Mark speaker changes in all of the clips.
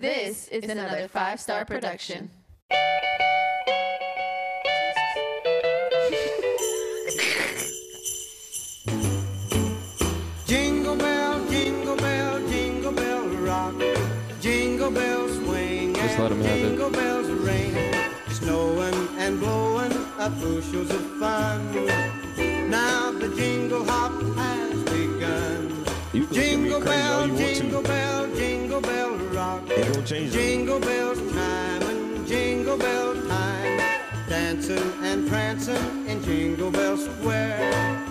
Speaker 1: This is another five star production.
Speaker 2: Jingle bell, jingle bell, jingle bell rock. Jingle bells swing
Speaker 3: Just let
Speaker 2: and
Speaker 3: 'em have it.
Speaker 2: jingle bells ring. Snowing and blowing up bushels of fun. Now the jingle hop has begun.
Speaker 4: You can
Speaker 2: Jingle
Speaker 4: look
Speaker 2: bell,
Speaker 4: at me crazy all you
Speaker 2: jingle
Speaker 4: want to.
Speaker 2: bell, jingle bell rock.
Speaker 4: It don't change nothing.
Speaker 2: Jingle bells time and jingle bell time. Dancing and prancing in Jingle Bell Square.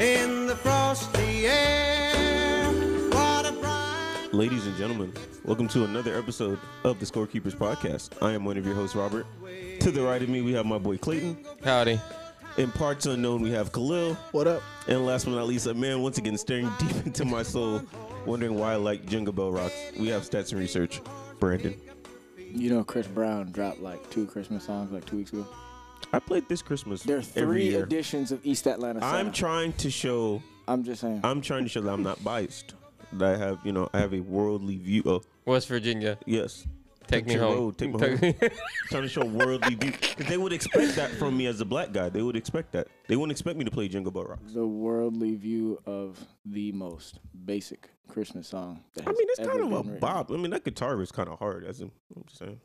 Speaker 2: In the frosty air. What a bright.
Speaker 4: Ladies and gentlemen, welcome to another episode of the Scorekeepers Podcast. I am one of your hosts, Robert. To the right of me, we have my boy Clayton.
Speaker 3: Howdy.
Speaker 4: In parts unknown, we have Khalil.
Speaker 5: What up?
Speaker 4: And last but not least, a man once again staring deep into my soul, wondering why I like Jingle Bell Rocks. We have stats and research, Brandon.
Speaker 5: You know Chris Brown dropped like two Christmas songs like two weeks ago.
Speaker 4: I played this Christmas
Speaker 5: There are
Speaker 4: every
Speaker 5: three
Speaker 4: year.
Speaker 5: editions of East Atlanta. Sound.
Speaker 4: I'm trying to show
Speaker 5: I'm just saying.
Speaker 4: I'm trying to show that I'm not biased. That I have, you know, I have a worldly view. Oh,
Speaker 3: West Virginia.
Speaker 4: yes.
Speaker 3: Take me
Speaker 4: Country
Speaker 3: home.
Speaker 4: road, take me home. trying to show worldly view. 'Cause They would expect that from me as a black guy. They would expect that. They wouldn't expect me to play Jingle Bell Rocks.
Speaker 5: the worldly view of the most basic Christmas song. That
Speaker 4: I
Speaker 5: has
Speaker 4: mean, it's
Speaker 5: ever
Speaker 4: kind of
Speaker 5: been
Speaker 4: a
Speaker 5: written.
Speaker 4: bop. I mean, that guitar is kind of hard. As in, I'm just saying.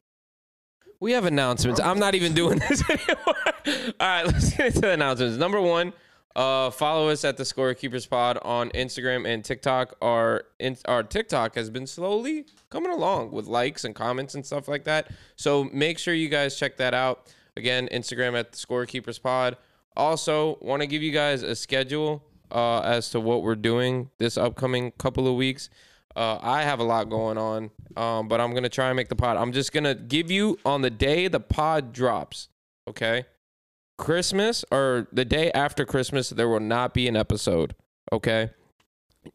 Speaker 3: we have announcements. I'm not even doing this anymore. All right, let's get into the announcements. Number one, uh, follow us at the Scorekeepers Pod on Instagram and TikTok. Our in, our TikTok has been slowly coming along with likes and comments and stuff like that. So make sure you guys check that out. Again, Instagram at the Scorekeepers Pod. Also, want to give you guys a schedule uh, as to what we're doing this upcoming couple of weeks. Uh, I have a lot going on, um, but I'm gonna try and make the pod. I'm just gonna give you on the day the pod drops. Okay, Christmas or the day after Christmas, there will not be an episode. Okay,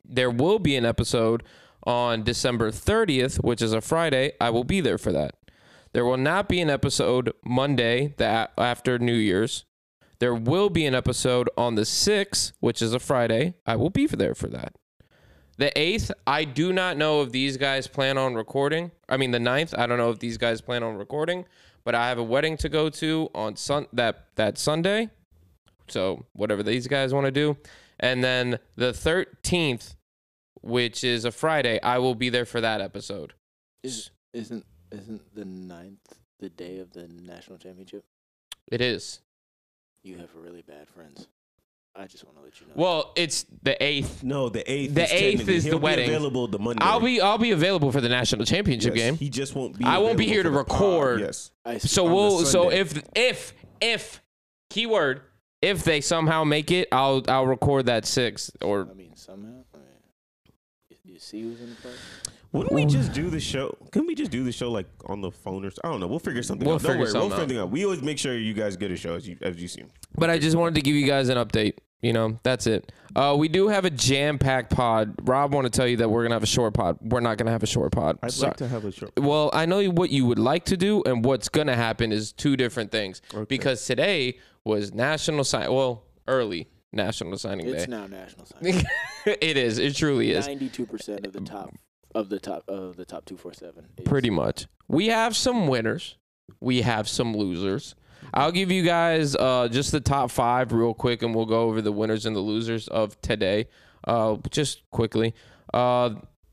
Speaker 3: there will be an episode on December 30th, which is a Friday. I will be there for that. There will not be an episode Monday that after New Year's. There will be an episode on the 6th, which is a Friday. I will be there for that. The 8th, I do not know if these guys plan on recording. I mean, the 9th, I don't know if these guys plan on recording, but I have a wedding to go to on sun- that, that Sunday. So, whatever these guys want to do. And then the 13th, which is a Friday, I will be there for that episode.
Speaker 5: Is- Isn't isn't the ninth the day of the national championship?
Speaker 3: It is.
Speaker 5: You have really bad friends. I just want to let you know.
Speaker 3: Well, it's the 8th.
Speaker 4: No, the eighth.
Speaker 3: The
Speaker 4: is
Speaker 3: 8th
Speaker 4: technically-
Speaker 3: is the
Speaker 4: He'll be
Speaker 3: wedding.
Speaker 4: Available the Monday.
Speaker 3: I'll be I'll be available for the national championship
Speaker 4: Yes,
Speaker 3: game.
Speaker 4: He just won't be.
Speaker 3: I won't be
Speaker 4: available
Speaker 3: here to
Speaker 4: for the pod.
Speaker 3: record.
Speaker 4: Yes.
Speaker 5: I see.
Speaker 3: So
Speaker 4: on the
Speaker 3: we'll so
Speaker 4: Sunday.
Speaker 3: if if if keyword if they somehow make it, I'll I'll record that sixth or
Speaker 5: I mean, somehow. I mean, you, you see who's in the play.
Speaker 4: Wouldn't we just do the show? Couldn't we just do the show like on the phone or s- I don't know? We'll figure something
Speaker 3: We'll
Speaker 4: out. Don't
Speaker 3: figure
Speaker 4: worry,
Speaker 3: something
Speaker 4: we'll
Speaker 3: out.
Speaker 4: figure out. We always make sure you guys get a show as you as you see.
Speaker 3: But I just wanted to give you guys an update. You know, that's it. Uh, we do have a jam-packed pod. Rob want to tell you that we're gonna have a short pod. We're not gonna have a short pod.
Speaker 4: I'd
Speaker 3: Sorry.
Speaker 4: like to have a show.
Speaker 3: well, I know what you would like to do and what's gonna happen is two different things. Because today was National Sign. Well, early National Signing
Speaker 5: It's
Speaker 3: Day.
Speaker 5: now national. signing.
Speaker 3: it is. It truly is.
Speaker 5: Ninety-two percent of the top of the top of the top two four seven.
Speaker 3: pretty much. We have some winners. We have some losers. I'll give you guys uh, just the top five real quick, and we'll go over the winners and the losers of today, uh, just quickly. Uh,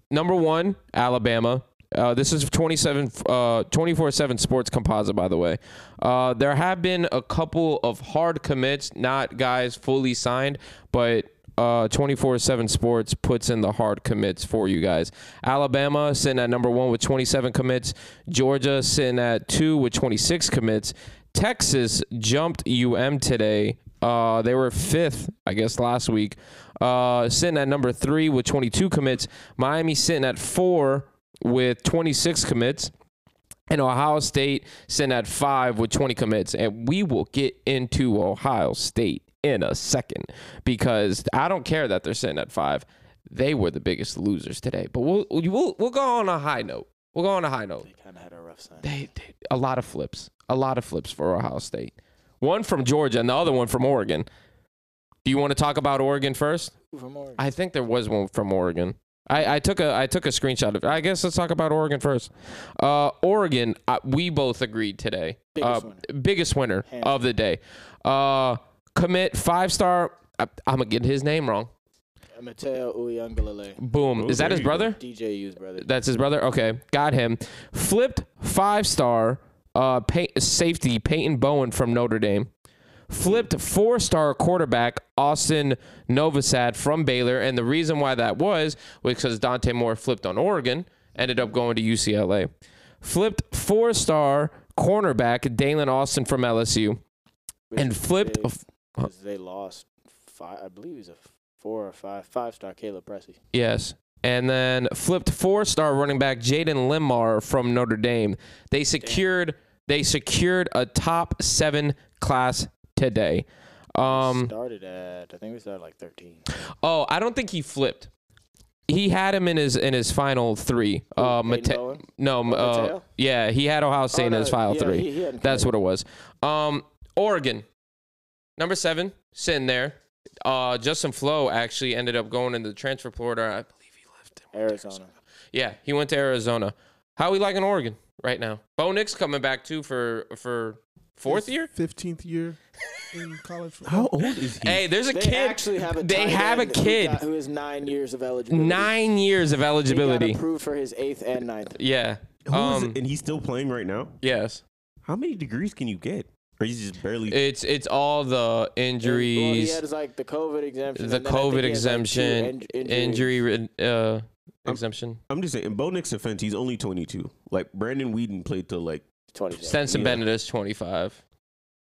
Speaker 3: number one, Alabama. Uh, this is 27 uh 24/7 Sports Composite by the way. Uh, there have been a couple of hard commits, not guys fully signed, but uh, 24-7 sports puts in the hard commits for you guys alabama sitting at number one with 27 commits georgia sitting at two with 26 commits texas jumped um today uh, they were fifth i guess last week uh, sitting at number three with 22 commits miami sitting at four with 26 commits and Ohio State sent at five with 20 commits. And we will get into Ohio State in a second because I don't care that they're sitting at five. They were the biggest losers today. But we'll we'll we'll go on a high note. We'll go on a high note.
Speaker 5: They kind of had a rough sign.
Speaker 3: They, they a lot of flips. A lot of flips for Ohio State. One from Georgia and the other one from Oregon. Do you want to talk about Oregon first?
Speaker 5: From Oregon.
Speaker 3: I think there was one from Oregon. I, I took a I took a screenshot of it. I guess let's talk about Oregon first. Uh, Oregon, uh, we both agreed today.
Speaker 5: Biggest
Speaker 3: uh,
Speaker 5: winner.
Speaker 3: Biggest winner
Speaker 5: Hands
Speaker 3: of the day. Uh, commit five star. I, I'm gonna get his name wrong.
Speaker 5: Mateo Uyunglele,
Speaker 3: Boom.
Speaker 4: Oh,
Speaker 3: Is that
Speaker 4: there
Speaker 3: his
Speaker 4: you go.
Speaker 3: brother?
Speaker 5: DJU's brother.
Speaker 3: That's his brother. Okay, got him. Flipped five star uh pay, safety Peyton Bowen from Notre Dame. Flipped four star quarterback Austin Novosad from Baylor, and the reason why that was was because Dante Moore flipped on Oregon, ended up going to UCLA. Flipped four star cornerback Dalen Austin from LSU,
Speaker 5: Which
Speaker 3: and flipped.
Speaker 5: they, 'cause they lost five. I believe he's a four or five five star Caleb Pressey.
Speaker 3: Yes. And then flipped four-star running back Jaden Limar from Notre Dame. They secured they secured a top seven class today. Um,
Speaker 5: started at I think we started like thirteen.
Speaker 3: oh, I don't think he flipped. He had him in his in his final three.
Speaker 5: Who,
Speaker 3: Uh,
Speaker 5: Peyton
Speaker 3: Mate-
Speaker 5: Bowen?
Speaker 3: no,
Speaker 5: Oh,
Speaker 3: uh,
Speaker 5: Mateo?
Speaker 3: yeah, he had Ohio State
Speaker 5: Oh,
Speaker 3: in
Speaker 5: no,
Speaker 3: his final
Speaker 5: yeah,
Speaker 3: three.
Speaker 5: he- he hadn't
Speaker 3: That's
Speaker 5: played.
Speaker 3: what it was. Um, Oregon, number seven, sitting there. Uh, Justin Flo actually ended up going in the transfer portal. I believe he left.
Speaker 5: Arizona.
Speaker 3: Yeah, he went to Arizona. How we liking Oregon right now? Bo Nix coming back too for for fourth year.
Speaker 6: Fifteenth year in college football.
Speaker 4: How old is he?
Speaker 3: Hey, there's a
Speaker 5: They
Speaker 3: kid.
Speaker 5: actually have a.
Speaker 3: they
Speaker 5: tight
Speaker 3: have a
Speaker 5: end who
Speaker 3: kid.
Speaker 5: got- who is nine years of eligibility.
Speaker 3: Nine years of
Speaker 5: He got
Speaker 3: eligibility.
Speaker 5: approved for his eighth and ninth.
Speaker 3: Yeah.
Speaker 4: Who is
Speaker 3: um,
Speaker 4: it? And he's still playing right now.
Speaker 3: Yes.
Speaker 4: How many degrees can you get? Or he's just barely.
Speaker 3: It's it's all the
Speaker 5: Well, he
Speaker 3: injuries,
Speaker 5: had his, like the COVID exemption.
Speaker 3: the
Speaker 5: and then I think
Speaker 3: COVID
Speaker 5: he has, like, two
Speaker 3: exemption,
Speaker 5: inj- injuries.
Speaker 3: injury re- uh,
Speaker 4: Um,
Speaker 3: exemption.
Speaker 4: I'm just saying, in Bo Nix offense, he's only 22. Like Brandon Whedon played till like
Speaker 5: 27.
Speaker 3: Stenson
Speaker 4: yeah.
Speaker 3: Bennett is 25.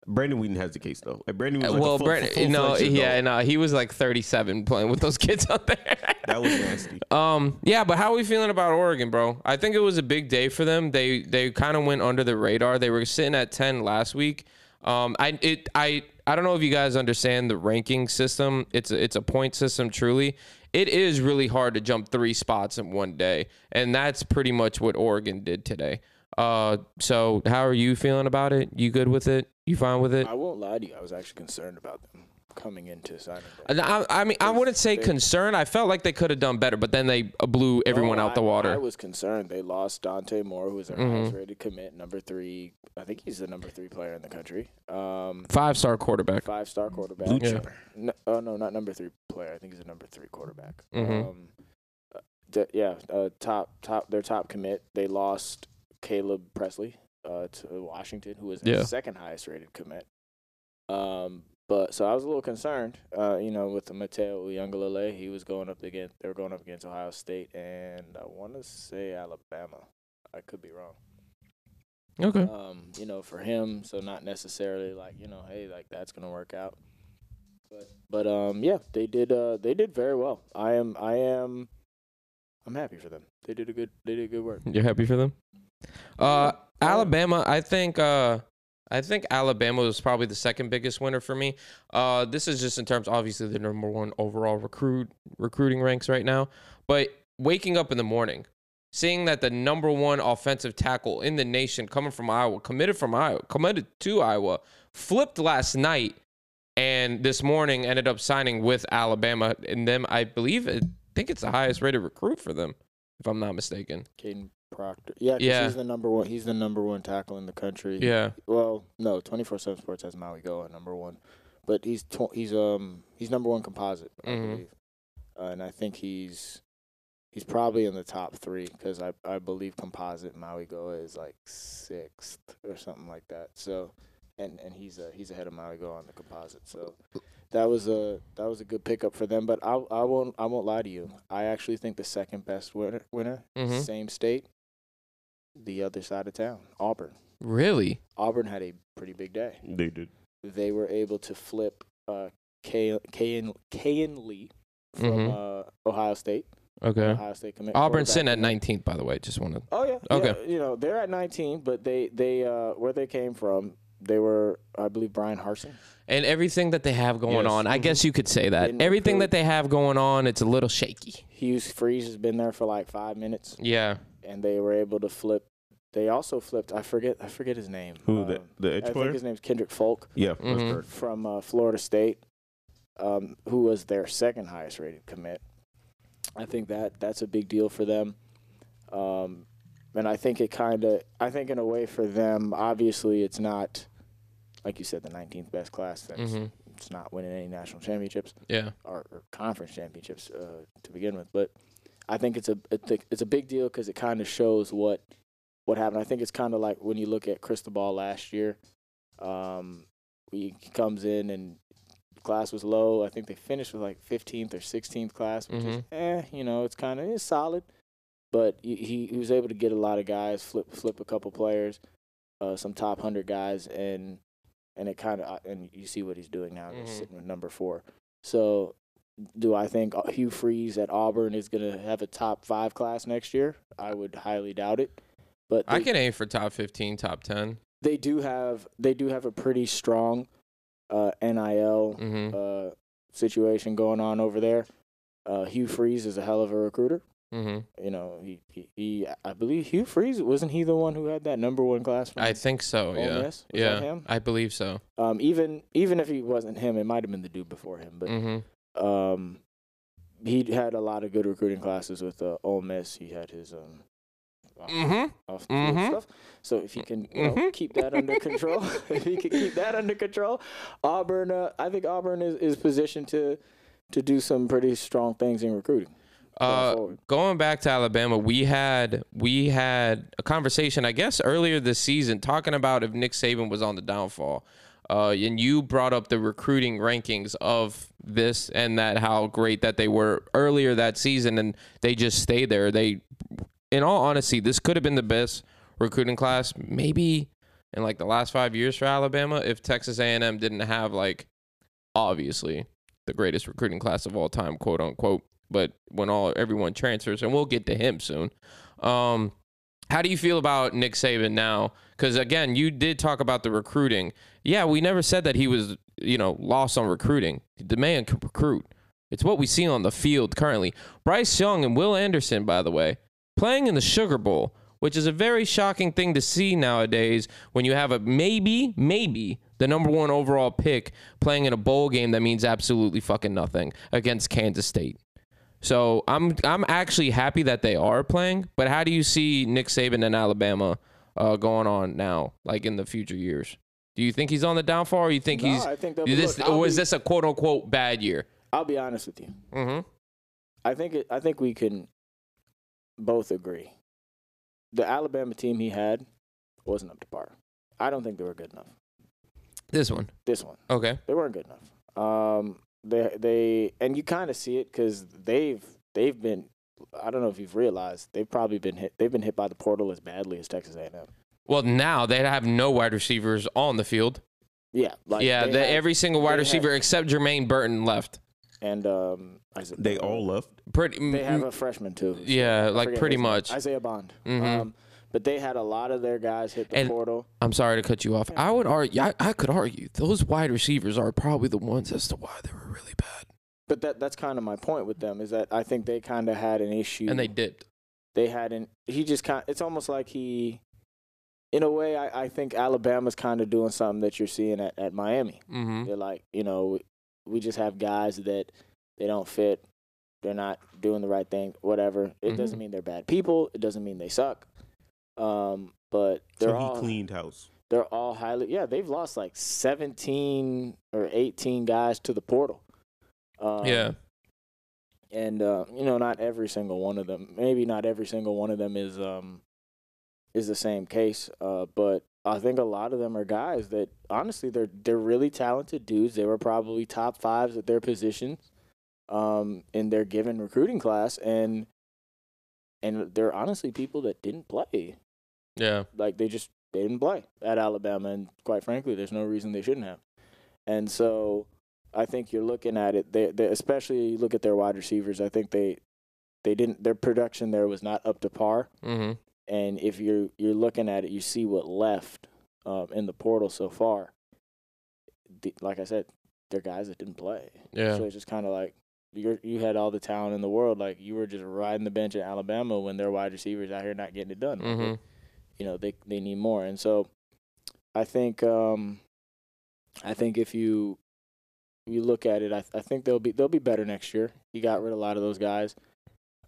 Speaker 4: Brandon Whedon has the case though. Like Brandon was
Speaker 3: Uh,
Speaker 4: like
Speaker 3: well,
Speaker 4: a full,
Speaker 3: Brent,
Speaker 4: full
Speaker 3: no,
Speaker 4: fledged
Speaker 3: yeah,
Speaker 4: adult.
Speaker 3: no, he was like 37 playing with those kids out there.
Speaker 4: that was nasty.
Speaker 3: Um, yeah, but how are we feeling about Oregon, bro? I think it was a big day for them. They they kind of went under the radar. They were sitting at ten last week. Um, I it I I don't know if you guys understand the ranking system. It's a, it's a point system. Truly, it is really hard to jump three spots in one day, and that's pretty much what Oregon did today. Uh, so how are you feeling about it? You good with it? You fine with it?
Speaker 5: I won't lie to you. I was actually concerned about them coming into signing. day.
Speaker 3: And I, I mean, I wouldn't say concern. I felt like they could have done better, but then they uh, blew everyone
Speaker 5: No,
Speaker 3: out the
Speaker 5: I-
Speaker 3: water. Mm-hmm.
Speaker 5: I was concerned. They lost Dante Moore, who was their highest rated commit, number three. I think he's the number three player in the country. Um,
Speaker 3: Five star quarterback.
Speaker 5: five star quarterback.
Speaker 4: Blue
Speaker 3: Yeah.
Speaker 4: chipper.
Speaker 5: No, oh no, not number three player. I think he's a number three quarterback.
Speaker 3: Mhm.
Speaker 5: Um, uh, d- yeah, uh, top top their top commit. They lost Caleb Presley uh, to Washington, who was their
Speaker 3: Yeah.
Speaker 5: second highest rated commit. Um, but so I was a little concerned. Uh, you know, with Mateo Uyangalele, he was going up against. They were going up against Ohio State, and I want to say Alabama. I could be wrong
Speaker 3: Okay.
Speaker 5: um, you know, for him. So not necessarily like you know, hey, like that's gonna work out. But but um, yeah, they did uh, they did very well. I am I am, I'm happy for them. They did a good they did good work.
Speaker 3: You're happy for them? Uh, Alabama, I think. Uh, I think Alabama was probably the second biggest winner for me. Uh, this is just in terms, obviously, the number one overall recruit recruiting ranks right now. But waking up in the morning, seeing that the number one offensive tackle in the nation, coming from Iowa, committed from Iowa, committed to Iowa, flipped last night, and this morning ended up signing with Alabama, and them, I believe, I think it's the highest rated recruit for them, if I'm not mistaken.
Speaker 5: Caden Proctor, yeah, 'cause
Speaker 3: Yeah.
Speaker 5: he's the number one. He's the number one tackle in the country.
Speaker 3: Yeah.
Speaker 5: Well, no, twenty four seven sports has Maui Goa number one, but he's tw- he's um he's number one composite, I
Speaker 3: Mhm.
Speaker 5: believe, uh, and I think he's he's probably in the top three because I I believe composite Maui Goa is like sixth or something like that. So, and and he's uh, he's ahead of Maui Goa on the composite. So. That was a that was a good pickup for them, but I I won't I won't lie to you. I actually think the second best winner winner
Speaker 3: Mhm.
Speaker 5: same state, the other side of town, Auburn.
Speaker 3: Really?
Speaker 5: Auburn had a pretty big day.
Speaker 4: They did.
Speaker 5: They were able to flip uh, Kay- Kayan Kayan Lee from
Speaker 3: Mhm.
Speaker 5: uh, Ohio State.
Speaker 3: Okay.
Speaker 5: Ohio State commit.
Speaker 3: Auburn's
Speaker 5: quarterback
Speaker 3: sitting at
Speaker 5: commit.
Speaker 3: 19th, by the way. Just wanted.
Speaker 5: Oh yeah.
Speaker 3: Okay.
Speaker 5: Yeah, you know they're at 19, but they they uh, where they came from, they were I believe Brian Harson.
Speaker 3: And everything that they have going
Speaker 4: Yes.
Speaker 3: on, I
Speaker 5: Mm-hmm.
Speaker 3: guess you could say that.
Speaker 5: Didn't
Speaker 3: everything
Speaker 5: recruit.
Speaker 3: that they have going on, it's a little shaky.
Speaker 5: Hughes Freeze has been there for like five minutes,
Speaker 3: Yeah.
Speaker 5: and they were able to flip. They also flipped. I forget. I forget his name. Um,
Speaker 4: Who, the- the edge
Speaker 5: I
Speaker 4: player?
Speaker 5: think his name's Kendrick Folk.
Speaker 4: Yeah, that's
Speaker 3: Mhm.
Speaker 4: correct.
Speaker 5: from uh, Florida State, um, who was their second highest rated commit. I think that that's a big deal for them. Um, and I think it kind of, I think in a way for them, obviously it's not, like you said, the 19th best class. That's,
Speaker 3: Mhm.
Speaker 5: It's not winning any national championships
Speaker 3: Yeah.
Speaker 5: or, or conference championships uh, to begin with. But I think it's a I think it's a big deal because it kind of shows what what happened. I think it's kind of like when you look at Cristobal last year. Um, he comes in and class was low. I think they finished with like 15th or 16th class, which is eh, you know, it's kind of it's solid. But he- he he was able to get a lot of guys, flip flip a couple players, uh, some top hundred guys, and and it kind of and you see what he's doing now. He's
Speaker 3: Mhm.
Speaker 5: sitting with number four. So, do I think uh, Hugh Freeze at Auburn is going to have a top five class next year? I would highly doubt it. But
Speaker 3: I
Speaker 5: they-
Speaker 3: can aim for top 15, top 10.
Speaker 5: they do have they do have a pretty strong uh, NIL
Speaker 3: Mm-hmm.
Speaker 5: uh, situation going on over there. Uh, Hugh Freeze is a hell of a recruiter.
Speaker 3: Mm-hmm.
Speaker 5: You know, he, he, he I believe Hugh Freeze wasn't he the one who had that number one class? from
Speaker 3: I think so.
Speaker 5: Ole
Speaker 3: yeah.
Speaker 5: Miss? Was
Speaker 3: yeah.
Speaker 5: that him?
Speaker 3: I believe so.
Speaker 5: Um, even even if he wasn't him, it might have been the dude before him. But
Speaker 3: Mm-hmm.
Speaker 5: um, he had a lot of good recruiting classes with uh, Ole Miss. He had his um, off-
Speaker 3: Mm-hmm.
Speaker 5: off the field
Speaker 3: Mhm.
Speaker 5: stuff. So if you can you know,
Speaker 3: Mhm.
Speaker 5: keep that under control, if you can keep that under control, Auburn. Uh, I think Auburn is, is positioned to to do some pretty strong things in recruiting. going
Speaker 3: Uh,
Speaker 5: forward.
Speaker 3: going back to Alabama, we had we had a conversation, I guess, earlier this season, talking about if Nick Saban was on the downfall. Uh, and you brought up the recruiting rankings of this and that, how great that they were earlier that season, and they just stayed there. They, in all honesty, this could have been the best recruiting class, maybe in like the last five years for Alabama, if Texas A&M didn't have like, obviously, the greatest recruiting class of all time, quote unquote. But when all everyone transfers, and we'll get to him soon. Um, how do you feel about Nick Saban now? Because again, you did talk about the recruiting. Yeah, we never said that he was, you know, lost on recruiting. The man can recruit. It's what we see on the field currently. Bryce Young and Will Anderson, by the way, playing in the Sugar Bowl, which is a very shocking thing to see nowadays when you have a maybe, maybe the number one overall pick playing in a bowl game that means absolutely fucking nothing against Kansas State. So I'm I'm actually happy that they are playing. But how do you see Nick Saban and Alabama uh, going on now, like in the future years? Do you think he's on the downfall, or you think
Speaker 5: No,
Speaker 3: he's
Speaker 5: I think they'll be-
Speaker 3: this,
Speaker 5: look, I'll
Speaker 3: or is
Speaker 5: be-
Speaker 3: this a quote unquote bad year?
Speaker 5: I'll be honest with you.
Speaker 3: Mm-hmm.
Speaker 5: I think it, I think we can both agree. The Alabama team he had wasn't up to par. I don't think they were good enough.
Speaker 3: This one,
Speaker 5: This one,
Speaker 3: okay.
Speaker 5: they weren't good enough. Um, they they and you kind of see it because they've they've been. I don't know if you've realized they've probably been hit. They've been hit by the portal as badly as Texas A&M.
Speaker 3: Well, now they have no wide receivers on the field.
Speaker 5: Yeah, like
Speaker 3: yeah,
Speaker 5: they
Speaker 3: the,
Speaker 5: had-
Speaker 3: every single
Speaker 5: they
Speaker 3: wide
Speaker 5: had-
Speaker 3: receiver except Jermaine Burton left.
Speaker 5: and um, Isaiah-
Speaker 4: They all left.
Speaker 3: Pretty,
Speaker 5: they have a freshman too.
Speaker 3: Mm, yeah,
Speaker 5: I
Speaker 3: like
Speaker 5: forget
Speaker 3: pretty
Speaker 5: his name.
Speaker 3: much.
Speaker 5: Isaiah Bond.
Speaker 3: Mhm.
Speaker 5: Um, but they had a lot of their guys hit the
Speaker 3: And-
Speaker 5: portal.
Speaker 3: I'm sorry to cut you off. I would argue, I, I could argue, those wide receivers are probably the ones as to why they were really bad.
Speaker 5: But that that's kind of my point with them is that I think they kind of had an issue.
Speaker 3: And they dipped.
Speaker 5: they hadn't. He just kind. It's almost like he, in a way, I, I think Alabama's kind of doing something that you're seeing at, at Miami.
Speaker 3: Mm-hmm.
Speaker 5: They're like, you know, we, we just have guys that they don't fit. They're not doing the right thing. Whatever. It doesn't
Speaker 3: Mhm.
Speaker 5: mean they're bad people. It doesn't mean they suck. Um, but they're
Speaker 4: So
Speaker 5: all
Speaker 4: he cleaned house.
Speaker 5: they're all highly yeah they've lost like 17 or 18 guys to the portal um,
Speaker 3: yeah.
Speaker 5: and uh, you know not every single one of them maybe not every single one of them is um is the same case uh but i think a lot of them are guys that honestly they're they're really talented dudes they were probably top fives at their positions um in their given recruiting class and and they're honestly people that didn't play
Speaker 3: Yeah.
Speaker 5: like they just they didn't play at Alabama, and quite frankly, there's no reason they shouldn't have. And so I think you're looking at it. They, they especially you look at their wide receivers. I think they they didn't their production there was not up to par.
Speaker 3: Mm-hmm.
Speaker 5: And if you're you're looking at it, you see what left um, in the portal so far. The, like I said, they're guys that didn't play.
Speaker 3: Yeah.
Speaker 5: So it's just kind of like you you had all the talent in the world, like you were just riding the bench in Alabama when their wide receivers out here not getting it done. Like,
Speaker 3: mm-hmm.
Speaker 5: you know they they need more and so i think um i think if you you look at it i, I think they'll be they'll be better next year he got rid of a lot of those guys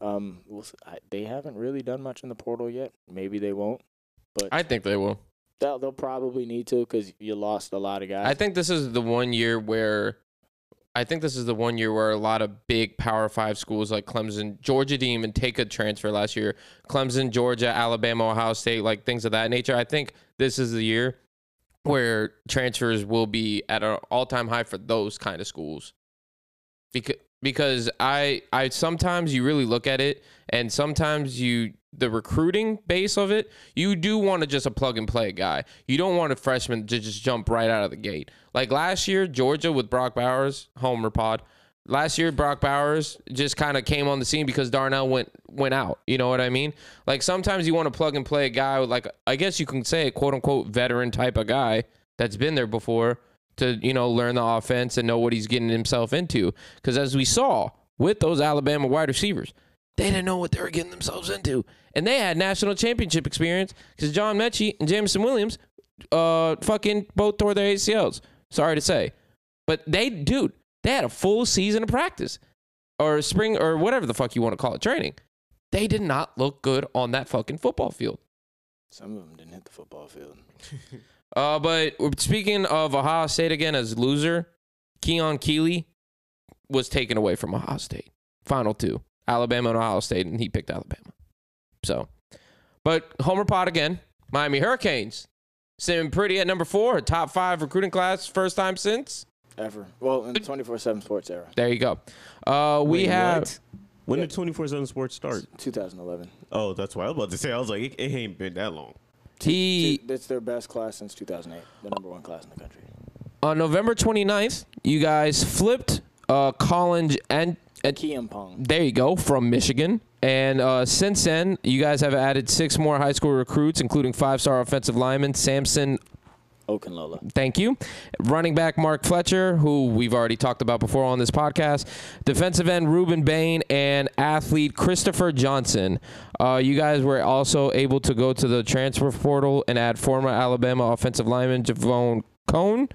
Speaker 5: Um, we'll, s- I, they haven't really done much in the portal yet. Maybe they won't. But
Speaker 3: I think they will.
Speaker 5: they'll, they'll probably need to because you lost a lot of guys.
Speaker 3: I think this is the one year where I think this is the one year where a lot of big Power Five schools like Clemson, Georgia didn't even take a transfer last year. Clemson, Georgia, Alabama, Ohio State, like things of that nature. I think this is the year where transfers will be at an all-time high for those kind of schools. Because because I I sometimes you really look at it and sometimes you the recruiting base of it, you do want to just a plug and play guy. You don't want a freshman to just jump right out of the gate. Like last year, Georgia with Brock Bowers, Homer Pod. Last year, Brock Bowers just kind of came on the scene because Darnell went went out. You know what I mean? Like sometimes you want to plug and play a guy with like I guess you can say a quote unquote veteran type of guy that's been there before to you know learn the offense and know what he's getting himself into. Because as we saw with those Alabama wide receivers, they didn't know what they were getting themselves into, and they had national championship experience because John Mechie and Jameson Williams, uh, fucking both tore their ACLs. Sorry to say, but they, dude, they had a full season of practice or spring or whatever the fuck you want to call it, training. They did not look good on that fucking football field.
Speaker 5: Some of them didn't hit the football field.
Speaker 3: Uh, but speaking of Ohio State again as loser, Keon Keeley was taken away from Ohio State. Final two, Alabama and Ohio State, and he picked Alabama. So, but Homer Pot again, Miami Hurricanes, sitting pretty at number four, top five recruiting class, first time since.
Speaker 5: Ever. Well, in the 24 7 sports era,
Speaker 3: There you go. Uh, we
Speaker 4: Wait,
Speaker 3: have
Speaker 4: what? When did 24 7 sports start?
Speaker 5: 2011.
Speaker 4: Oh, that's what I was about to say. I was like, it, it ain't been that long.
Speaker 3: he
Speaker 5: That's their best class since 2008, the number one class in the country.
Speaker 3: on November 29th. You guys flipped uh, Collins and. and
Speaker 5: Kiam Pong.
Speaker 3: There you go, from Michigan. And uh, since then, you guys have added six more high school recruits, including five star offensive lineman Samson.
Speaker 5: Okanlola.
Speaker 3: Thank you. Running back Mark Fletcher, who we've already talked about before on this podcast. Defensive end Ruben Bain and athlete Christopher Johnson. Uh, you guys were also able to go to the transfer portal and add former Alabama offensive lineman Javon Cone.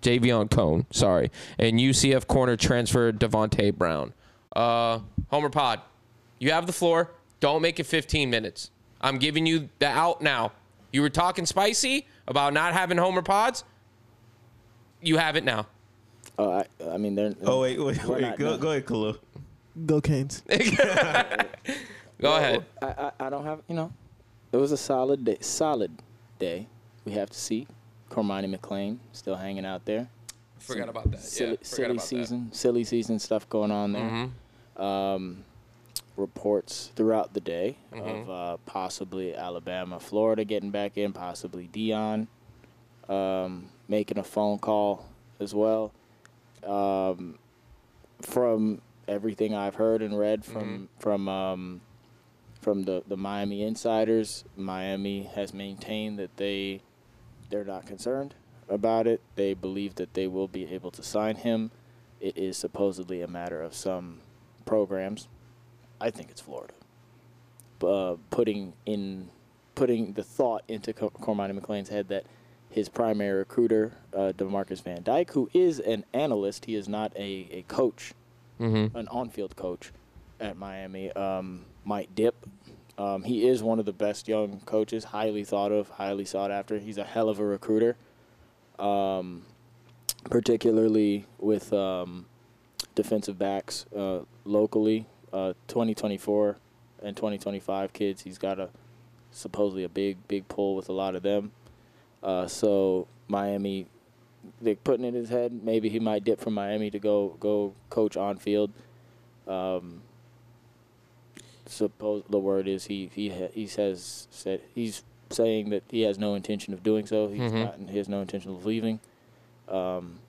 Speaker 3: Javion Cone, sorry, and UCF corner transfer Devonte Brown. Uh, Homer Pod, you have the floor. Don't make it 15 minutes. I'm giving you the out now. You were talking spicy about not having Homer Pods. You have it now.
Speaker 5: Oh, I, I mean, they're.
Speaker 4: Oh, wait, wait,
Speaker 5: We're
Speaker 4: wait.
Speaker 5: not
Speaker 4: go,
Speaker 5: done.
Speaker 4: go ahead, Khalil.
Speaker 6: Go Canes.
Speaker 3: Go ahead.
Speaker 5: I, I, I don't have, you know, it was a solid day. Solid day. We have to see. Cormani McLean still hanging out there.
Speaker 3: Forgot about that. Mm-hmm.
Speaker 5: Silly,
Speaker 3: yeah, forgot
Speaker 5: silly
Speaker 3: about
Speaker 5: season. Silly season stuff going on there. Um, reports throughout the day
Speaker 3: Mm-hmm.
Speaker 5: of uh, possibly Alabama, Florida getting back in, possibly Dion um, making a phone call as well. Um, from everything I've heard and read from
Speaker 3: Mm-hmm.
Speaker 5: from um, from the, the Miami insiders, Miami has maintained that they they're not concerned about it. They believe that they will be able to sign him. It is supposedly a matter of some programs. I think it's Florida. Uh, putting in putting the thought into Co- Cormani McLean's head that his primary recruiter, uh, Demarcus Van Dyke, who is an analyst, he is not a, a coach, an on field coach at Miami, um, might dip. Um, he is one of the best young coaches, highly thought of, highly sought after. He's a hell of a recruiter, um, particularly with um, defensive backs uh, locally. Uh, 2024 and 2025 kids, he's got a supposedly a big, big pull with a lot of them. Uh, so Miami, they're putting it in his head. Maybe he might dip from Miami to go go coach on field. Um, suppose the word is he he ha- he says said he's saying that he has no intention of doing so. He's
Speaker 4: Mm-hmm.
Speaker 3: Mhm.
Speaker 5: not. He has no intention of leaving. Um,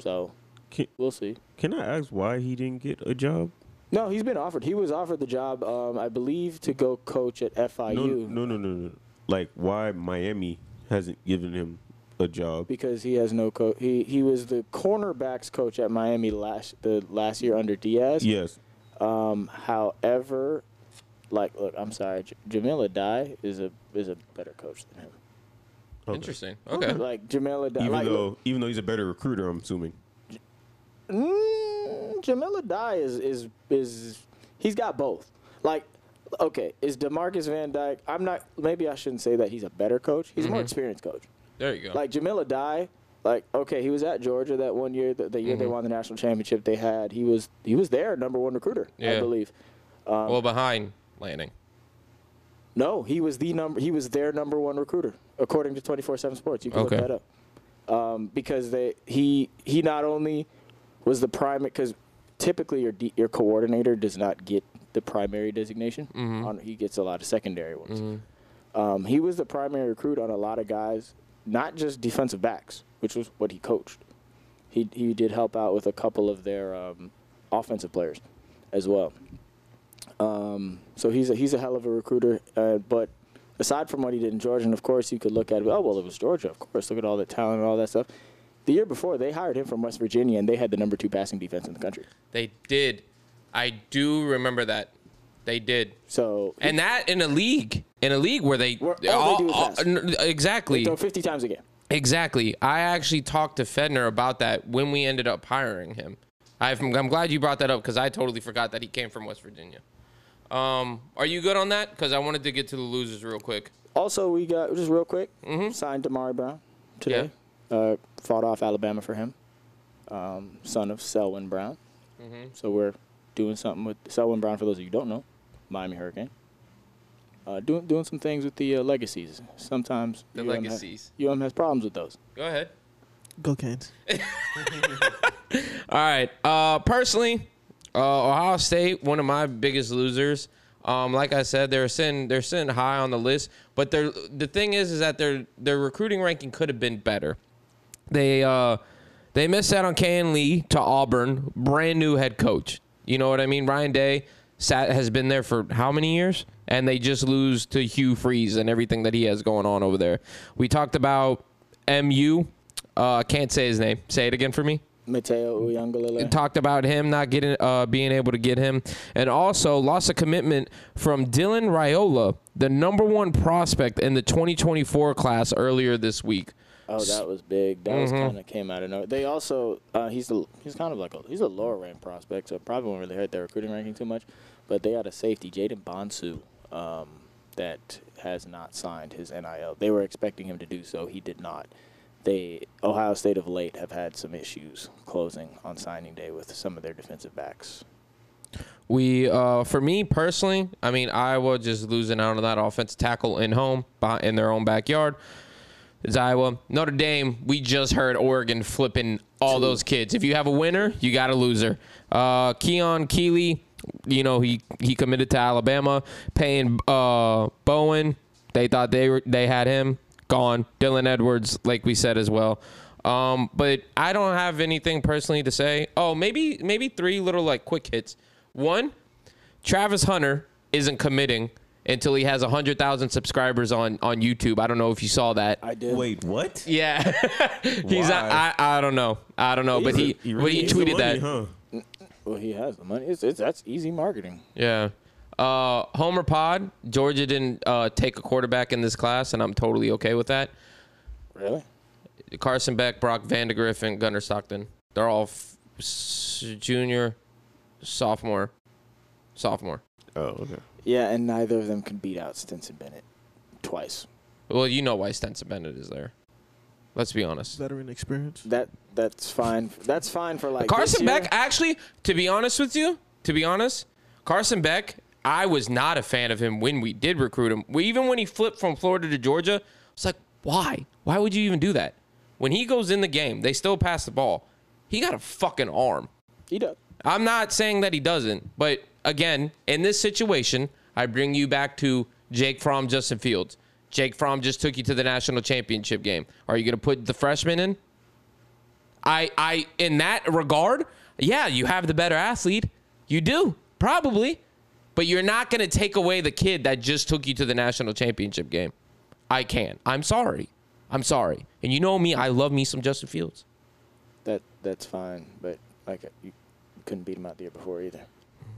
Speaker 5: so
Speaker 4: Can,
Speaker 5: we'll see.
Speaker 4: can I ask why he didn't get a job?
Speaker 5: No, he's been offered. He was offered the job, um, I believe, to go coach at FIU
Speaker 4: No, no, no, no, no. Like, why Miami hasn't given him a job?
Speaker 5: because he has no coach. He he was the cornerbacks coach at Miami last the last year under Diaz.
Speaker 4: Yes.
Speaker 5: Um, however, like look, I'm sorry, J- Jamila Dye is a is a better coach than him.
Speaker 3: that. Interesting. Okay.
Speaker 5: Like Jamila Dye,
Speaker 4: Even
Speaker 5: like,
Speaker 4: though, even though he's a better recruiter, I'm assuming.
Speaker 5: Mm, Jamila Dye is is is he's got both. Like, okay, is Demarcus Van Dyke? I'm not. Maybe I shouldn't say that he's a better coach. He's a
Speaker 4: Mm-hmm.
Speaker 5: more experienced coach.
Speaker 3: There
Speaker 4: Oh.
Speaker 3: you go.
Speaker 5: Like Jamila Dye. Like, okay, he was at Georgia that one year. The, the year
Speaker 4: Mm-hmm.
Speaker 5: they won the national championship, they had he was he was their number one recruiter,
Speaker 3: Yeah.
Speaker 5: I believe.
Speaker 3: well, behind Lanning.
Speaker 5: No, he was the number. He was their number one recruiter, according to 24/7 Sports. You can
Speaker 3: Okay.
Speaker 5: look that up. Um, because they he he not only was the primary because typically your D, your coordinator does not get the primary designation. On, he gets a lot of secondary ones. Um, he was the primary recruit on a lot of guys, not just defensive backs, which was what he coached. He he did help out with a couple of their um, offensive players as well. So he's a he's a hell of a recruiter. Uh, but aside from what he did in Georgia, and of course you could look at it, oh well, it was Georgia, of course. Look at all the talent and all that stuff. The year before, they hired him from West Virginia, and they had the number two passing defense in the country.
Speaker 3: They did. I do remember that. They did.
Speaker 5: So
Speaker 3: And that in a league, in a league where they,
Speaker 5: Where all they do is pass.
Speaker 3: n- exactly,
Speaker 5: throw 50 times a game.
Speaker 3: exactly. I actually talked to Fedner about that when we ended up hiring him. I've, I'm glad you brought that up because I totally forgot that he came from West Virginia. Um, are you good on that? Because I wanted to get to the losers real quick.
Speaker 5: Also, we got just real quick
Speaker 3: Mm-hmm.
Speaker 5: signed Damari Brown today. Uh, fought off Alabama for him, um, son of Selwyn Brown.
Speaker 3: Mm-hmm.
Speaker 5: So we're doing something with Selwyn Brown. For those of you who don't know, Miami Hurricane. Uh, doing doing some things with the uh, legacies. Sometimes
Speaker 3: The
Speaker 5: UM ha-
Speaker 3: legacies.
Speaker 5: UM has problems with those.
Speaker 3: Go ahead.
Speaker 6: Go Canes.
Speaker 3: All right. Uh, personally, uh, Ohio State, one of my biggest losers. Um, like I said, they're sitting they're sitting high on the list, but they're the thing is is that their their recruiting ranking could have been better. They uh, they missed out on Can Lee to Auburn, brand new head coach. You know what I mean? Ryan Day sat, has been there for how many years? And they just lose to Hugh Freeze and everything that he has going on over there. We talked about MU. Uh, I can't say his name. Say it again for me
Speaker 5: Mateo Uyangalele.
Speaker 3: talked about him not getting uh, being able to get him and also lost a commitment from Dylan Raiola, the number one prospect in the 2024 class earlier this week.
Speaker 5: Oh, that was big. That was kind of came out of nowhere. They also uh, he's a, he's kind of like a he's a lower ranked prospect, so it probably won't really hurt their recruiting ranking too much. But they got a safety, Jaden Bonsu, um, that has not signed his NIL. They were expecting him to do so. He did not. They Ohio State of late have had some issues closing on signing day with some of their defensive backs.
Speaker 3: We, uh, for me personally, I mean Iowa just losing out on that offensive tackle in home behi- in their own backyard. It's Iowa, Notre Dame. We just heard Oregon flipping all those kids. If you have a winner, you got a loser. Uh, Keon Keeley, you know he he committed to Alabama. Paying uh, Bowen, they thought they were they had him gone. Dylan Edwards, like we said as well. Um, but I don't have anything personally to say. Oh, maybe maybe three little like quick hits. One, Travis Hunter isn't committing until he has 100,000 subscribers on, on YouTube. I don't know if you saw that.
Speaker 5: I did.
Speaker 4: Wait, what?
Speaker 3: yeah. He's not, I,
Speaker 4: Why?
Speaker 3: I don't know. I don't know, but he, but he
Speaker 4: needs the
Speaker 3: tweeted that.
Speaker 4: money, Huh?
Speaker 5: Well, he has the money. It's, it's that's easy marketing.
Speaker 3: Yeah. Uh, Homer Pod, Georgia didn't uh, take a quarterback in this class, and I'm totally okay with that.
Speaker 5: Really?
Speaker 3: Carson Beck, Brock Vandegrift, and Gunnar Stockton. They're all f- s- junior, sophomore, sophomore.
Speaker 4: Oh, okay.
Speaker 5: Yeah, and neither of them can beat out Stinson Bennett twice.
Speaker 3: Well, you know why Stenson Bennett is there. Let's be honest.
Speaker 6: Veteran experience.
Speaker 5: That that's fine. That's fine for like
Speaker 3: Carson
Speaker 5: this year.
Speaker 3: Beck, actually, to be honest with you, to be honest, Carson Beck, I was not a fan of him when we did recruit him. We, even when he flipped from Florida to Georgia, it's like, why? Why would you even do that? When he goes in the game, they still pass the ball. He got a fucking arm.
Speaker 5: He does.
Speaker 3: I'm not saying that he doesn't, but again, in this situation, I bring you back to Jake Fromm, Justin Fields. Jake Fromm just took you to the national championship game. Are you going to put the freshman in? I, I, in that regard, yeah, you have the better athlete. You do probably, but you're not going to take away the kid that just took you to the national championship game. I can't. I'm sorry. I'm sorry. And you know me. I love me some Justin Fields.
Speaker 5: That that's fine. But like uh, you couldn't beat him out the year before either.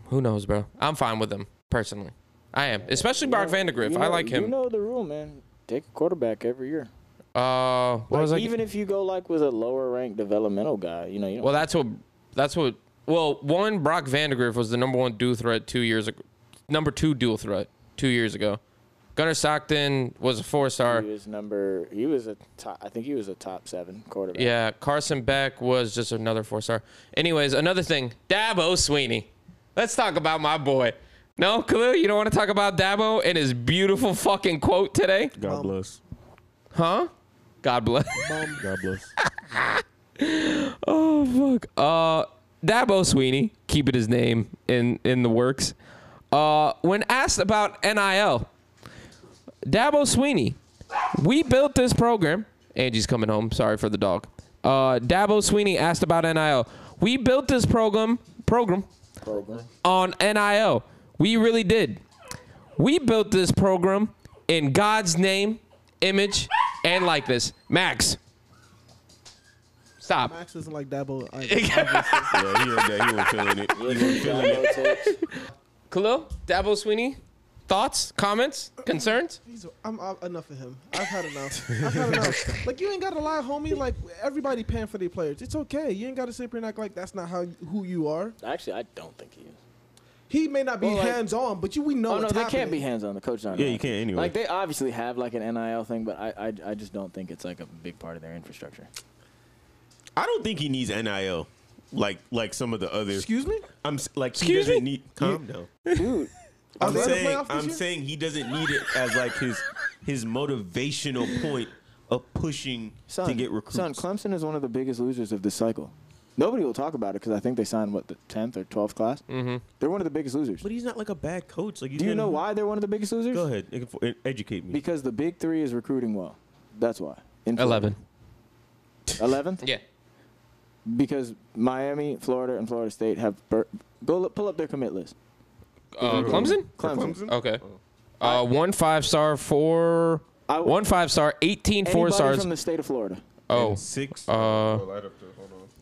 Speaker 3: Who knows, bro? I'm fine with him personally. I am, especially Brock Vandegrift.
Speaker 5: You
Speaker 3: I
Speaker 5: know-
Speaker 3: like
Speaker 5: You
Speaker 3: him.
Speaker 5: know the rule, man. Take a quarterback every year.
Speaker 3: uh, what was I?
Speaker 5: Like, even if you go like with a lower ranked developmental guy, you know you don't
Speaker 3: well, that's what. That's what. Well, one Brock Vandegrift was the number one dude threat two years ago. number two dual threat two years ago. Gunnar Stockton was a four star.
Speaker 5: He was number. He was a top. I think he was a top seven quarterback.
Speaker 3: Yeah, Carson Beck was just another four star. Anyways, another thing, Dabo Sweeney. Let's talk about my boy. No, Khalil, you don't want to talk about Dabo and his beautiful fucking quote today,
Speaker 4: God bless.
Speaker 3: huh? God bless.
Speaker 4: God bless.
Speaker 3: Oh fuck. Uh, Dabo Sweeney, keeping his name in in the works. Uh, when asked about NIL, Dabo Sweeney, we built this program. Angie's coming home. Sorry for the dog. Uh, Dabo Sweeney asked about NIL. We built this program program
Speaker 5: Program.
Speaker 3: on NIL. We really did. We built this program in God's name, image, and likeness. Max, stop.
Speaker 6: Max isn't like Dabo. either.
Speaker 4: yeah, he was that. He was feeling it. He was feeling it.
Speaker 3: Khalil, Dabo Sweeney, thoughts, comments, concerns?
Speaker 6: He's- I'm, I'm enough of him. I've had enough. I've had enough. Like you ain't gotta lie, homie. Like everybody paying for their players. It's okay. You ain't gotta sit here and act like that's not how who you are.
Speaker 5: Actually, I don't think he is.
Speaker 6: He may not be
Speaker 5: Well, like-
Speaker 6: hands on, but you we know
Speaker 5: Oh no,
Speaker 6: what's
Speaker 5: they
Speaker 6: happening.
Speaker 5: can't be hands on. The coach not.
Speaker 4: Yeah,
Speaker 5: allowed.
Speaker 4: you can't anyway.
Speaker 5: Like they obviously have like an NIL thing, but I, I I just don't think it's like a big part of their infrastructure.
Speaker 4: I don't think he needs NIL. Like like some of the others.
Speaker 6: Excuse me.
Speaker 4: I'm s- like he
Speaker 3: Excuse
Speaker 4: doesn't
Speaker 3: me?
Speaker 4: need calm down.
Speaker 5: Dude,
Speaker 6: Are
Speaker 4: I'm
Speaker 6: they in the
Speaker 4: saying
Speaker 6: playoff this
Speaker 4: I'm
Speaker 6: year?
Speaker 4: saying he doesn't need it as like his his motivational point of pushing
Speaker 5: son,
Speaker 4: to get recruits.
Speaker 5: son, Clemson is one of the biggest losers of this cycle. Nobody will talk about it because I think they signed what the tenth or twelfth class. Mm-hmm. They're one of the biggest losers.
Speaker 4: but he's not like a bad coach. Like he's
Speaker 5: Do you know
Speaker 4: gonna-
Speaker 5: why they're one of the biggest losers?
Speaker 4: Go ahead, e- e- educate me.
Speaker 5: Because the big three is recruiting well. That's why. In Florida.
Speaker 3: Eleven.
Speaker 5: Eleventh.
Speaker 3: Yeah.
Speaker 5: Because Miami, Florida, and Florida State have bur- go look, pull up their commit list.
Speaker 3: Uh, Clemson.
Speaker 5: Clemson.
Speaker 3: Okay.
Speaker 4: Oh.
Speaker 3: Uh, one five star, four.
Speaker 5: I-
Speaker 3: One five star, 18 four
Speaker 5: Anybody
Speaker 3: stars.
Speaker 5: from the state of Florida.
Speaker 3: Oh,
Speaker 4: Six.
Speaker 3: uh,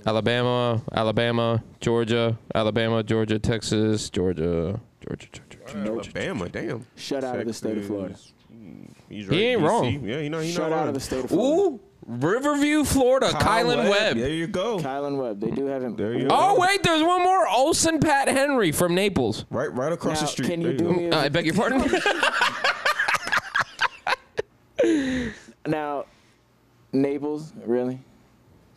Speaker 3: Alabama, Alabama, Georgia, Alabama, Georgia, Texas, Georgia, Georgia, Georgia. Georgia.
Speaker 4: Alabama, damn.
Speaker 5: Shut out of the state of Florida.
Speaker 4: Texas. Mm, He's
Speaker 3: He ain't
Speaker 4: DC.
Speaker 3: wrong.
Speaker 4: Yeah, you know, uh, he's
Speaker 5: Shut
Speaker 4: not
Speaker 5: out
Speaker 4: wrong.
Speaker 5: of the state of Florida.
Speaker 3: Ooh, Riverview, Florida,
Speaker 4: Kyle
Speaker 3: Kylan Webb.
Speaker 4: There you go.
Speaker 5: Kylan Webb. They do have him.
Speaker 4: There you go.
Speaker 3: Oh wait, there's one more. Olson Pat Henry from Naples.
Speaker 4: Right, right across
Speaker 5: Now,
Speaker 4: the street.
Speaker 5: Can
Speaker 4: There
Speaker 5: you do
Speaker 4: go.
Speaker 5: me?
Speaker 3: Uh, I
Speaker 5: A,
Speaker 3: beg your pardon.
Speaker 5: now, Naples, really?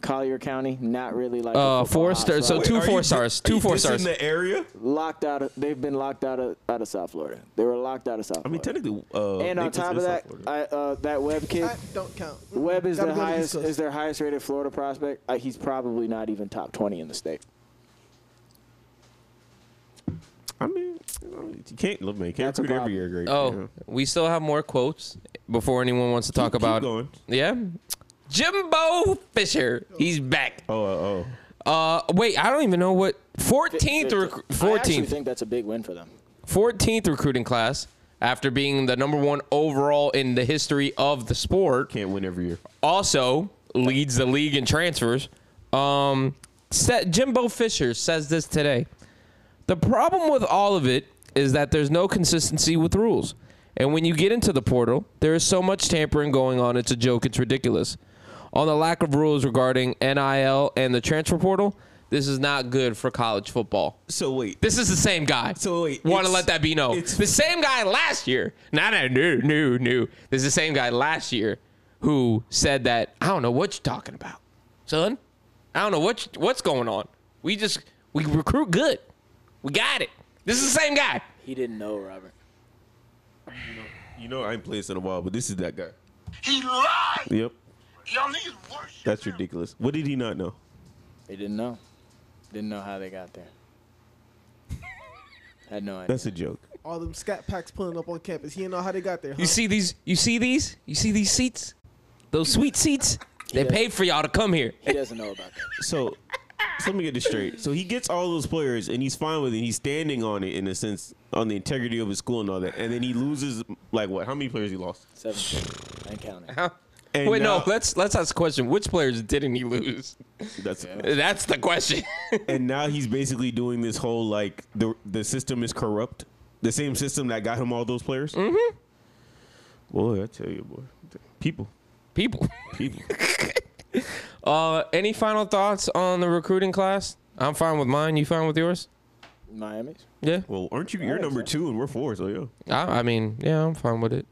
Speaker 5: Collier County, not really like. a
Speaker 3: Uh,
Speaker 5: football
Speaker 3: four
Speaker 5: hotspot.
Speaker 3: stars. So
Speaker 4: Wait,
Speaker 3: two
Speaker 4: are you
Speaker 3: four
Speaker 4: di-
Speaker 3: stars.
Speaker 4: are
Speaker 3: Two
Speaker 4: you
Speaker 3: four
Speaker 4: dissing
Speaker 3: stars.
Speaker 4: the area.
Speaker 5: locked out of. They've been locked out of out of South Florida. They were locked out of South.
Speaker 4: I mean,
Speaker 5: Florida.
Speaker 4: technically. Uh,
Speaker 5: And on
Speaker 4: Naples
Speaker 5: top
Speaker 4: is
Speaker 5: of
Speaker 4: South
Speaker 5: that,
Speaker 4: Florida.
Speaker 5: I, uh, that Webb kid.
Speaker 6: I don't count.
Speaker 5: Webb is
Speaker 6: Gotta
Speaker 5: the
Speaker 6: go to the East
Speaker 5: highest
Speaker 6: Coast.
Speaker 5: is their highest rated Florida prospect. Uh, he's probably not even top twenty in the state.
Speaker 4: I mean, you can't look, man. You can't
Speaker 5: That's a
Speaker 4: recruit every
Speaker 5: problem.
Speaker 4: year, great.
Speaker 3: Oh,
Speaker 4: Yeah.
Speaker 3: we still have more quotes before anyone wants to talk
Speaker 4: Keep
Speaker 3: about.
Speaker 4: going.
Speaker 3: Yeah, Jimbo Fisher, he's back.
Speaker 4: Oh, oh, oh.
Speaker 3: Uh, wait, I don't even know what
Speaker 5: Fifteen
Speaker 3: fourteenth rec-
Speaker 5: I actually
Speaker 3: fourteenth
Speaker 5: think that's a big win for them.
Speaker 3: fourteenth recruiting class after being the number one overall in the history of the sport.
Speaker 4: Can't win every year.
Speaker 3: Also leads the league in transfers. Um, sa- Jimbo Fisher says this today. The problem with all of it is that there's no consistency with rules. And when you get into the portal, there is so much tampering going on, it's a joke, it's ridiculous. On the lack of rules regarding NIL and the transfer portal, this is not good for college football.
Speaker 4: So wait.
Speaker 3: This is the same guy.
Speaker 4: So wait,
Speaker 3: want to
Speaker 4: it's-
Speaker 3: let that be known.
Speaker 4: it's-
Speaker 3: The same guy last year. No, no, no, no, no. This is the same guy last year who said that I don't know what you're talking about, son. I don't know what you- what's going on. We just we recruit good. We got it. This is the same guy.
Speaker 5: He didn't know Robert.
Speaker 4: You know I ain't played this in a while, but this is that guy.
Speaker 7: He lied.
Speaker 4: Yep.
Speaker 7: Y'all niggas worse.
Speaker 4: That's ridiculous. What did he not know?
Speaker 5: They didn't know. Didn't know how they got there. Had no idea.
Speaker 4: That's a joke.
Speaker 6: All them scat packs pulling up on campus. He didn't know how they got there. Huh?
Speaker 3: You see these? You see these? You see these seats? Those sweet seats? They
Speaker 5: Yeah.
Speaker 3: paid for y'all to come here.
Speaker 5: he doesn't know about that.
Speaker 4: So, so let me get this straight. So he gets all those players, and he's fine with it. He's standing on it in a sense, on the integrity of his school and all that. And then he loses like what? How many players he lost?
Speaker 5: Seven and counting.
Speaker 4: And uh,
Speaker 3: Wait, no.
Speaker 4: now-
Speaker 3: Let's let's ask a question. Which players didn't he lose?
Speaker 4: That's
Speaker 3: That's the question.
Speaker 4: and now he's basically doing this whole like the the system is corrupt. The same system that got him all those players. Mm-hmm. Boy, I tell you, boy, people,
Speaker 3: People.
Speaker 4: people.
Speaker 3: Uh, any final thoughts on the recruiting class? I'm fine with mine. You fine with yours?
Speaker 5: Miami's.
Speaker 3: Yeah,
Speaker 4: Well, aren't you? You're number two, and we're four. So yeah,
Speaker 3: I, I mean, yeah, I'm fine with it.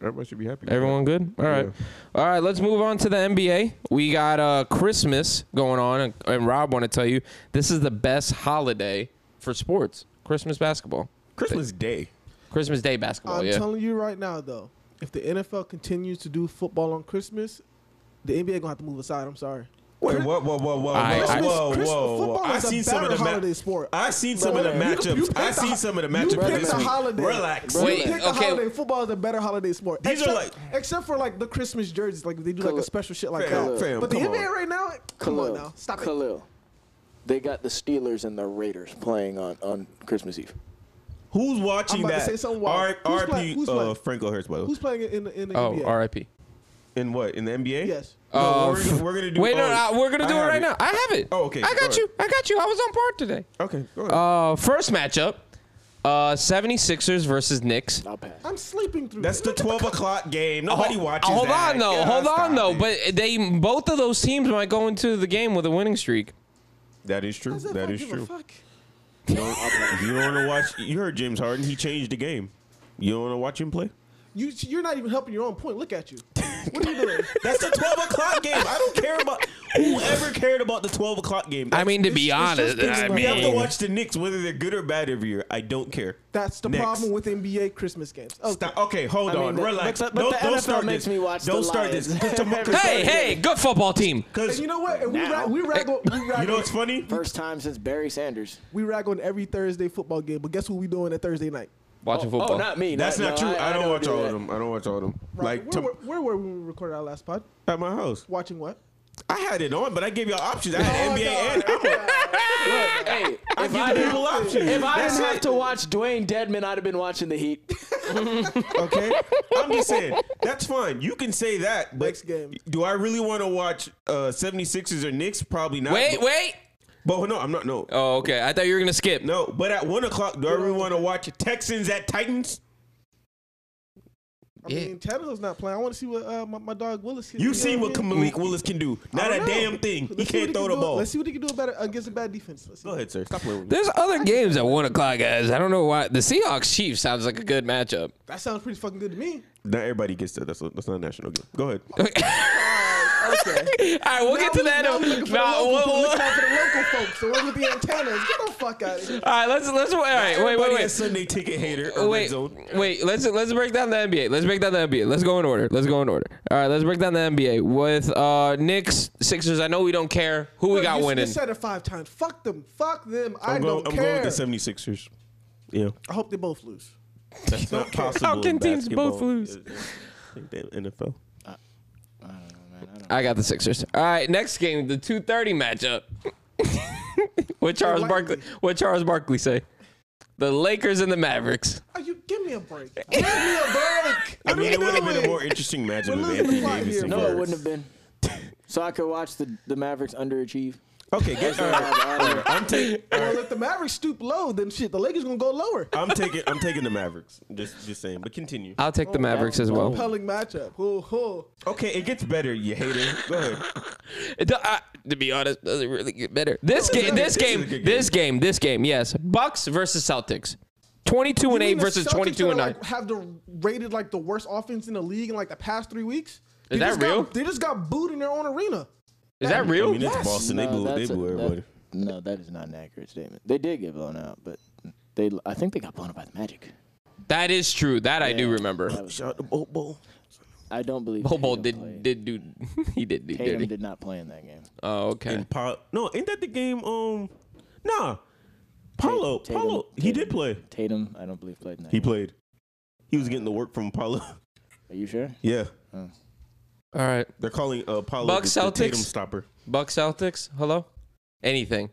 Speaker 4: everybody should be happy.
Speaker 3: Everyone good? All right. All right, let's move on to the NBA. We got uh, Christmas going on, and, and Rob want to tell you this is the best holiday for sports Christmas basketball,
Speaker 4: Christmas Day.
Speaker 3: Christmas Day basketball.
Speaker 6: I'm
Speaker 3: Oh, yeah.
Speaker 6: telling you right now, though, if the NFL continues to do football on Christmas, the NBA gonna have to move aside. I'm sorry.
Speaker 4: Wait, whoa, whoa, whoa, whoa,
Speaker 3: I-
Speaker 4: whoa,
Speaker 3: I-
Speaker 4: whoa,
Speaker 6: Christmas
Speaker 4: whoa, whoa!
Speaker 6: football
Speaker 4: I
Speaker 6: is a
Speaker 4: seen some of
Speaker 6: better
Speaker 4: the
Speaker 6: holiday
Speaker 4: ma-
Speaker 6: sport.
Speaker 4: I seen some of the
Speaker 6: Bro, you- you
Speaker 4: matchups.
Speaker 6: picked
Speaker 4: I
Speaker 6: the-
Speaker 4: seen some of the
Speaker 6: you
Speaker 4: matchups
Speaker 6: picked
Speaker 4: this
Speaker 6: the
Speaker 4: week.
Speaker 6: holiday.
Speaker 4: Relax.
Speaker 6: You
Speaker 3: Wait,
Speaker 6: pick the
Speaker 3: okay.
Speaker 6: holiday. Football is a better holiday sport.
Speaker 4: These are
Speaker 6: except,
Speaker 4: like-
Speaker 6: except for like the Christmas jerseys, like they do like a
Speaker 5: Khalil-
Speaker 6: special shit like
Speaker 4: Fam,
Speaker 6: that.
Speaker 4: fam,
Speaker 6: but the
Speaker 4: come
Speaker 6: NBA
Speaker 4: on.
Speaker 6: right now, come
Speaker 5: Khalil.
Speaker 6: on now, stop it.
Speaker 5: Khalil. They got the Steelers and the Raiders playing on, on Christmas Eve.
Speaker 4: Who's watching
Speaker 6: I'm about to
Speaker 4: that?
Speaker 6: say something wild.
Speaker 4: R-
Speaker 6: Who's
Speaker 4: RP,
Speaker 6: playing- who's
Speaker 4: uh,
Speaker 6: playing?
Speaker 4: Franco Hurst, by the way.
Speaker 6: Who's playing in the, in the
Speaker 3: oh,
Speaker 6: NBA?
Speaker 3: R.I.P.
Speaker 4: In what? In the NBA?
Speaker 6: Yes.
Speaker 4: No,
Speaker 3: Uh,
Speaker 4: we're, gonna, we're gonna do.
Speaker 3: Wait, no,
Speaker 4: oh,
Speaker 3: no, we're gonna
Speaker 4: I
Speaker 3: do it
Speaker 4: have
Speaker 3: right now. I have it.
Speaker 4: Oh, okay,
Speaker 3: I
Speaker 4: go
Speaker 3: got
Speaker 4: ahead.
Speaker 3: you. I got you. I was on board today.
Speaker 4: Okay, go ahead.
Speaker 3: Uh, first matchup, uh, 76ers versus Knicks.
Speaker 5: I'll pass.
Speaker 6: I'm sleeping through.
Speaker 4: That's
Speaker 6: That's
Speaker 4: the twelve o'clock game.
Speaker 3: Ho-
Speaker 4: Nobody watches.
Speaker 3: Uh, Oh, Hold
Speaker 4: that.
Speaker 3: on though.
Speaker 4: God,
Speaker 3: hold on
Speaker 4: stop
Speaker 3: though.
Speaker 4: it.
Speaker 3: But they both of those teams might go into the game with a winning streak.
Speaker 4: that is true.
Speaker 6: that,
Speaker 4: That
Speaker 6: I
Speaker 4: is
Speaker 6: give A
Speaker 4: true.
Speaker 6: fuck.
Speaker 4: You don't, want to watch. You heard James Harden. He changed the game. You don't want to watch him play.
Speaker 6: You you're not even helping your own point. Look at you. What are you doing?
Speaker 4: That's the twelve o'clock game. I don't care about whoever cared about the twelve o'clock game.
Speaker 3: I mean, to be
Speaker 6: it's just
Speaker 3: honest,
Speaker 6: things
Speaker 3: I
Speaker 6: like-
Speaker 4: you have to
Speaker 3: mean,
Speaker 4: watch the Knicks whether they're good or bad every year. I don't care.
Speaker 6: That's the
Speaker 4: Next.
Speaker 6: problem with NBA Christmas games. Oh, Okay.
Speaker 4: Stop. Okay, hold
Speaker 5: I mean,
Speaker 4: on.
Speaker 5: the-
Speaker 4: Relax.
Speaker 5: but the- but
Speaker 4: don't
Speaker 5: the
Speaker 4: don't
Speaker 5: NFL
Speaker 4: start
Speaker 5: makes
Speaker 4: this.
Speaker 5: me watch
Speaker 4: don't
Speaker 5: the
Speaker 4: start this.
Speaker 5: Lions.
Speaker 3: hey, hey, good football team.
Speaker 4: because
Speaker 6: And you
Speaker 4: you
Speaker 6: know what? And we
Speaker 5: Now.
Speaker 6: rag, we rag on, we rag
Speaker 4: know
Speaker 6: on,
Speaker 4: what's funny?
Speaker 5: First time since Barry Sanders.
Speaker 6: we rag on every Thursday football game. But guess what we doing at Thursday night?
Speaker 3: Watching football.
Speaker 5: Oh, not me.
Speaker 4: That's
Speaker 5: no,
Speaker 4: not
Speaker 5: no,
Speaker 4: true. I, don't watch
Speaker 5: do
Speaker 4: all
Speaker 5: that.
Speaker 4: of them. I don't watch all of them.
Speaker 6: Right.
Speaker 4: Like
Speaker 6: where,
Speaker 4: to,
Speaker 6: were- where were we when we recorded our last pod?
Speaker 4: at my house,
Speaker 6: Watching what?
Speaker 4: I had it on, but I gave y'all options. I had
Speaker 6: Oh,
Speaker 4: NBA
Speaker 6: God.
Speaker 4: and Apple.
Speaker 5: Look, hey,
Speaker 4: I
Speaker 5: if I
Speaker 4: give the people
Speaker 5: didn't,
Speaker 4: options.
Speaker 5: if I
Speaker 4: That's
Speaker 5: didn't have
Speaker 4: it.
Speaker 5: to watch Dwayne Deadman, I'd have been watching the Heat.
Speaker 4: Okay, I'm just saying that's fine. You can say that, but
Speaker 6: Next game.
Speaker 4: do I really want to watch uh, 76ers or Knicks? Probably not.
Speaker 3: Wait,
Speaker 4: but,
Speaker 3: wait.
Speaker 4: But no, I'm not. No,
Speaker 3: Oh, okay. I thought you were gonna skip.
Speaker 4: no. But at one o'clock, do I really want to watch Texans at Titans?
Speaker 6: I
Speaker 3: Yeah.
Speaker 6: mean, Tannehill's not playing. I want to see what uh, my, my dog Willis. Can
Speaker 4: You
Speaker 6: do,
Speaker 4: see
Speaker 6: know
Speaker 4: what
Speaker 6: I mean?
Speaker 4: Malik Willis can do?
Speaker 6: I
Speaker 4: Not a
Speaker 6: don't know.
Speaker 4: damn thing.
Speaker 6: Let's
Speaker 4: He
Speaker 6: see
Speaker 4: can't
Speaker 6: what
Speaker 4: throw
Speaker 6: can
Speaker 4: the
Speaker 6: do.
Speaker 4: ball.
Speaker 6: Let's see what he can do better against a bad defense. Let's see.
Speaker 4: Go ahead, sir. Stop playing with me.
Speaker 3: There's other games at one o'clock, guys. I don't know why. The Seahawks Chiefs sounds like a good matchup.
Speaker 6: That sounds pretty fucking good to me.
Speaker 4: Not everybody gets that. That's, that's not a national game. Go ahead.
Speaker 6: Okay.
Speaker 3: All right, we'll get to that.
Speaker 6: Now
Speaker 3: No,
Speaker 6: we looking for the
Speaker 3: we'll,
Speaker 6: local people.
Speaker 3: we'll-
Speaker 6: Look out for the local folks. The ones with the antennas. Get the fuck out of here.
Speaker 3: all right, let's let's all right, wait, wait,
Speaker 4: Everybody a
Speaker 3: wait.
Speaker 4: Sunday ticket hater. Or red
Speaker 3: Oh, Wait,
Speaker 4: zone.
Speaker 3: wait. Let's let's break down the NBA. Let's break down the NBA. Let's go in order. Let's go in order. All right, let's break down the NBA with uh Knicks, Sixers. I know we don't care who we
Speaker 6: Look,
Speaker 3: got
Speaker 6: you
Speaker 3: winning.
Speaker 6: You said it five times. Fuck them. Fuck them. I
Speaker 4: I'm, going,
Speaker 6: don't
Speaker 4: I'm
Speaker 6: care.
Speaker 4: going with the 76ers. Yeah.
Speaker 6: I hope they both lose.
Speaker 4: That's not possible.
Speaker 3: How can
Speaker 4: in
Speaker 3: teams
Speaker 4: basketball.
Speaker 3: both lose?
Speaker 4: I think the NFL.
Speaker 3: I got the Sixers. All right, next game, the two thirty matchup. what Charles
Speaker 6: likely.
Speaker 3: Barkley? What Charles Barkley say? The Lakers and the Mavericks.
Speaker 6: Are you give me a break? Give me a break.
Speaker 4: I mean, it would have been a
Speaker 6: doing?
Speaker 4: more interesting matchup
Speaker 6: We're
Speaker 4: if
Speaker 6: losing
Speaker 4: Anthony
Speaker 6: the plot
Speaker 4: Davis.
Speaker 6: here.
Speaker 4: and
Speaker 6: No,
Speaker 5: No,
Speaker 4: Bird.
Speaker 5: it wouldn't have been. So I could watch the, the Mavericks underachieve.
Speaker 4: Okay, get, all right. I'm taking.
Speaker 6: Well, if the Mavericks stoop low, then shit, the Lakers gonna go lower.
Speaker 4: I'm taking. I'm taking the Mavericks. Just, just saying. But continue.
Speaker 3: I'll take the Mavericks as well.
Speaker 6: Compelling matchup. Ho ho.
Speaker 4: Okay, it gets better. You hater. Go ahead.
Speaker 3: It do- I- to be honest, doesn't really get better. This
Speaker 4: No, it
Speaker 3: game,
Speaker 4: doesn't.
Speaker 3: this
Speaker 4: This is
Speaker 3: game,
Speaker 4: a good
Speaker 3: this game, this game. Yes, Bucks versus Celtics. Twenty-two and
Speaker 6: You mean
Speaker 3: eight
Speaker 6: the
Speaker 3: versus
Speaker 6: Celtics
Speaker 3: twenty-two
Speaker 6: are,
Speaker 3: and nine.
Speaker 6: Like, have the rated like the worst offense in the league in like the past three weeks. They
Speaker 3: Is that
Speaker 6: just
Speaker 3: real?
Speaker 6: Got, they just got booed in their own arena.
Speaker 3: Is that
Speaker 4: I
Speaker 3: real?
Speaker 4: mean, it's
Speaker 6: Yes.
Speaker 4: Boston. They blew. They
Speaker 5: that's a-
Speaker 4: blew
Speaker 5: that-
Speaker 4: everybody.
Speaker 5: no, that is not an accurate statement. They did get blown out, but they I think they got blown out by the Magic.
Speaker 3: That is true. That I do
Speaker 5: That
Speaker 3: remember.
Speaker 5: was-
Speaker 4: Shout out to Bo Bo.
Speaker 5: I don't believe
Speaker 3: Bobo
Speaker 5: Tatum
Speaker 3: did
Speaker 5: played.
Speaker 3: did do he did do
Speaker 5: Tatum
Speaker 3: dirty.
Speaker 5: did not play in that game.
Speaker 3: Oh okay.
Speaker 4: And Paul. No, ain't that the game? Um, nah. Paulo.
Speaker 5: Tatum-
Speaker 4: Paulo. He
Speaker 5: Tatum-
Speaker 4: did play.
Speaker 5: Tatum, I don't believe played in that.
Speaker 4: He
Speaker 5: game.
Speaker 4: played. He was getting the work from Paulo.
Speaker 5: Are you sure?
Speaker 4: Yeah,
Speaker 3: All right,
Speaker 4: they're calling uh, Paulo
Speaker 3: Bucks,
Speaker 4: the, the Tatum
Speaker 3: Celtics.
Speaker 4: stopper.
Speaker 3: Bucks Celtics. Hello. Anything.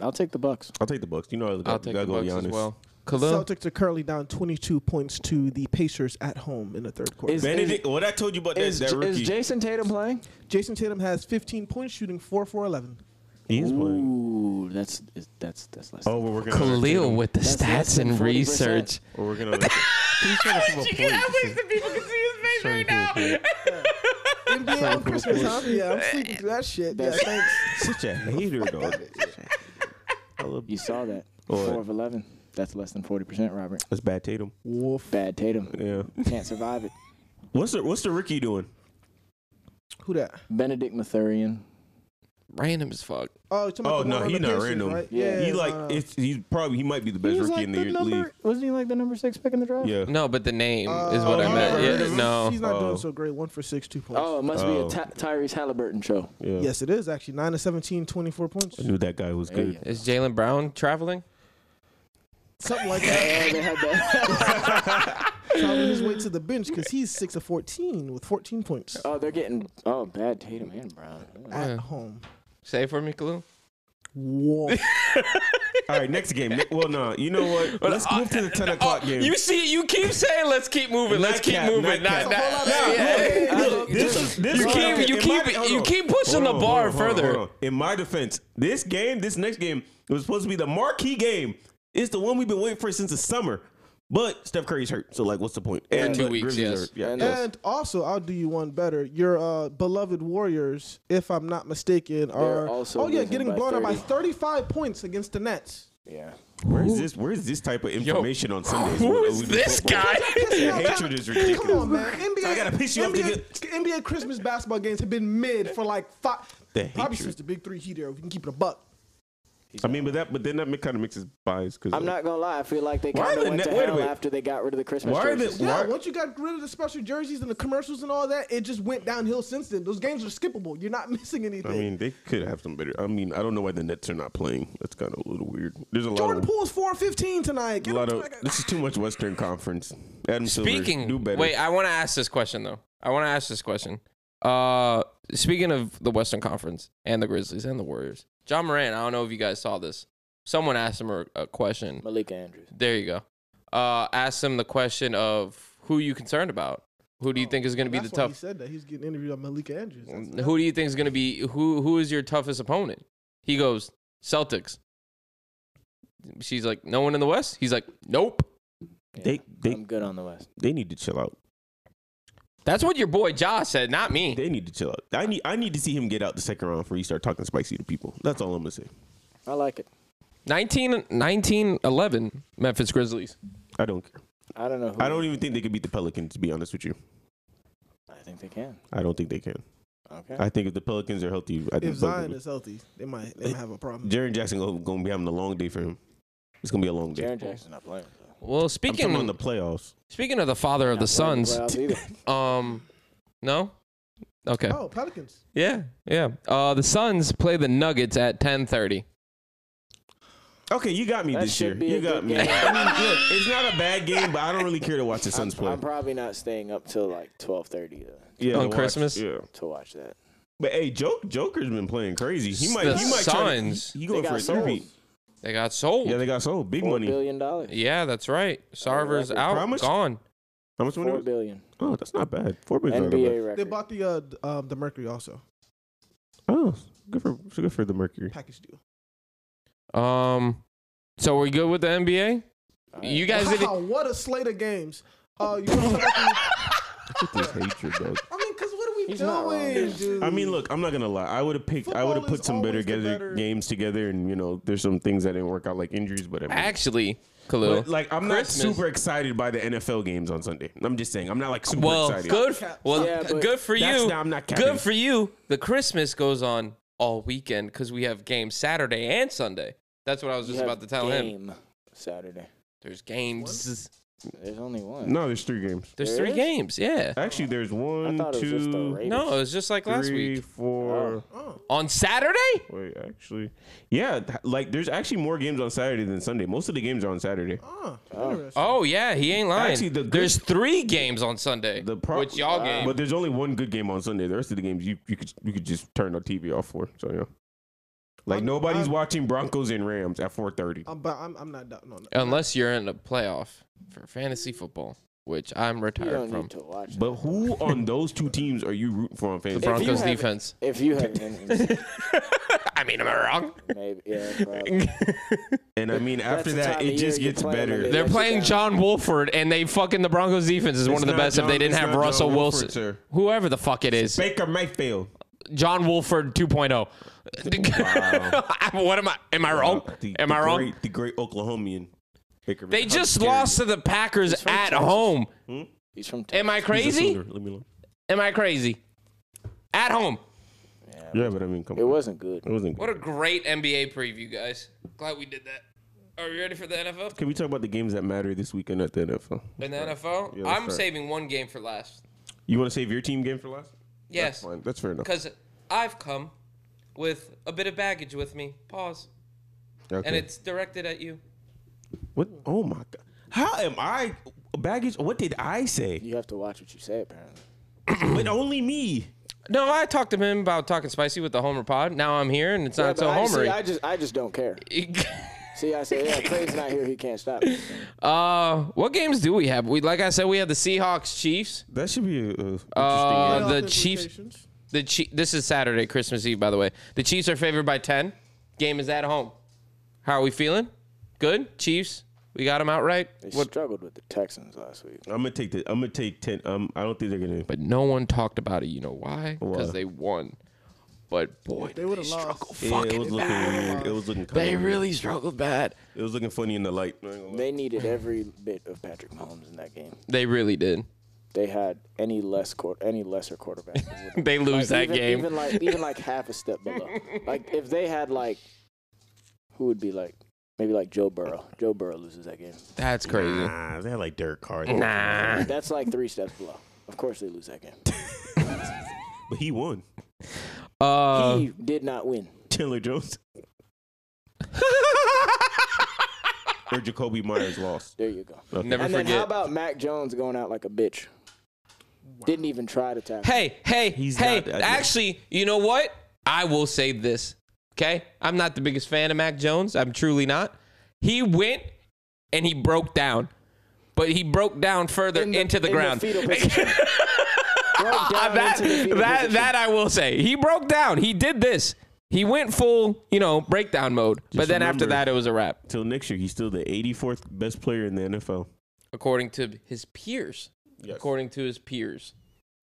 Speaker 5: I'll take the Bucks.
Speaker 4: I'll take the Bucks. You know, I
Speaker 3: I'll
Speaker 4: got,
Speaker 3: take
Speaker 4: gotta
Speaker 3: the
Speaker 4: go
Speaker 3: Bucks
Speaker 4: Giannis.
Speaker 3: as well. Khalil.
Speaker 6: Celtics are currently down 22 points to the Pacers at home in the third quarter.
Speaker 5: Is-
Speaker 4: Benedict, what I told you about that,
Speaker 5: Is,
Speaker 4: that
Speaker 5: J- is
Speaker 4: rookie.
Speaker 5: Jason Tatum playing?
Speaker 6: Jason Tatum has 15 points, shooting four for 11.
Speaker 4: He's playing.
Speaker 5: Ooh, that's is, that's that's less.
Speaker 4: Oh, we're working on that.
Speaker 3: Khalil with the
Speaker 5: That's less
Speaker 3: stats
Speaker 5: than
Speaker 3: and
Speaker 5: 40%.
Speaker 3: research.
Speaker 4: We're working on that.
Speaker 6: NBA on Christmas, huh? Yeah, I'm sleeping through that shit. Yeah, thanks.
Speaker 4: Such a hater, dog.
Speaker 5: You saw that. Four
Speaker 4: Or
Speaker 5: of eleven. That's less than forty percent, Robert.
Speaker 4: that's bad Tatum.
Speaker 6: Wolf.
Speaker 5: Bad Tatum.
Speaker 4: Yeah.
Speaker 5: Can't survive it.
Speaker 4: What's the what's the Ricky doing?
Speaker 6: Who that?
Speaker 5: Benedict Mathurian.
Speaker 3: Random as fuck.
Speaker 6: Oh, you're talking about
Speaker 4: Oh,
Speaker 6: the
Speaker 4: no,
Speaker 6: one on
Speaker 4: he
Speaker 6: the
Speaker 4: not
Speaker 6: Pacers,
Speaker 4: random.
Speaker 6: Right?
Speaker 5: Yeah.
Speaker 4: he like
Speaker 6: nah.
Speaker 4: it's he's probably uh, he might be the best rookie in the, league.
Speaker 5: Wasn't he like the number six pick in the draft?
Speaker 4: Yeah.
Speaker 3: No, but the name
Speaker 6: Uh,
Speaker 3: is what
Speaker 4: oh,
Speaker 3: I
Speaker 4: you
Speaker 3: meant.
Speaker 4: never heard
Speaker 3: Yeah,
Speaker 4: of him?
Speaker 3: no.
Speaker 6: He's not
Speaker 4: Oh.
Speaker 6: doing so great. One for six, two points.
Speaker 5: Oh, it must
Speaker 4: Oh.
Speaker 5: be a Ty- Tyrese Halliburton show.
Speaker 4: Yeah.
Speaker 6: Yes, it is actually. 9 to 17, 24 points.
Speaker 4: I knew that guy was good.
Speaker 5: Yeah.
Speaker 3: Is Jalen Brown traveling?
Speaker 6: Something like
Speaker 5: Oh,
Speaker 6: that.
Speaker 5: they had that.
Speaker 6: Probably his way to the bench because he's 6 of 14 with 14 points
Speaker 5: oh, they're getting oh bad Tatum and Brown.
Speaker 6: at
Speaker 3: Yeah.
Speaker 6: home.
Speaker 3: Say it for me, Kalu.
Speaker 6: Wolf.
Speaker 4: All right, next game. Ne- Well, no, you know what? Let's move to the ten o'clock game.
Speaker 3: Oh, You see, you keep saying, "Let's keep moving, let's
Speaker 4: Not
Speaker 3: keep
Speaker 4: cap,
Speaker 3: moving."
Speaker 4: not
Speaker 3: Not,
Speaker 4: cap.
Speaker 3: not,
Speaker 4: Nah,
Speaker 3: yeah.
Speaker 4: look, look, this is- this
Speaker 3: You
Speaker 4: is-
Speaker 3: keep-
Speaker 4: okay,
Speaker 3: you
Speaker 4: in
Speaker 3: keep-
Speaker 4: my- hold
Speaker 3: you
Speaker 4: on.
Speaker 3: keep pushing
Speaker 4: Hold
Speaker 3: the
Speaker 4: on,
Speaker 3: bar
Speaker 4: hold on, hold on,
Speaker 3: further.
Speaker 4: hold on. In my defense, this game, this next game, it was supposed to be the marquee game. It's the one we've been waiting for since the summer. But Steph Curry's hurt, so like, what's the point? And
Speaker 3: two
Speaker 4: the
Speaker 3: weeks,
Speaker 4: Grizzlies
Speaker 3: yes.
Speaker 4: are- yeah,
Speaker 5: And-
Speaker 4: yeah.
Speaker 6: And uh, also, I'll do you one better. Your uh, beloved Warriors, if I'm not mistaken, are
Speaker 5: also
Speaker 6: oh yeah,
Speaker 5: losing
Speaker 6: getting
Speaker 5: by
Speaker 6: blown out by
Speaker 5: 30.
Speaker 6: 35 points against the Nets.
Speaker 5: Yeah.
Speaker 4: Where is this? Where is this type of information on Sundays?
Speaker 3: Who
Speaker 4: when
Speaker 3: is
Speaker 4: we do
Speaker 3: this
Speaker 4: football?
Speaker 3: guy?
Speaker 4: Your hatred is
Speaker 6: Come on,
Speaker 4: ridiculous.
Speaker 6: man. NBA,
Speaker 4: I gotta piss you off to
Speaker 6: NBA, NBA Christmas basketball games have been mid for like five,
Speaker 4: The
Speaker 6: probably
Speaker 4: hatred.
Speaker 6: since the Big Three heat era. If you can keep it a buck.
Speaker 4: I mean, but that, but then that kind of makes us biased because
Speaker 5: I'm not gonna lie. I feel like they
Speaker 4: Why
Speaker 5: kind
Speaker 4: are
Speaker 5: of
Speaker 4: the
Speaker 5: went
Speaker 4: Net-
Speaker 5: to
Speaker 4: wait a
Speaker 5: hell
Speaker 4: minute.
Speaker 5: after they got rid of the Christmas.
Speaker 4: Why are the-
Speaker 5: jerseys.
Speaker 6: Yeah,
Speaker 4: Mark-
Speaker 6: once you got rid of the special jerseys and the commercials and all that, it just went downhill since then. Those games are skippable. You're not missing anything.
Speaker 4: I mean, they could have some better. I mean, I don't know why the Nets are not playing. That's kind of a little weird. There's a lot
Speaker 6: Jordan
Speaker 4: of
Speaker 6: Poole's 4 15 tonight.
Speaker 4: a
Speaker 6: Get
Speaker 4: lot
Speaker 6: him-
Speaker 4: of. This is too much Western Conference. Adam Silver,
Speaker 3: Speaking,
Speaker 4: do better.
Speaker 3: wait, I want to ask this question though. I want to ask this question. Uh, speaking of the Western Conference and the Grizzlies and the Warriors, John Moran. I don't know if you guys saw this. Someone asked him a, a question.
Speaker 5: Malika Andrews.
Speaker 3: There you go. Uh, asked him the question of who you concerned about. Who do you think is going to be
Speaker 6: That's
Speaker 3: the
Speaker 6: why He
Speaker 3: tough? Mm,
Speaker 6: said that he's getting interviewed on Malika Andrews. That's-
Speaker 3: Who do you think is going to be who? Who is your toughest opponent? He goes Celtics. She's like, no one in the West. He's like, nope.
Speaker 5: Yeah,
Speaker 4: They- they-
Speaker 5: I'm good on the West.
Speaker 4: They need to chill out.
Speaker 3: That's what your boy Josh said, not me.
Speaker 4: They need to chill out. I need. I need to see him get out the second round before you start talking spicy to people. That's all I'm gonna say.
Speaker 5: I like it.
Speaker 3: 19, 19 11 Memphis Grizzlies.
Speaker 4: I don't care.
Speaker 5: I don't know. Who
Speaker 4: I don't even think they could beat the Pelicans. To be honest with you,
Speaker 5: I think they can.
Speaker 4: I don't think they can.
Speaker 5: Okay.
Speaker 4: I think if the Pelicans are healthy, I think
Speaker 6: If
Speaker 4: the
Speaker 6: Zion
Speaker 4: Pelicans-
Speaker 6: is healthy, they might they might have a problem.
Speaker 4: Jaren Jackson go- gonna be having a long day for him. It's gonna be a long day.
Speaker 5: Jaren Jackson's not playing. so.
Speaker 3: Well,
Speaker 4: I'm talking
Speaker 3: speaking
Speaker 4: on the playoffs.
Speaker 3: speaking of the father of the
Speaker 5: Not playing
Speaker 3: sons,
Speaker 5: playoffs either.
Speaker 3: um, no, okay,
Speaker 6: Oh, Pelicans.
Speaker 3: yeah, yeah. Uh, the Suns play the Nuggets at ten thirty.
Speaker 4: Okay, you got me
Speaker 5: That
Speaker 4: this year.
Speaker 5: should be
Speaker 4: You
Speaker 5: a
Speaker 4: got
Speaker 5: good
Speaker 4: me.
Speaker 5: game.
Speaker 4: I mean, look, it's not a bad game, but I don't really care to watch the Suns
Speaker 5: I'm,
Speaker 4: play.
Speaker 5: I'm probably not staying up till like 12:30 to,
Speaker 4: yeah,
Speaker 3: On
Speaker 4: to watch.
Speaker 3: Christmas?
Speaker 4: Yeah.
Speaker 5: to watch that.
Speaker 4: But hey, Joke Joker's been playing crazy. He might.
Speaker 3: The
Speaker 4: he might try to-
Speaker 3: Suns.
Speaker 4: He
Speaker 5: They
Speaker 4: going for
Speaker 5: got
Speaker 4: a three.
Speaker 5: sold.
Speaker 3: They got sold.
Speaker 4: Yeah,
Speaker 3: Yeah,
Speaker 4: they got sold. Big
Speaker 5: Four
Speaker 4: money.
Speaker 5: billion dollars.
Speaker 3: that's right. Sarver's
Speaker 5: record.
Speaker 3: out,
Speaker 4: How much?
Speaker 3: gone.
Speaker 4: How much money?
Speaker 5: Four
Speaker 4: was-
Speaker 5: billion.
Speaker 4: Oh, that's not bad. Four billion. not bad.
Speaker 5: NBA
Speaker 6: They
Speaker 5: record.
Speaker 6: bought the uh, d- um, the Mercury also
Speaker 4: Oh, good for good for the Mercury.
Speaker 6: package deal.
Speaker 3: Um, so we're good with the NBA.
Speaker 5: All right.
Speaker 3: You guys did it.
Speaker 6: Wow, what a slate of games. Uh, you wanna talk about the-
Speaker 4: Look at this hatred, dog.
Speaker 6: I mean, cause what are we
Speaker 5: He's not wrong.
Speaker 6: doing, dude?
Speaker 4: I mean, look, I'm not gonna lie. I would have picked. I would have
Speaker 6: Football
Speaker 4: put
Speaker 6: is
Speaker 4: some better,
Speaker 6: always the
Speaker 4: gather-
Speaker 6: better-
Speaker 4: games together, and you know, there's some things that didn't work out, like injuries, but I mean-
Speaker 3: actually, Khalil.
Speaker 4: But like, I'm
Speaker 3: Christmas-
Speaker 4: not super excited by the NFL games on Sunday. I'm just saying, I'm not like super
Speaker 3: well,
Speaker 4: excited.
Speaker 3: good. Well,
Speaker 5: Yeah, but
Speaker 3: good for
Speaker 4: That's
Speaker 3: you.
Speaker 4: not- I'm not capping.
Speaker 3: good for you. The Christmas goes on all weekend because we have games Saturday and Sunday. That's what I was
Speaker 5: You
Speaker 3: just
Speaker 5: have
Speaker 3: about to tell him.
Speaker 5: game Saturday.
Speaker 3: There's games.
Speaker 5: There's only one.
Speaker 4: No, there's three games.
Speaker 3: There's
Speaker 5: There
Speaker 3: three
Speaker 5: is?
Speaker 3: games. Yeah.
Speaker 4: Actually, there's
Speaker 5: Oh, I
Speaker 4: one,
Speaker 5: thought it was just the
Speaker 4: two,
Speaker 5: Raiders.
Speaker 3: No, it was just like last
Speaker 4: three,
Speaker 3: week
Speaker 4: four.
Speaker 6: Oh,
Speaker 3: on Saturday.
Speaker 4: Wait, actually, yeah, th- like there's actually more games on Saturday than Sunday. Most of the games are on Saturday.
Speaker 6: oh,
Speaker 5: Oh.
Speaker 6: interesting.
Speaker 3: Oh yeah, he ain't lying.
Speaker 4: Actually, the good-
Speaker 3: there's three games on Sunday.
Speaker 4: The pro-
Speaker 3: which y'all
Speaker 5: Wow.
Speaker 3: game?
Speaker 4: But there's only one good game on Sunday. The rest of the games you, you could you could just turn the TV off for. So yeah, like
Speaker 6: I'm-
Speaker 4: nobody's
Speaker 6: I'm-
Speaker 4: watching Broncos and Rams at 4:30.
Speaker 6: Um, but I'm I'm not dou- no, no.
Speaker 3: Unless you're in a playoff for fantasy football, which I'm
Speaker 5: You
Speaker 3: retired
Speaker 5: don't
Speaker 3: from.
Speaker 5: need to watch.
Speaker 4: But who on those two teams are you rooting for on
Speaker 3: The
Speaker 4: fantasy?
Speaker 5: If you
Speaker 3: Broncos
Speaker 5: have-
Speaker 3: defense.
Speaker 5: that. If you have any,
Speaker 3: I mean, am I wrong?
Speaker 5: maybe yeah. Probably.
Speaker 4: And I mean, after
Speaker 5: the
Speaker 4: that,
Speaker 5: time
Speaker 4: it
Speaker 5: of
Speaker 4: just
Speaker 5: year you
Speaker 4: gets
Speaker 5: play them
Speaker 4: better.
Speaker 5: and
Speaker 3: They're
Speaker 5: let you
Speaker 3: playing
Speaker 5: down.
Speaker 3: John Wolford, and they fucking the Broncos defense is one
Speaker 4: It's
Speaker 3: of the
Speaker 4: not
Speaker 3: best. if
Speaker 4: John-
Speaker 3: they didn't
Speaker 4: it's
Speaker 3: have
Speaker 4: not
Speaker 3: Russell
Speaker 4: John Wolford,
Speaker 3: Wilson,
Speaker 4: sir.
Speaker 3: whoever the fuck it is,
Speaker 4: Baker Mayfield.
Speaker 3: John Wolford 2.0. what am I? Am I wrong?
Speaker 4: The-
Speaker 3: Am
Speaker 4: the
Speaker 3: I wrong?
Speaker 4: Great, the great Oklahomian. Baker
Speaker 3: They
Speaker 4: Mayfield.
Speaker 3: just
Speaker 4: How dare
Speaker 3: lost to the Packers
Speaker 5: from
Speaker 3: at
Speaker 5: Texas.
Speaker 3: home.
Speaker 5: He's from Texas.
Speaker 3: Am I
Speaker 4: you. He's a
Speaker 3: crazy?
Speaker 4: Sooner. Leave me alone.
Speaker 3: Am I crazy? At home.
Speaker 4: Yeah, but I mean, come
Speaker 5: It
Speaker 4: on.
Speaker 5: wasn't good.
Speaker 4: It wasn't.
Speaker 3: What a great NBA preview, guys. Glad we did that. Are we ready for the NFL?
Speaker 4: Can we talk about the games that matter this weekend at the NFL?
Speaker 3: In the NFL?
Speaker 4: Yeah, let's
Speaker 3: I'm
Speaker 4: start.
Speaker 3: saving one game for last.
Speaker 4: You want to save your team game for last?
Speaker 3: Yes.
Speaker 4: Fine, that's fair enough.
Speaker 3: Because I've come with a bit of baggage with me. Pause.
Speaker 4: Okay.
Speaker 3: And it's directed at you.
Speaker 4: what? Oh my god! How am I baggage? What did I say?
Speaker 5: You have to watch what you say, apparently.
Speaker 4: but only me.
Speaker 3: No, I talked to him about talking spicy with the Homer pod. Now I'm here and it's not so
Speaker 5: But I, see, I
Speaker 3: homery.
Speaker 5: just, I just don't care. See, I say, yeah, Clay's not here. He can't stop. me."
Speaker 3: uh, what games do we have? We like I said, we have the Seahawks, Chiefs.
Speaker 4: That should be a, a interesting
Speaker 3: Uh,
Speaker 4: game.
Speaker 3: the
Speaker 6: Playoff
Speaker 3: Chiefs-
Speaker 6: implications.
Speaker 3: The Chie- this is Saturday, Christmas Eve, by the way. The Chiefs are favored by ten. Game is at home. How are we feeling? Good, Chiefs. We got them outright.
Speaker 5: They
Speaker 3: What?
Speaker 5: struggled with the Texans last week.
Speaker 4: I'm gonna take the. I'm gonna take ten. Um, I don't think they're gonna.
Speaker 3: But no one talked about it. You know why? Because
Speaker 4: Why?
Speaker 3: they won. But boy,
Speaker 6: They would have lost.
Speaker 4: Yeah, it was looking weird. It was looking.
Speaker 3: they
Speaker 4: kinda weird.
Speaker 3: really struggled bad.
Speaker 4: It was looking funny in the light. I ain't gonna lie.
Speaker 5: They needed every bit of Patrick Mahomes in that game.
Speaker 3: They really did.
Speaker 5: They had any less quar- any lesser quarterback. Even-
Speaker 3: They lose that
Speaker 5: even,
Speaker 3: game.
Speaker 5: even like even like half a step below. Like if they had like, who would be like maybe like Joe Burrow. Joe Burrow loses that game.
Speaker 3: That's crazy.
Speaker 4: Nah, they had like Derek Carr.
Speaker 3: Nah.
Speaker 5: That's like three steps below. Of course they lose that game.
Speaker 4: But he won.
Speaker 3: Uh,
Speaker 5: he did not win.
Speaker 4: Chandler Jones or Jacoby Myers lost.
Speaker 5: There you go.
Speaker 4: Okay.
Speaker 3: never
Speaker 5: and then how
Speaker 3: forget.
Speaker 5: about Mac Jones going out like a bitch? Didn't even try to tackle.
Speaker 3: hey, hey,
Speaker 4: He's
Speaker 3: hey.
Speaker 4: not- I-
Speaker 3: actually, you know what? I will say this. Okay, I'm not the biggest fan of Mac Jones. I'm truly not. He went and he broke down, but he broke down further
Speaker 5: In the-
Speaker 3: into the
Speaker 5: in
Speaker 3: ground.
Speaker 5: fetal position. Broke
Speaker 3: Uh,
Speaker 5: down
Speaker 3: that
Speaker 5: into the fetal
Speaker 3: that
Speaker 5: position.
Speaker 3: that I will say. He broke down. He did this. He went full, you know, breakdown mode. but then after
Speaker 4: remember-
Speaker 3: that, it was a wrap,
Speaker 4: Till next year, he's still the 84th best player in the NFL.
Speaker 3: according to his peers. According to his peers.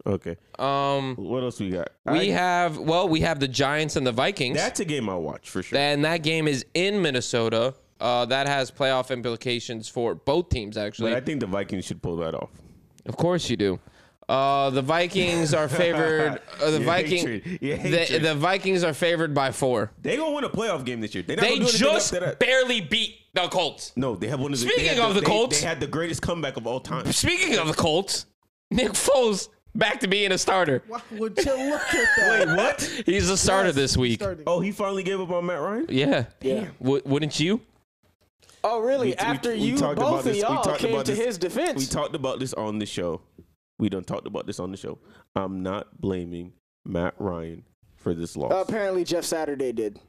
Speaker 4: Okay.
Speaker 3: Um,
Speaker 4: What else we got? I-
Speaker 3: we have well, we have the Giants and the Vikings.
Speaker 4: That's a game I'll watch for sure.
Speaker 3: and that game is in Minnesota. Uh, that has playoff implications for both teams,
Speaker 4: but
Speaker 3: actually.
Speaker 4: I think the Vikings should pull that off.
Speaker 3: of course, you do. Uh, the Vikings are favored. Uh, the
Speaker 4: Your
Speaker 3: Viking.
Speaker 4: hatred. Your
Speaker 3: The,
Speaker 4: hatred.
Speaker 3: the Vikings are favored by four.
Speaker 4: They gonna win a playoff game this year. They're not
Speaker 3: They
Speaker 4: gonna do anything
Speaker 3: just
Speaker 4: up there.
Speaker 3: barely beat the Colts.
Speaker 4: no, they have one of the. they
Speaker 3: Speaking
Speaker 4: had
Speaker 3: of the
Speaker 4: they-
Speaker 3: Colts-
Speaker 4: they had the greatest comeback of all time.
Speaker 3: Speaking of the Colts, Nick Foles back to being a starter.
Speaker 6: Why would you look at that?
Speaker 4: Wait, what?
Speaker 3: He's a starter this week.
Speaker 6: Starting.
Speaker 4: Oh, he finally gave up on Matt Ryan.
Speaker 3: Yeah.
Speaker 5: Yeah.
Speaker 3: W- wouldn't you?
Speaker 5: Oh, really?
Speaker 4: We- we-
Speaker 5: After
Speaker 4: we
Speaker 5: you,
Speaker 4: talked about
Speaker 5: both of
Speaker 4: this- we
Speaker 5: y'all
Speaker 4: talked
Speaker 5: came
Speaker 4: about
Speaker 5: to
Speaker 4: this-
Speaker 5: his defense.
Speaker 4: We talked about this on the show. We done talked about this on the show. I'm not blaming Matt Ryan for this loss
Speaker 5: Apparently, Jeff Saturday did.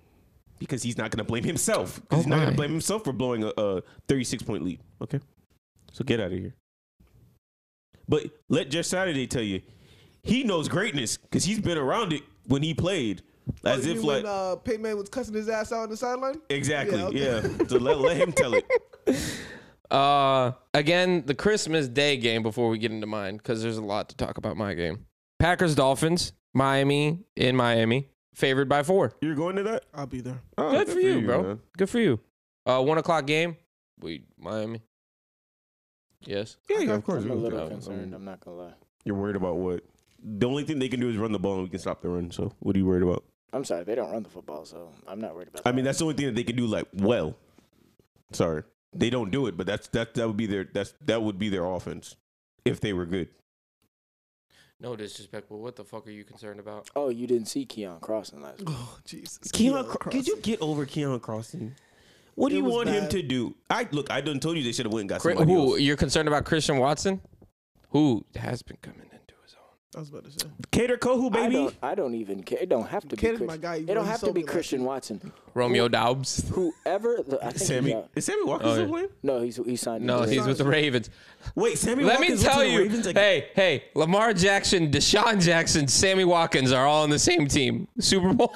Speaker 4: because he's not gonna blame himself. 'Cause he's not
Speaker 3: my.
Speaker 4: gonna blame himself for blowing a, a 36 point lead. Okay, so get out of here. But let Jeff Saturday tell you, he knows greatness because he's been around it when he played. As
Speaker 6: You
Speaker 4: if
Speaker 6: mean
Speaker 4: like
Speaker 6: when, uh, Peyton Manning was cussing his ass out on the sideline.
Speaker 4: exactly,
Speaker 6: Yeah, okay.
Speaker 4: yeah. So let, let him tell it.
Speaker 3: Uh, again, the Christmas Day game before we get into mine, because there's a lot to talk about my game. Packers Dolphins, Miami in Miami, favored by four.
Speaker 4: You're going to that?
Speaker 6: I'll be there.
Speaker 4: Oh,
Speaker 3: Good for you, bro.
Speaker 4: man.
Speaker 3: Good for you. Uh, one o'clock game. We Miami. Yes.
Speaker 4: Yeah, yeah, of course.
Speaker 5: I'm a little
Speaker 3: Um,
Speaker 5: concerned. I'm not gonna lie.
Speaker 4: You're worried about what? The only thing they can do is run the ball and we can stop the run. So what are you worried about?
Speaker 5: I'm sorry, they don't run the football, so I'm not worried about.
Speaker 4: I mean, that's the only thing that they can do like well. Sorry. They don't do it, but that's that that would be their that's that would be their offense if they were good.
Speaker 3: No disrespect, but what the fuck are you concerned about?
Speaker 5: Oh, you didn't see Keon crossing last. week.
Speaker 6: Oh Jesus.
Speaker 4: get over Keon Crossing? What do
Speaker 6: It
Speaker 4: you
Speaker 6: was
Speaker 4: want him
Speaker 6: bad.
Speaker 4: to do? I look, I done told you they should have went and got somebody
Speaker 3: Who
Speaker 4: else.
Speaker 3: you're concerned about? Christian Watson, who has been coming into his own.
Speaker 6: I was about to say.
Speaker 4: Cater Kohu,
Speaker 5: I
Speaker 4: baby.
Speaker 5: don't. I don't even care. It don't have to be.
Speaker 6: Kid is
Speaker 5: Christian.
Speaker 6: my guy,
Speaker 5: It
Speaker 6: bro.
Speaker 5: don't
Speaker 6: He
Speaker 5: have to
Speaker 6: sold
Speaker 5: be
Speaker 6: me last
Speaker 5: Christian Watson.
Speaker 3: Romeo Dobbs.
Speaker 5: Whoever. the- I think He's
Speaker 4: Sammy
Speaker 5: out.
Speaker 4: is Sammy Watkins
Speaker 3: Oh, yeah.
Speaker 4: still playing?
Speaker 5: No, he's he signed.
Speaker 3: No,
Speaker 5: with the
Speaker 3: he's
Speaker 5: Ravens.
Speaker 3: with the Ravens.
Speaker 4: Wait, Sammy
Speaker 3: Let me
Speaker 4: Watkins went to
Speaker 3: tell
Speaker 4: the
Speaker 3: you,
Speaker 4: Ravens again?
Speaker 3: hey, hey, Lamar Jackson, Deshaun Jackson, Sammy Watkins are all on the same team. Super Bowl.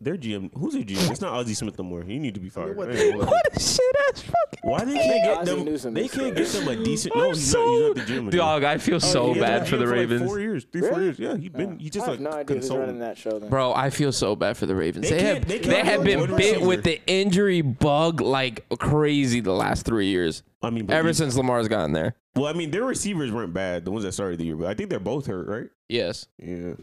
Speaker 4: their GM. Who's their GM? It's not Ozzie Smith no more. He need to be fired.
Speaker 6: What-
Speaker 4: I ain't gonna lie.
Speaker 3: a shit ass fucking.
Speaker 4: Why they can't get
Speaker 5: Ozzie
Speaker 4: them?
Speaker 5: Newsome
Speaker 4: They
Speaker 5: is
Speaker 4: can't
Speaker 5: there.
Speaker 4: get them a decent. No, he's not. He's not the GM. anymore.
Speaker 3: Dog, I feel so
Speaker 4: He has
Speaker 3: bad
Speaker 4: been
Speaker 3: for the
Speaker 4: GM like
Speaker 3: Ravens.
Speaker 4: four years, three, four
Speaker 5: Really?
Speaker 4: years. Yeah, he's been. He just
Speaker 5: I
Speaker 4: like
Speaker 5: have no idea who's running
Speaker 4: consultant.
Speaker 5: that show then.
Speaker 3: Bro, I feel so bad for the Ravens.
Speaker 4: They
Speaker 3: They,
Speaker 4: can't-
Speaker 3: have
Speaker 4: they
Speaker 3: they,
Speaker 4: can't
Speaker 3: have
Speaker 4: afford
Speaker 3: been
Speaker 4: one
Speaker 3: bit
Speaker 4: receiver.
Speaker 3: with the injury bug like crazy the last three years.
Speaker 4: I mean, but
Speaker 3: Ever
Speaker 4: he-
Speaker 3: since Lamar's gotten there.
Speaker 4: Well, I mean, their receivers weren't bad. The ones that started the year, but I think they're both hurt, right?
Speaker 3: Yes.
Speaker 4: Yeah.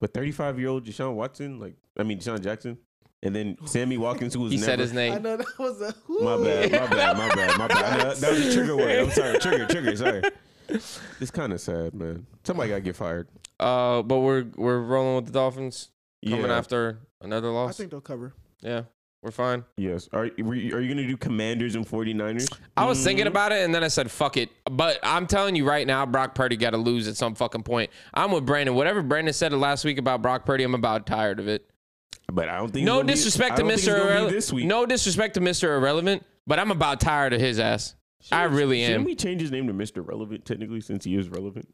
Speaker 4: But 35 year old Deshaun Watson, like I mean Deshaun Jackson, and then Sammy Watkins, who was
Speaker 3: He
Speaker 4: never,
Speaker 3: said his
Speaker 6: I
Speaker 3: name.
Speaker 6: know that was a.
Speaker 4: My bad, my bad, my bad, my bad. I know that- that was a trigger word. I'm sorry, trigger, trigger. Sorry. It's kind of sad, man. Somebody got to get fired.
Speaker 3: Uh, but we're we're rolling with the Dolphins coming
Speaker 4: yeah.
Speaker 3: after another
Speaker 6: I
Speaker 3: loss.
Speaker 6: think they'll cover.
Speaker 3: yeah, we're fine.
Speaker 4: Yes. Are were you, are you gonna do Commanders and 49ers?
Speaker 3: I was thinking
Speaker 4: Mm-hmm.
Speaker 3: about it and then I said fuck it. But I'm telling you right now, Brock Purdy got to lose at some fucking point. I'm with Brandon. Whatever Brandon said last week about Brock Purdy, I'm about tired of it.
Speaker 4: But I don't think
Speaker 3: No
Speaker 4: it's gonna be-
Speaker 3: disrespect
Speaker 4: I
Speaker 3: to
Speaker 4: don't think it's
Speaker 3: Mr.
Speaker 4: gonna be
Speaker 3: Irrelevant.
Speaker 4: This week.
Speaker 3: No disrespect to Mr. Irrelevant, but I'm about tired of his ass. I really
Speaker 4: Shouldn't
Speaker 3: am.
Speaker 4: we change his name to Mr. Relevant technically since he is relevant?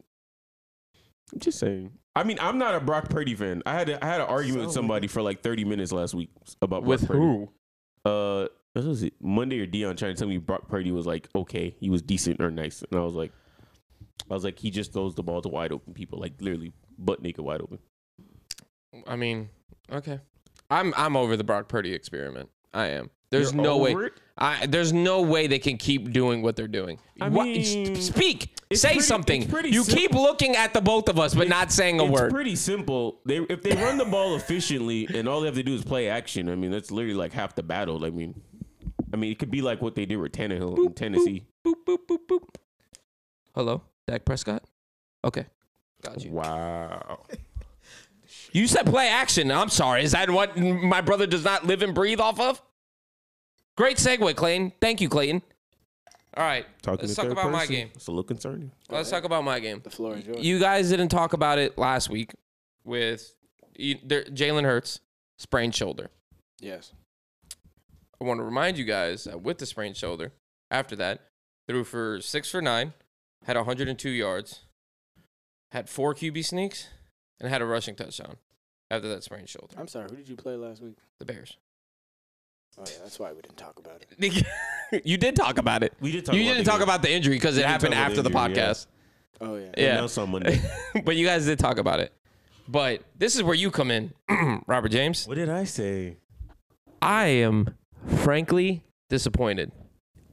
Speaker 4: I'm just saying. I mean, I'm not a Brock Purdy fan. I had a, I had an argument with
Speaker 6: So-
Speaker 4: somebody for like 30 minutes last week about
Speaker 3: With
Speaker 4: Brock Purdy.
Speaker 3: who?
Speaker 4: Uh, what was it? Monday or Dion trying to tell me Brock Purdy was like okay, he was decent or nice, and I was like, I was like, he just throws the ball to wide open people, like literally butt naked wide open.
Speaker 3: I mean, okay. I'm I'm over the Brock Purdy experiment. I am. There's
Speaker 4: You're
Speaker 3: no way.
Speaker 4: over it?
Speaker 3: I there's no way they can keep doing what they're doing.
Speaker 4: I
Speaker 3: Wha-
Speaker 4: mean,
Speaker 3: speak.
Speaker 4: it's
Speaker 3: Say
Speaker 4: pretty-
Speaker 3: something.
Speaker 4: it's pretty
Speaker 3: You
Speaker 4: sim-
Speaker 3: keep looking at the both of us but not saying a
Speaker 4: it's
Speaker 3: word.
Speaker 4: pretty simple. They if they run the ball efficiently and all they have to do is play action. I mean, that's literally like half the battle. I mean, I mean, it could be like what they did with Tannehill in Tennessee.
Speaker 3: boop boop boop boop. Hello, Dak Prescott. Okay. Got you.
Speaker 4: Wow.
Speaker 3: You said play action. I'm sorry. Is that what my brother does not live and breathe off of? Great segue, Clayton. Thank you, Clayton. All right.
Speaker 4: Talking
Speaker 3: let's
Speaker 4: to
Speaker 3: talk
Speaker 4: third
Speaker 3: about my
Speaker 4: person,
Speaker 3: game.
Speaker 4: It's a little concerning.
Speaker 3: Let's talk about my game.
Speaker 5: The floor is yours.
Speaker 3: You guys didn't talk about it last week with you, there, Jalen Hurts sprained shoulder.
Speaker 5: yes.
Speaker 3: I want to remind you guys that with the sprained shoulder, after that, threw for six for nine, had 102 yards, had four QB sneaks, and had a rushing touchdown after that sprained shoulder.
Speaker 5: I'm sorry. Who did you play last week?
Speaker 3: The Bears.
Speaker 5: Oh yeah, that's why we didn't talk about it.
Speaker 3: you did talk about it.
Speaker 4: We did
Speaker 3: you didn't talk about the injury because
Speaker 4: We
Speaker 3: it
Speaker 4: did
Speaker 3: happened
Speaker 4: talk about
Speaker 3: after
Speaker 4: the
Speaker 3: the,
Speaker 4: injury, yeah.
Speaker 3: podcast.
Speaker 5: Oh yeah.
Speaker 3: Yeah.
Speaker 4: Now someone. What
Speaker 3: but you guys did talk about it. But this is where you come in, Robert James.
Speaker 4: did I say?
Speaker 3: I am frankly disappointed,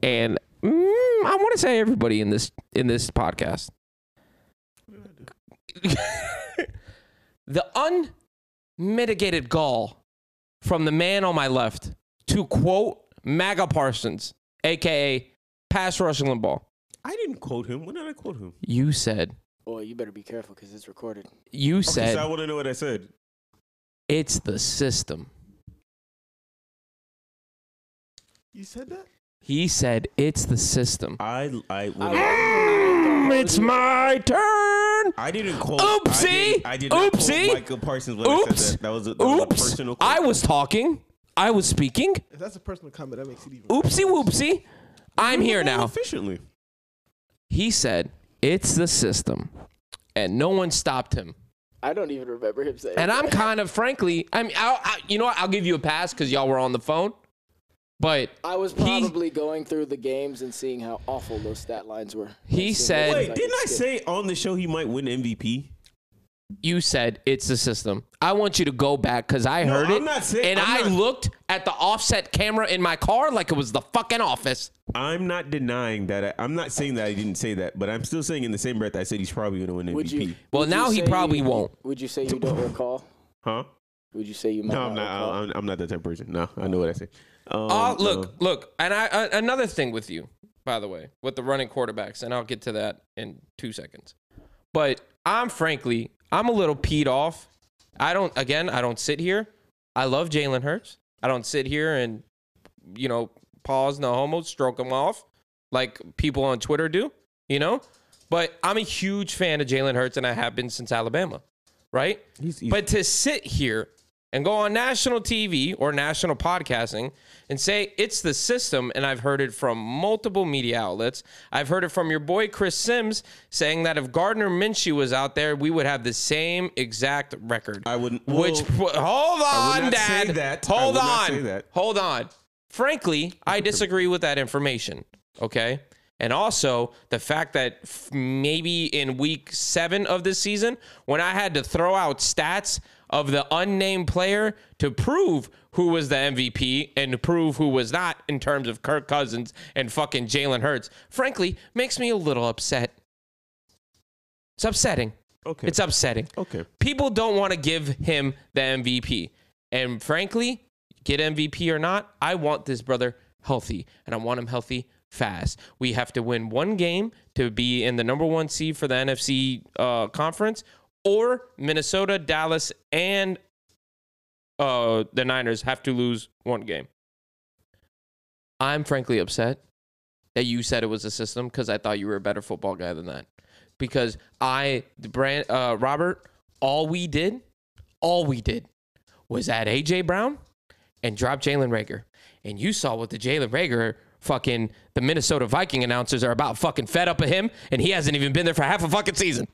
Speaker 3: and mm, I want to say everybody in this in this podcast. the unmitigated gall from the man on my left to quote MAGA Parsons, aka pass rush Limbaugh.
Speaker 4: I didn't quote him. When did I quote him?
Speaker 3: You said,
Speaker 5: Boy, you better be careful because it's recorded.
Speaker 3: you
Speaker 4: Okay,
Speaker 3: said,
Speaker 4: so I want to know what I said.
Speaker 3: it's the system.
Speaker 6: You said that?
Speaker 3: He said, it's the system. Mm,
Speaker 4: I I
Speaker 5: I-
Speaker 3: It's my turn.
Speaker 4: I didn't quote.
Speaker 3: Oopsie!
Speaker 4: I did, I did not quote
Speaker 3: Oopsie!
Speaker 4: Michael Parsons. When I
Speaker 3: Oops.
Speaker 4: said that. that was a, that was a
Speaker 3: Oops.
Speaker 4: personal. Quote.
Speaker 3: I was talking. I was speaking.
Speaker 6: If that's a personal comment, that makes it even.
Speaker 3: Oopsie whoopsie. I'm here now.
Speaker 4: Efficiently.
Speaker 3: He said, It's the system. And no one stopped him.
Speaker 5: I don't even remember him saying.
Speaker 3: And I'm
Speaker 5: that.
Speaker 3: kind of, frankly, I mean, I, I, you know what? I'll give you a pass because y'all were on the phone. But
Speaker 5: I was
Speaker 3: He-
Speaker 5: probably going through the games and seeing how awful those stat lines were.
Speaker 3: He
Speaker 5: And seeing which
Speaker 3: said-
Speaker 5: ones
Speaker 4: Wait,
Speaker 5: could
Speaker 4: didn't I
Speaker 5: skip.
Speaker 4: say on the show he might win MVP?
Speaker 3: you said it's the system. I want you to go back because I
Speaker 4: No,
Speaker 3: heard
Speaker 4: I'm
Speaker 3: it.
Speaker 4: not saying-
Speaker 3: and
Speaker 4: I'm
Speaker 3: I
Speaker 4: not-
Speaker 3: looked at the offset camera in my car like it was the fucking office.
Speaker 4: I'm not denying that. I, I'm not saying that I didn't say that, but I'm still saying in the same breath I said he's probably going to win MVP.
Speaker 5: Would you?
Speaker 3: Well,
Speaker 5: would you
Speaker 3: now he
Speaker 5: say
Speaker 3: probably
Speaker 5: you-
Speaker 3: won't.
Speaker 5: Would you say you don't recall?
Speaker 4: Huh?
Speaker 5: Would you say you might
Speaker 4: No, I'm not.
Speaker 5: recall?
Speaker 4: I- I'm, I'm not that type of person. No, I know what I say. Um,
Speaker 3: Oh, look,
Speaker 4: uh,
Speaker 3: look, and I uh, another thing with you, by the way, with the running quarterbacks, and I'll get to that in two seconds. But I'm frankly, I'm a little peed off. I don't. Again, I don't sit here. I love Jalen Hurts. I don't sit here and you know pause no homo, stroke him off like people on Twitter do. You know, but I'm a huge fan of Jalen Hurts, and I have been since Alabama, right?
Speaker 4: he's, he's,
Speaker 3: But to sit here and go on national TV or national podcasting and say it's the system. And I've heard it from multiple media outlets. I've heard it from your boy Chris Sims saying that if Gardner Minshew was out there, we would have the same exact record.
Speaker 4: I wouldn't-
Speaker 3: Which
Speaker 4: well,
Speaker 3: hold
Speaker 4: I would
Speaker 3: on,
Speaker 4: not say
Speaker 3: Dad.
Speaker 4: that. I
Speaker 3: Hold
Speaker 4: would not
Speaker 3: on.
Speaker 4: say that.
Speaker 3: Hold on. Frankly, I disagree with that information. Okay. And also the fact that f- maybe in week seven of this season, when I had to throw out stats of the unnamed player to prove who was the MVP and to prove who was not in terms of Kirk Cousins and fucking Jalen Hurts, frankly, makes me a little upset. It's upsetting.
Speaker 4: Okay.
Speaker 3: It's upsetting
Speaker 4: okay.
Speaker 3: people don't want to give him the MVP. And frankly, get MVP or not, I want this brother healthy and I want him healthy fast. We have to win one game to be in the number one seed for the NFC uh, conference, or Minnesota, Dallas, and uh, the Niners have to lose one game. I'm frankly upset that you said it was a system because I thought you were a better football guy than that. Because I, the brand, uh, Robert, all we did, all we did was add AJ Brown and drop Jalen Rager. And you saw what the Jalen Rager fucking, the Minnesota Viking announcers are about fucking fed up of him. And he hasn't even been there for half a fucking season.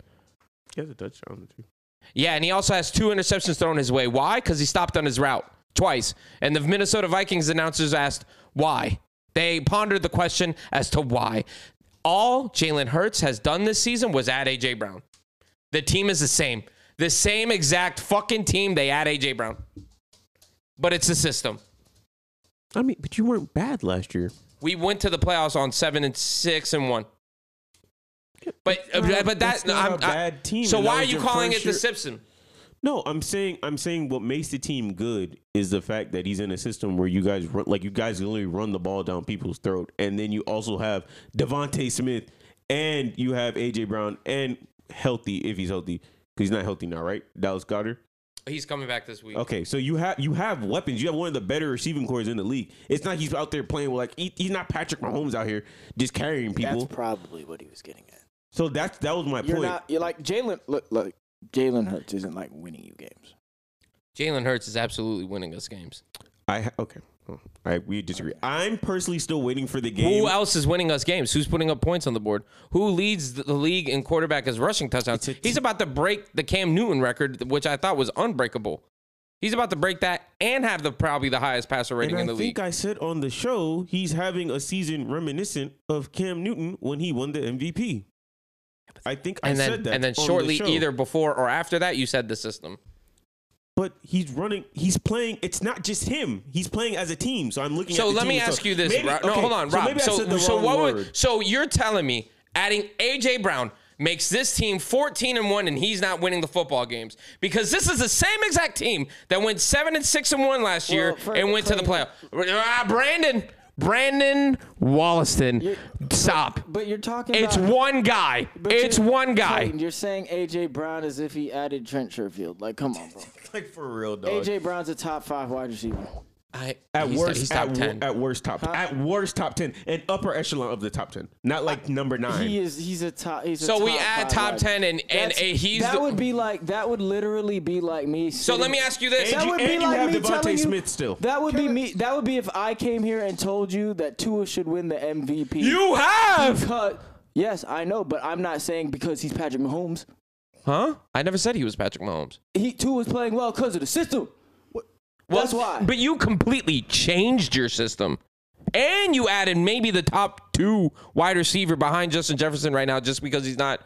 Speaker 4: He has a touchdown too.
Speaker 3: Yeah, and he also has two interceptions thrown his way. Why? Because he stopped on his route twice. And the Minnesota Vikings announcers asked why. They pondered the question as to why. All Jalen Hurts has done this season was add AJ Brown. The team is the same. The same exact fucking team they add AJ Brown. But it's the system.
Speaker 4: I mean, but you weren't bad last year.
Speaker 3: We went to the playoffs on seven and six and one. But but that
Speaker 4: that's not
Speaker 3: I'm,
Speaker 4: a bad
Speaker 3: I-
Speaker 4: team,
Speaker 3: So
Speaker 4: and that
Speaker 3: why are
Speaker 4: was
Speaker 3: you
Speaker 4: your
Speaker 3: calling it
Speaker 4: first
Speaker 3: the
Speaker 4: year-
Speaker 3: Simpson?
Speaker 4: No, I'm saying I'm saying what makes the team good is the fact that he's in a system where you guys run like you guys literally run the ball down people's throat, and then you also have Devonte Smith and you have AJ Brown and healthy if he's healthy because he's not healthy now, right? Dallas Goddard.
Speaker 3: He's coming back this week.
Speaker 4: Okay, so you have you have weapons. You have one of the better receiving cores in the league. It's not he's out there playing with like he, he's not Patrick Mahomes out here just carrying people.
Speaker 5: That's probably what he was getting at.
Speaker 4: so that's that was my
Speaker 5: You're
Speaker 4: point.
Speaker 5: not. You're like Jalen. Look, look. Jalen Hurts isn't like winning you games.
Speaker 3: Jalen Hurts is absolutely winning us games.
Speaker 4: I ha- okay. Oh, I we disagree. I'm personally still waiting for the game.
Speaker 3: Who else is winning us games? Who's putting up points on the board? Who leads the the league in quarterback as rushing touchdowns?
Speaker 4: It's a t-
Speaker 3: He's about to break the Cam Newton record, which I thought was unbreakable. He's about to break that and have the probably the highest passer rating
Speaker 4: And
Speaker 3: in the
Speaker 4: I think
Speaker 3: league.
Speaker 4: I said on the show he's having a season reminiscent of Cam Newton when he won the MVP. I think I
Speaker 3: and then
Speaker 4: said that.
Speaker 3: and then
Speaker 4: on the
Speaker 3: shortly
Speaker 4: show.
Speaker 3: either before or after that, you said the system.
Speaker 4: But he's running. He's playing. It's not just him. He's playing as a team. So I'm looking.
Speaker 3: So
Speaker 4: at the
Speaker 3: let
Speaker 4: team
Speaker 3: me
Speaker 4: and
Speaker 3: ask
Speaker 4: so
Speaker 3: you this.
Speaker 4: maybe-
Speaker 3: Rob. No,
Speaker 4: okay,
Speaker 3: hold on,
Speaker 4: so
Speaker 3: Rob.
Speaker 4: maybe I
Speaker 3: So
Speaker 4: said the
Speaker 3: so
Speaker 4: wrong
Speaker 3: what would-
Speaker 4: word.
Speaker 3: so you're telling me adding AJ Brown makes this team 14 and 1 and he's not winning the football games because this is the same exact team that went 7 and 6 and 1 last year
Speaker 5: for-
Speaker 3: and went to the playoff. Ah, Brandon Brandon Wollaston, stop.
Speaker 5: But you're talking.
Speaker 3: It's
Speaker 5: about,
Speaker 3: one guy.
Speaker 5: but
Speaker 3: It's
Speaker 5: you're-
Speaker 3: one guy.
Speaker 5: Clayton, you're saying AJ Brown as if he added Trent Sherfield. Like, come on, bro.
Speaker 4: like for real, dog.
Speaker 5: AJ Brown's a top five wide receiver.
Speaker 3: I,
Speaker 4: at
Speaker 3: he's-
Speaker 4: worst,
Speaker 3: he's
Speaker 4: at,
Speaker 3: top
Speaker 4: wo-
Speaker 3: 10.
Speaker 4: at worst top at worst top ten and upper echelon of the top ten, not like number nine.
Speaker 5: He is. He's a top. He's a
Speaker 3: So
Speaker 5: top
Speaker 3: we add
Speaker 5: five
Speaker 3: top
Speaker 5: wide-
Speaker 3: 10 and- and,
Speaker 5: That's-
Speaker 3: uh, he's
Speaker 5: That
Speaker 3: the-
Speaker 5: would be like. That would literally be like me.
Speaker 3: so let me ask you this.
Speaker 5: That
Speaker 4: And you-
Speaker 5: would be
Speaker 4: and you
Speaker 5: like
Speaker 4: have
Speaker 5: me
Speaker 4: Devontae
Speaker 5: telling you-
Speaker 4: Smith still.
Speaker 5: That would be me. That would be if I came here and told you that Tua should win the MVP.
Speaker 3: you have
Speaker 5: Because, yes, I know, but I'm not saying because he's Patrick Mahomes.
Speaker 3: Huh? I never said he was Patrick Mahomes.
Speaker 5: He too was playing well because of the system. That's why.
Speaker 3: But you completely changed your system. And you added maybe the top two wide receiver behind Justin Jefferson right now just because he's not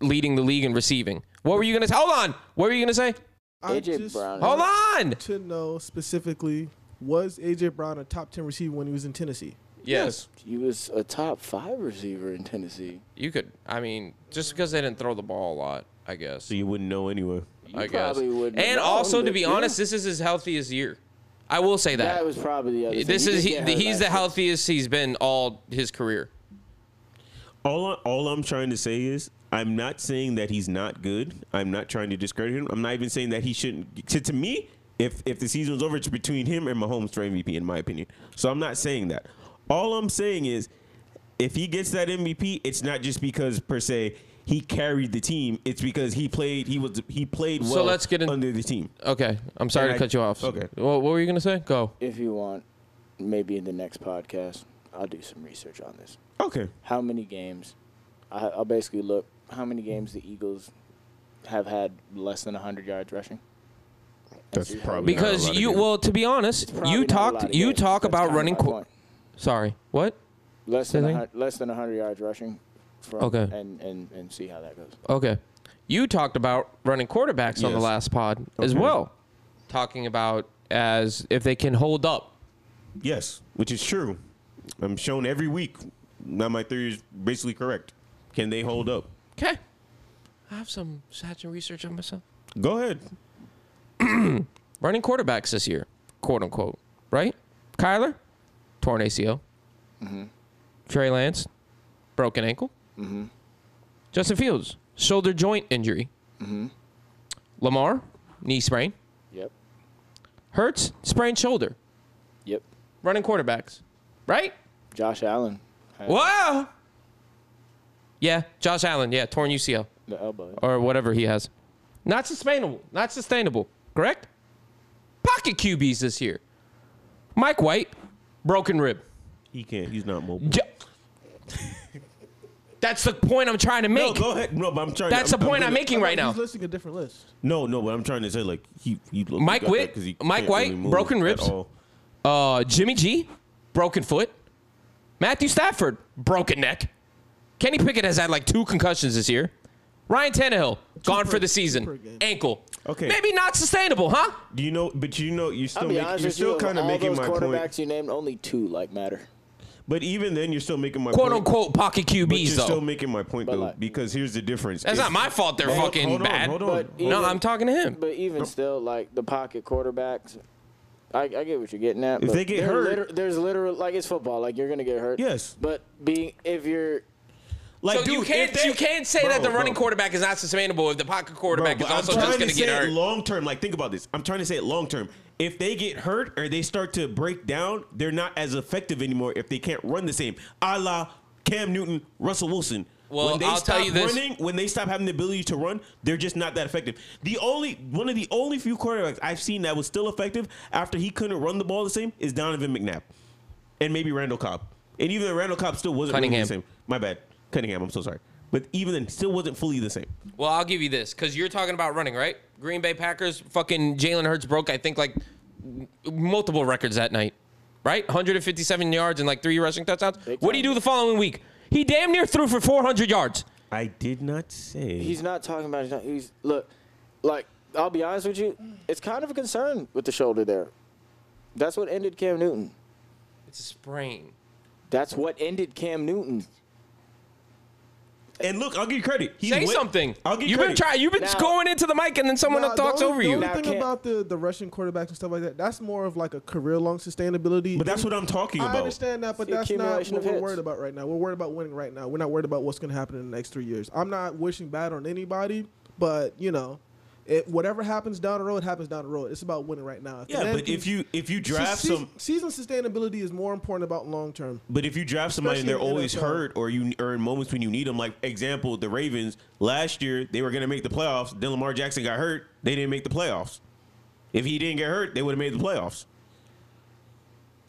Speaker 3: leading the league in receiving. What were you going to say? Hold on. What were you going to say?
Speaker 6: I
Speaker 5: AJ
Speaker 6: just
Speaker 5: Brown.
Speaker 3: Hold on.
Speaker 6: to know specifically was AJ Brown a top ten receiver when he was in Tennessee?
Speaker 3: Yes.
Speaker 5: He was a top five receiver in Tennessee.
Speaker 3: You could, I mean, just because they didn't throw the ball a lot, I guess.
Speaker 4: so you wouldn't know anyway.
Speaker 3: I guess.
Speaker 5: probably wouldn't have
Speaker 3: And
Speaker 5: known,
Speaker 3: also, to
Speaker 5: but
Speaker 3: be
Speaker 5: yeah.
Speaker 3: honest, this is his healthiest year. I will say
Speaker 5: That
Speaker 3: that.
Speaker 5: was probably the other. thing.
Speaker 3: this
Speaker 5: He
Speaker 3: is,
Speaker 5: did
Speaker 3: he,
Speaker 5: get hurt
Speaker 3: he's
Speaker 5: last
Speaker 3: the
Speaker 5: year.
Speaker 3: healthiest he's been all his career.
Speaker 4: All I, all I'm trying to say is I'm not saying that he's not good. I'm not trying to discredit him. I'm not even saying that he shouldn't. To, to me, if if the season was over, it's between him and Mahomes for MVP, in my opinion. So I'm not saying that. All I'm saying is, if he gets that MVP, it's not just because per se he carried the team. It's because he played. He was he played well.
Speaker 3: So let's get in-
Speaker 4: under the team.
Speaker 3: Okay, I'm sorry
Speaker 4: And
Speaker 3: to
Speaker 4: I-
Speaker 3: cut you off.
Speaker 4: okay.
Speaker 3: Well, what were you gonna say? Go.
Speaker 5: If you want, maybe in the next podcast, I'll do some research on this.
Speaker 4: Okay.
Speaker 5: How many games? I, I'll basically look how many games the Eagles have had less than 100 yards rushing.
Speaker 4: That's probably
Speaker 3: Because you, well, to be honest,
Speaker 5: Probably
Speaker 3: you
Speaker 5: not a lot
Speaker 3: talked.
Speaker 5: of
Speaker 3: You
Speaker 5: games.
Speaker 3: talk
Speaker 5: That's
Speaker 3: about
Speaker 5: kinda
Speaker 3: running.
Speaker 5: my
Speaker 3: Qu-
Speaker 5: point.
Speaker 3: sorry, what?
Speaker 5: less than
Speaker 3: Say
Speaker 5: a
Speaker 3: that?
Speaker 5: hun- less than 100 yards rushing. From,
Speaker 3: Okay.
Speaker 5: And, and and see how that goes.
Speaker 3: Okay. You talked about running quarterbacks on the
Speaker 4: Yes.
Speaker 3: last pod as
Speaker 4: Okay.
Speaker 3: well. Talking about as if they can hold up.
Speaker 4: Yes, which is true. I'm shown every week. Now my theory is basically correct. Can they hold up?
Speaker 3: Okay. I have some satchel research on myself.
Speaker 4: Go ahead.
Speaker 3: Running quarterbacks this year, quote unquote, right? Kyler, torn ACL. Trey Lance, broken ankle. Justin Fields, shoulder joint injury. Lamar, knee sprain.
Speaker 5: Yep.
Speaker 3: Hurts, sprained shoulder.
Speaker 5: Yep.
Speaker 3: Running quarterbacks, right?
Speaker 5: Josh Allen. had
Speaker 3: Wow. Yeah, Josh Allen. Yeah, torn UCL
Speaker 5: The elbow.
Speaker 3: or whatever he has. Not sustainable. Not sustainable. Correct. Pocket QBs this year. Mike White, broken rib.
Speaker 4: He can't. He's not mobile.
Speaker 3: J- That's the point I'm trying to
Speaker 4: No,
Speaker 3: make.
Speaker 4: go ahead. No, but I'm trying.
Speaker 3: That's
Speaker 4: I'm,
Speaker 3: the point I'm
Speaker 4: gonna-
Speaker 3: making right now.
Speaker 6: He's listing a different list.
Speaker 4: No, no, but I'm trying to say like he. he look-
Speaker 3: Mike
Speaker 4: he got
Speaker 3: Witt-
Speaker 4: that 'cause he
Speaker 3: Mike
Speaker 4: can't
Speaker 3: White,
Speaker 4: really move
Speaker 3: broken
Speaker 4: at
Speaker 3: ribs.
Speaker 4: all.
Speaker 3: Uh, Jimmy G, broken foot. Matthew Stafford, broken neck. Kenny Pickett has had like two concussions this year. Ryan Tannehill, gone
Speaker 6: per-
Speaker 3: for the
Speaker 6: two per
Speaker 3: season.
Speaker 6: game.
Speaker 3: Ankle.
Speaker 4: Okay.
Speaker 3: Maybe not sustainable, huh?
Speaker 4: Do you know? But you know, you're
Speaker 5: I'll
Speaker 4: still
Speaker 5: be
Speaker 4: making,
Speaker 5: honest
Speaker 4: you're
Speaker 5: with you.
Speaker 4: still
Speaker 5: of
Speaker 4: kind
Speaker 5: all
Speaker 4: of making my
Speaker 5: those quarterbacks
Speaker 4: point.
Speaker 5: you named, only two like matter.
Speaker 4: But even then, you're still making my
Speaker 3: Quote
Speaker 4: point.
Speaker 3: unquote pocket
Speaker 4: But you're
Speaker 3: QBs,
Speaker 4: still
Speaker 3: though.
Speaker 4: making my point
Speaker 5: But
Speaker 4: though,
Speaker 5: like-
Speaker 4: because here's the difference.
Speaker 3: That's
Speaker 4: If-
Speaker 3: not my fault they're
Speaker 4: Hold-
Speaker 3: fucking
Speaker 4: hold on,
Speaker 3: bad.
Speaker 4: Hold on.
Speaker 5: But
Speaker 4: hold
Speaker 5: even-
Speaker 3: No, I'm talking to him.
Speaker 5: But even still, like the pocket quarterbacks, I, I get what you're getting at.
Speaker 4: If
Speaker 5: but
Speaker 4: they get
Speaker 5: they're
Speaker 4: hurt-
Speaker 5: liter- there's literal like it's football. Like you're gonna get hurt.
Speaker 4: Yes.
Speaker 5: But being if you're
Speaker 4: Like,
Speaker 3: so you
Speaker 4: dude,
Speaker 3: can't
Speaker 4: if they-
Speaker 3: you can't say
Speaker 4: Bro,
Speaker 3: that the
Speaker 4: bro.
Speaker 3: running quarterback is not sustainable if the pocket
Speaker 4: Bro,
Speaker 3: quarterback
Speaker 4: but
Speaker 3: is also
Speaker 4: I'm
Speaker 3: just
Speaker 4: trying
Speaker 3: going
Speaker 4: to
Speaker 3: to get
Speaker 4: say
Speaker 3: hurt.
Speaker 4: it long term. Like, think about this. I'm trying to say it long term. If they get hurt or they start to break down, they're not as effective anymore if they can't run the same. A la Cam Newton, Russell Wilson.
Speaker 3: Well,
Speaker 4: when they
Speaker 3: I'll
Speaker 4: stop
Speaker 3: tell you this.
Speaker 4: running, when they stop having the ability to run, they're just not that effective. The only one of the only few quarterbacks I've seen that was still effective after he couldn't run the ball the same is Donovan McNabb, and maybe Randall Cobb. And even then, Randall Cobb still wasn't really
Speaker 3: Cunningham.
Speaker 4: the same. My bad, Cunningham. I'm so sorry, but even then, still wasn't fully the same.
Speaker 3: Well, I'll give you this because you're talking about running, right? Green Bay Packers, fucking Jalen Hurts broke, I think, like m- multiple records that night, right? 157 yards and like three rushing touchdowns.
Speaker 5: Big
Speaker 3: What do you
Speaker 5: time.
Speaker 3: do the following week? He damn near threw for 400 yards.
Speaker 4: I did not say
Speaker 5: he's not talking about he's, not, he's look like I'll be honest with you, it's kind of a concern with the shoulder there. That's what ended Cam Newton.
Speaker 3: It's a sprain.
Speaker 5: That's what ended Cam Newton.
Speaker 4: And look, I'll give you credit. He
Speaker 3: Say
Speaker 4: went-
Speaker 3: something.
Speaker 4: I'll give you
Speaker 3: you've been
Speaker 4: credit.
Speaker 3: trying. You've been
Speaker 5: Now-
Speaker 3: going into the mic and then someone
Speaker 6: Nah,
Speaker 3: else talks
Speaker 6: the
Speaker 3: over
Speaker 6: only,
Speaker 3: you.
Speaker 6: The only thing
Speaker 5: Now,
Speaker 6: about the, the Russian quarterbacks and stuff like that, that's more of like a career long sustainability.
Speaker 4: But that's what I'm talking
Speaker 6: I
Speaker 4: about.
Speaker 6: understand that, but
Speaker 5: It's the
Speaker 6: that's not
Speaker 5: accumulation
Speaker 6: what
Speaker 5: of
Speaker 6: we're
Speaker 5: hits.
Speaker 6: worried about right now. We're worried about winning right now. We're not worried about what's going to happen in the next three years. I'm not wishing bad on anybody, but you know, it, whatever happens down the road happens down the road. It's about winning right now. the
Speaker 4: Yeah,
Speaker 6: man
Speaker 4: but
Speaker 6: can-
Speaker 4: if you if you
Speaker 6: se-
Speaker 4: draft
Speaker 6: se-
Speaker 4: some,
Speaker 6: season sustainability is more important about long term.
Speaker 4: but if you draft somebody and they're
Speaker 6: Especially in the
Speaker 4: always
Speaker 6: NFL.
Speaker 4: hurt, or you or in moments when you need them, like example, the Ravens last year they were going to make the playoffs. Then Lamar Jackson got hurt. They didn't make the playoffs. If he didn't get hurt, they would have made the playoffs.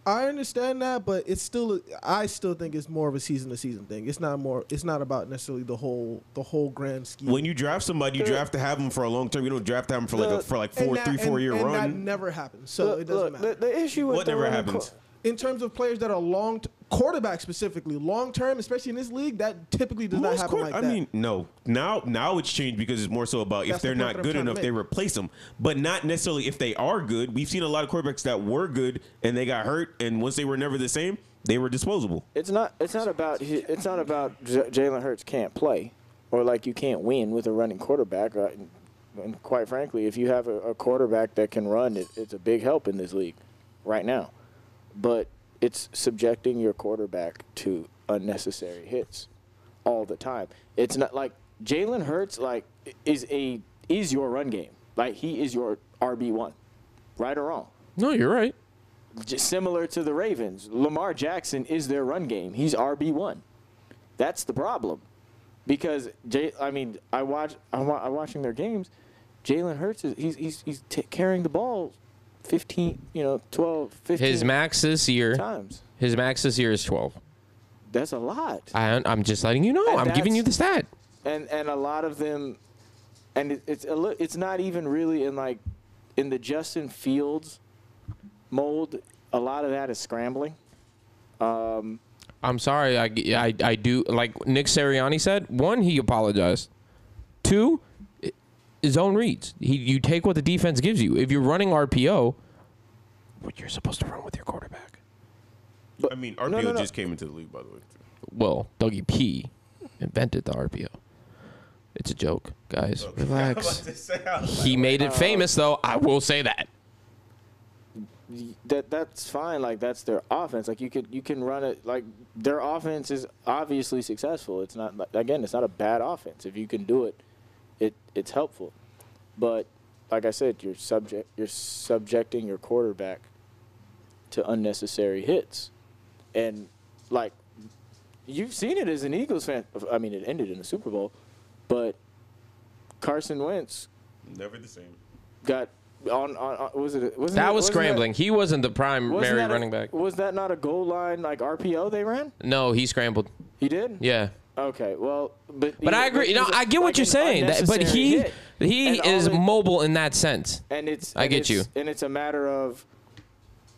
Speaker 6: I understand that, but it's still I still think it's more of a season to season thing. It's not more it's not about necessarily the whole the whole grand scheme.
Speaker 4: When you draft somebody, you draft to have them for a long term. You don't draft to have them for like a,
Speaker 5: Look,
Speaker 4: for like
Speaker 6: And
Speaker 4: four,
Speaker 6: that-
Speaker 4: three, four
Speaker 6: and-
Speaker 4: year
Speaker 6: and that
Speaker 4: run.
Speaker 6: never happens. So
Speaker 5: look,
Speaker 6: it
Speaker 5: look,
Speaker 6: doesn't matter.
Speaker 5: The, the issue with
Speaker 4: What
Speaker 5: the
Speaker 4: never
Speaker 5: running
Speaker 4: happens?
Speaker 5: qu-
Speaker 6: in terms of players that are long t- quarterback specifically, long term, especially in this league, that typically does not
Speaker 4: Most
Speaker 6: happen
Speaker 4: court-
Speaker 6: like
Speaker 4: I
Speaker 6: that.
Speaker 4: mean, no. Now, now it's changed because it's more so about if
Speaker 6: That's the
Speaker 4: they're
Speaker 6: point that
Speaker 4: not
Speaker 6: I'm
Speaker 4: good
Speaker 6: trying to
Speaker 4: enough, they
Speaker 6: make.
Speaker 4: replace them. But not necessarily if they are good. We've seen a lot of quarterbacks that were good and they got hurt, and once they were never the same, they were disposable.
Speaker 5: It's not. It's not about. he- It's not about J- Jalen Hurts can't play, or like you can't win with a running quarterback. Or, and quite frankly, if you have a, a quarterback that can run, it, it's a big help in this league, right now. But it's subjecting your quarterback to unnecessary hits all the time. It's not like Jalen Hurts like is a is your run game. Like he is your RB one, right or wrong
Speaker 3: No, you're right.
Speaker 5: j- similar to the Ravens, Lamar Jackson is their run game. He's RB1. That's the problem. because Jay. I mean, I watch. I'm, wa- I'm watching their games. Jalen Hurts is he's he's he's t- carrying the ball, fifteen. You know, 12, 15
Speaker 3: His max this year,
Speaker 5: times.
Speaker 3: his max this year is 12.
Speaker 5: That's a lot.
Speaker 3: I, I'm just letting you know.
Speaker 5: And
Speaker 3: I'm giving
Speaker 5: that's-
Speaker 3: you the stat.
Speaker 5: and and a lot of them, and it, it's a li- it's not even really in like, in the Justin Fields, mold. A lot of that is scrambling. Um,
Speaker 3: I'm sorry. I, I, I do like Nick Seriani said. One, he apologized. Two, i- zone reads. He you take what the defense gives you. If you're running RPO, what you're supposed to run with your quarterback.
Speaker 4: I mean, RPO
Speaker 5: no, no.
Speaker 4: just came into the league, by the way.
Speaker 3: Well, Dougie P invented the RPO. It's a joke, guys. Relax. He made it famous, though. I will say that.
Speaker 5: that that's fine. Like that's their offense. Like you could you can run it. Like their offense is obviously successful. It's not like- again. It's not a bad offense. If you can do it, it it's helpful. But like I said, you're subject you're subjecting your quarterback to unnecessary hits, and like you've seen it as an Eagles fan. I mean, it ended in the Super Bowl, but Carson Wentz
Speaker 4: Never the same.
Speaker 5: got. On, on, on was it was
Speaker 3: That was scrambling. he wasn't the
Speaker 5: wasn't
Speaker 3: primary
Speaker 5: that a-
Speaker 3: running back.
Speaker 5: Was that not a goal line like RPO they ran?
Speaker 3: No, he scrambled.
Speaker 5: He did.
Speaker 3: Yeah.
Speaker 5: Okay. Well, but
Speaker 3: But I agree. You know, I get what you're saying. that- but he he
Speaker 5: And all
Speaker 3: is
Speaker 5: it-
Speaker 3: mobile in that sense.
Speaker 5: and it's
Speaker 3: I
Speaker 5: and
Speaker 3: get
Speaker 5: it's-
Speaker 3: you.
Speaker 5: And it's a matter of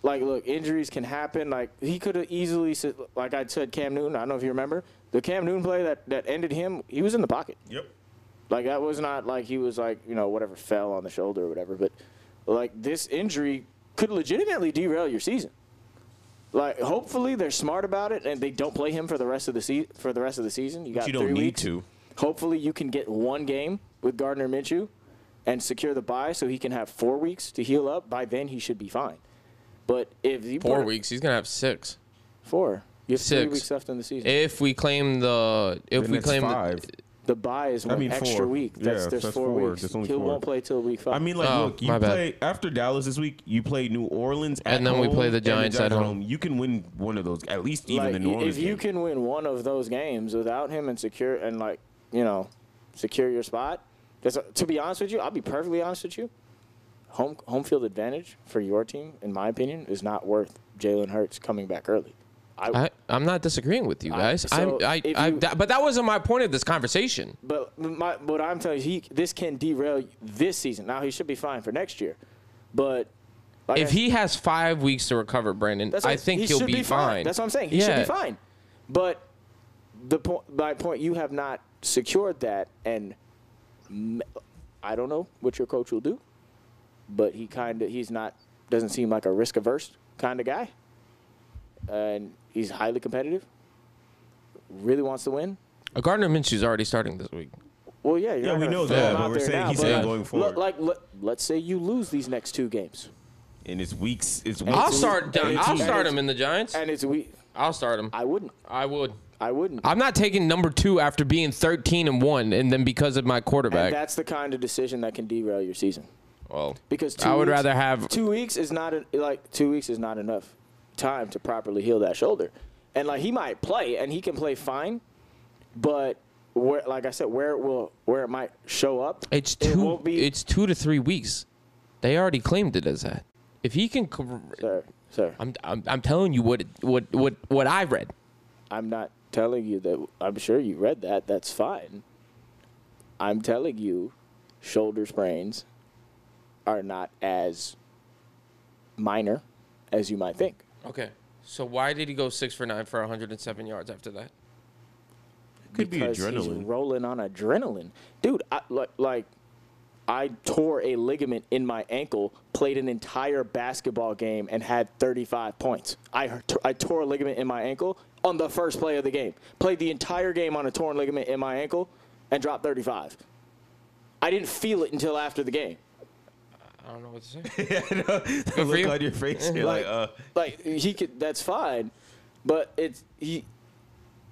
Speaker 5: like, look, injuries can happen. Like he could have easily said, like I said, Cam Newton. I don't know if you remember the Cam Newton play that that ended him. He was in the pocket.
Speaker 4: Yep.
Speaker 5: Like that was not like he was like you know whatever fell on the shoulder or whatever, but like this injury could legitimately derail your season. Like hopefully they're smart about it and they don't play him for the rest of the se- for the rest of the season. You got
Speaker 4: you
Speaker 5: three
Speaker 4: don't need
Speaker 5: weeks.
Speaker 4: to.
Speaker 5: Hopefully you can get one game with Gardner Minshew and secure the bye so he can have four weeks to heal up. By then he should be fine. But if you
Speaker 3: Four
Speaker 5: put-
Speaker 3: weeks. He's gonna have six.
Speaker 5: four, you have three
Speaker 3: Six.
Speaker 5: weeks left in the season.
Speaker 4: Eh.
Speaker 3: If we claim the, if we claim the,
Speaker 5: the bye is one
Speaker 4: mean,
Speaker 5: extra
Speaker 4: four.
Speaker 5: week.
Speaker 4: Yeah,
Speaker 5: That's there's
Speaker 4: that's
Speaker 5: four,
Speaker 4: four.
Speaker 5: weeks.
Speaker 4: That's only
Speaker 5: he
Speaker 4: four.
Speaker 5: won't play till week five.
Speaker 4: I mean, like,
Speaker 3: Oh,
Speaker 4: look, you
Speaker 3: my bad.
Speaker 4: play after Dallas this week. You play New Orleans, at
Speaker 3: And then we
Speaker 4: home,
Speaker 3: play the
Speaker 4: and
Speaker 3: Giants at home.
Speaker 4: You can win one of those, at least even
Speaker 5: like,
Speaker 4: the New
Speaker 5: i-
Speaker 4: Orleans.
Speaker 5: if you
Speaker 4: game.
Speaker 5: can win one of those games without him and secure and like you know secure your spot that's to be honest with you i'll be perfectly honest with you home home field advantage for your team in my opinion is not worth jalen hurts coming back early I,
Speaker 3: I, I'm not disagreeing with you guys. I,
Speaker 5: so
Speaker 3: I,
Speaker 5: if
Speaker 3: I,
Speaker 5: you-
Speaker 3: that- but that wasn't my point of this conversation.
Speaker 5: but my, what i'm telling you he, this can derail this season now he should be fine for next year but like
Speaker 3: If
Speaker 5: I-
Speaker 3: he has five weeks to recover, Brandon,
Speaker 5: That's what
Speaker 3: I
Speaker 5: I'm-
Speaker 3: think
Speaker 5: he
Speaker 3: he will
Speaker 5: should
Speaker 3: be, fine.
Speaker 5: That's what I'm saying. He should
Speaker 3: Yeah.
Speaker 5: be fine. But the point, my point, you have not secured that, and m- I don't know what your coach will do, but he kind of he's not doesn't seem like a risk averse kind of guy, and he's highly competitive. Really wants to win.
Speaker 3: Uh, Gardner Minshew's already starting this week.
Speaker 5: Well, yeah, you're
Speaker 4: Yeah,
Speaker 5: not
Speaker 4: we
Speaker 5: gonna
Speaker 4: know
Speaker 5: throw
Speaker 4: that,
Speaker 5: him
Speaker 4: but
Speaker 5: out
Speaker 4: we're
Speaker 5: there
Speaker 4: saying
Speaker 5: now,
Speaker 4: he's
Speaker 5: but
Speaker 4: saying going forward.
Speaker 5: Look, like let, let's say you lose these next two games,
Speaker 4: and it's weeks. It's weeks.
Speaker 3: I'll start.
Speaker 5: and
Speaker 3: I'll
Speaker 5: it's-
Speaker 3: start him in the Giants.
Speaker 5: and it's we.
Speaker 3: I'll start him.
Speaker 5: I wouldn't.
Speaker 3: I would.
Speaker 5: I wouldn't.
Speaker 3: I'm not taking number two after being 13 and one, and then because of my
Speaker 5: And
Speaker 3: quarterback.
Speaker 5: that's the kind of decision that can derail your season.
Speaker 3: Well,
Speaker 5: Because two
Speaker 3: I would
Speaker 5: weeks-
Speaker 3: rather have
Speaker 5: two weeks is not a, like two weeks is not enough time to properly heal that shoulder, and like he might play and he can play fine, but where like I said, where it will where it might show up,
Speaker 3: It's
Speaker 5: it
Speaker 3: two.
Speaker 5: won't be-
Speaker 3: It's two to three weeks. They already claimed it as that. If he can, cor-
Speaker 5: sir, sir. I'm,
Speaker 3: I'm, I'm I'm telling you what it- what what what I read.
Speaker 5: not telling you that. I'm sure you read that. That's fine. I'm telling you, shoulder sprains are not as minor as you might think.
Speaker 3: Okay. So why did he go six for nine for 107 yards after that?
Speaker 4: could be
Speaker 5: because He's
Speaker 4: adrenaline.
Speaker 5: rolling on adrenaline, dude. I, like, like, I tore a ligament in my ankle, played an entire basketball game, and had 35 points. I I tore a ligament in my ankle on the first play of the game. Played the entire game on a torn ligament in my ankle, and dropped 35. I didn't feel it until after the game.
Speaker 3: I don't know what to say.
Speaker 4: The look
Speaker 3: you.
Speaker 4: on your face. You're like, uh,
Speaker 5: like he could that's fine but it's he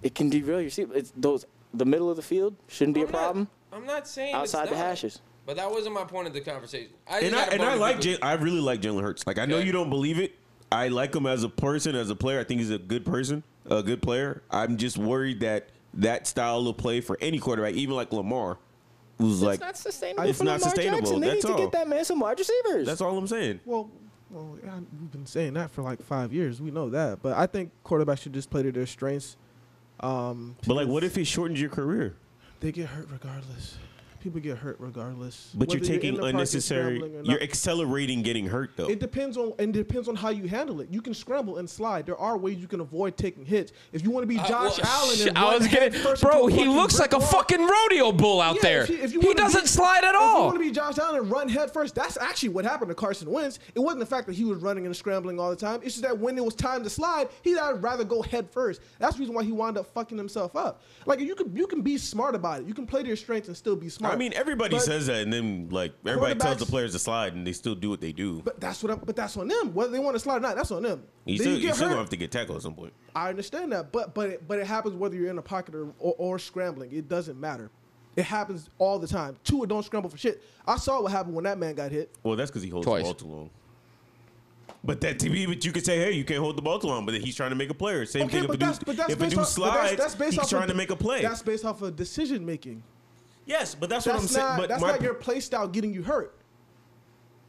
Speaker 5: it can derail your seat it's those the middle of the field shouldn't
Speaker 3: Oh,
Speaker 5: be a problem
Speaker 3: I'm not saying
Speaker 5: outside the hashes
Speaker 3: But that wasn't my point of the conversation. I
Speaker 4: and I and I like Jay, I really like Jalen Hurts. Like I know
Speaker 3: Yeah.
Speaker 4: you don't believe it. I like him as a person, as a player. I think he's a good person, a good player. I'm just worried that that style of play for any quarterback, even like Lamar, who's like
Speaker 5: it's not sustainable.
Speaker 4: It's
Speaker 5: for
Speaker 4: not
Speaker 5: Lamar
Speaker 4: sustainable,
Speaker 5: Jackson. They
Speaker 4: that's
Speaker 5: need to
Speaker 4: all.
Speaker 5: get that man some wide receivers.
Speaker 4: that's all I'm saying.
Speaker 6: Well, well, yeah, we've been saying that for like five years. We know that, but I think quarterbacks should just play to their strengths. Um,
Speaker 4: But like, what if it shortens your career?
Speaker 6: they get hurt regardless? People get hurt regardless.
Speaker 4: But you're
Speaker 6: Whether in
Speaker 4: taking
Speaker 6: the pocket
Speaker 4: unnecessary.
Speaker 6: scrambling or not.
Speaker 4: You're accelerating getting hurt though.
Speaker 6: It depends on and depends on how you handle it. You can scramble and slide. There are ways you can avoid taking hits. If you want to be
Speaker 3: Uh,
Speaker 6: Josh
Speaker 3: well,
Speaker 6: Allen,
Speaker 3: shit,
Speaker 6: and
Speaker 3: I
Speaker 6: run
Speaker 3: was
Speaker 6: head
Speaker 3: getting,
Speaker 6: first
Speaker 3: bro.
Speaker 6: into a
Speaker 3: He looks like
Speaker 6: brick
Speaker 3: a
Speaker 6: wall-
Speaker 3: fucking rodeo bull out
Speaker 6: Yeah,
Speaker 3: there.
Speaker 6: if you- if you
Speaker 3: he
Speaker 6: wanna be-
Speaker 3: doesn't slide at
Speaker 6: If you
Speaker 3: all.
Speaker 6: want to be Josh Allen and run head first, that's actually what happened to Carson Wentz. It wasn't the fact that he was running and scrambling all the time. It's just that when it was time to slide, he'd I'd rather go head first. That's the reason why he wound up fucking himself up. Like you can you can be smart about it. You can play to your strengths and still be smart.
Speaker 4: I mean, everybody
Speaker 6: But-
Speaker 4: says that, and then like everybody tells the
Speaker 6: Quarterbacks-
Speaker 4: players to slide, and they still do what they do.
Speaker 6: But that's what. I, but that's on them. Whether they want to slide or not, that's on them.
Speaker 4: You
Speaker 6: Then
Speaker 4: still,
Speaker 6: you
Speaker 4: you
Speaker 6: get
Speaker 4: still
Speaker 6: hurt.
Speaker 4: gonna have to get tackled at some point.
Speaker 6: I understand that, but but it, but it happens whether you're in a pocket or, or, or scrambling. It doesn't matter. It happens all the time. Tua don't scramble for shit. I saw what happened when that man got hit.
Speaker 4: Well, that's because he holds
Speaker 3: Twice.
Speaker 4: the ball too long. But that to me, but you could say, hey, you can't hold the ball too long. But then he's trying to make a play. Same
Speaker 6: Okay,
Speaker 4: thing if a
Speaker 6: but
Speaker 4: dude,
Speaker 6: that's but that's
Speaker 4: if a
Speaker 6: based
Speaker 4: dude
Speaker 6: off. but
Speaker 4: slides,
Speaker 6: that's, that's based
Speaker 4: he's
Speaker 6: off
Speaker 4: trying
Speaker 6: of,
Speaker 4: to make a play.
Speaker 6: That's based off of decision making.
Speaker 4: yes, but that's,
Speaker 6: That's
Speaker 4: what I'm saying.
Speaker 6: not
Speaker 4: But
Speaker 6: that's
Speaker 4: my,
Speaker 6: not your play style getting you hurt.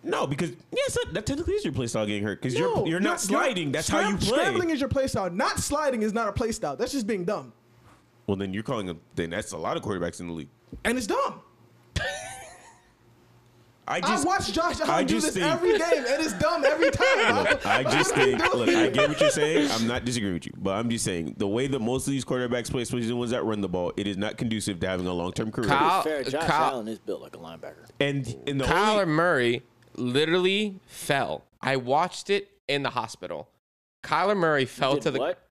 Speaker 4: no, because yes, that, that technically is your play style getting hurt because
Speaker 6: No,
Speaker 4: you're you're not sliding. that's how you
Speaker 6: scram-
Speaker 4: play.
Speaker 6: Scrambling is your play style. Not sliding is not a play style. That's just being dumb,
Speaker 4: well, then you're calling him. Then that's a lot of quarterbacks in the league.
Speaker 6: and it's dumb.
Speaker 4: I
Speaker 6: I
Speaker 4: just
Speaker 6: watch Josh
Speaker 4: I
Speaker 6: Allen do
Speaker 4: just
Speaker 6: this
Speaker 4: think-
Speaker 6: every game, and it's dumb every time.
Speaker 4: Look, I just
Speaker 6: What are we
Speaker 4: think. Look,
Speaker 6: doing?
Speaker 4: I get what you're saying. I'm not disagreeing with you, but I'm just saying the way that most of these quarterbacks play, especially the ones that run the ball, it is not conducive to having a long term career.
Speaker 3: Kyle-
Speaker 5: To be fair, Josh
Speaker 3: Uh, Kyle-
Speaker 5: Allen is built like a linebacker.
Speaker 4: And in the
Speaker 3: Kyler
Speaker 4: only,
Speaker 3: Murray literally fell. I watched it in the hospital. Kyler Murray fell
Speaker 5: Did
Speaker 3: to the.
Speaker 5: what?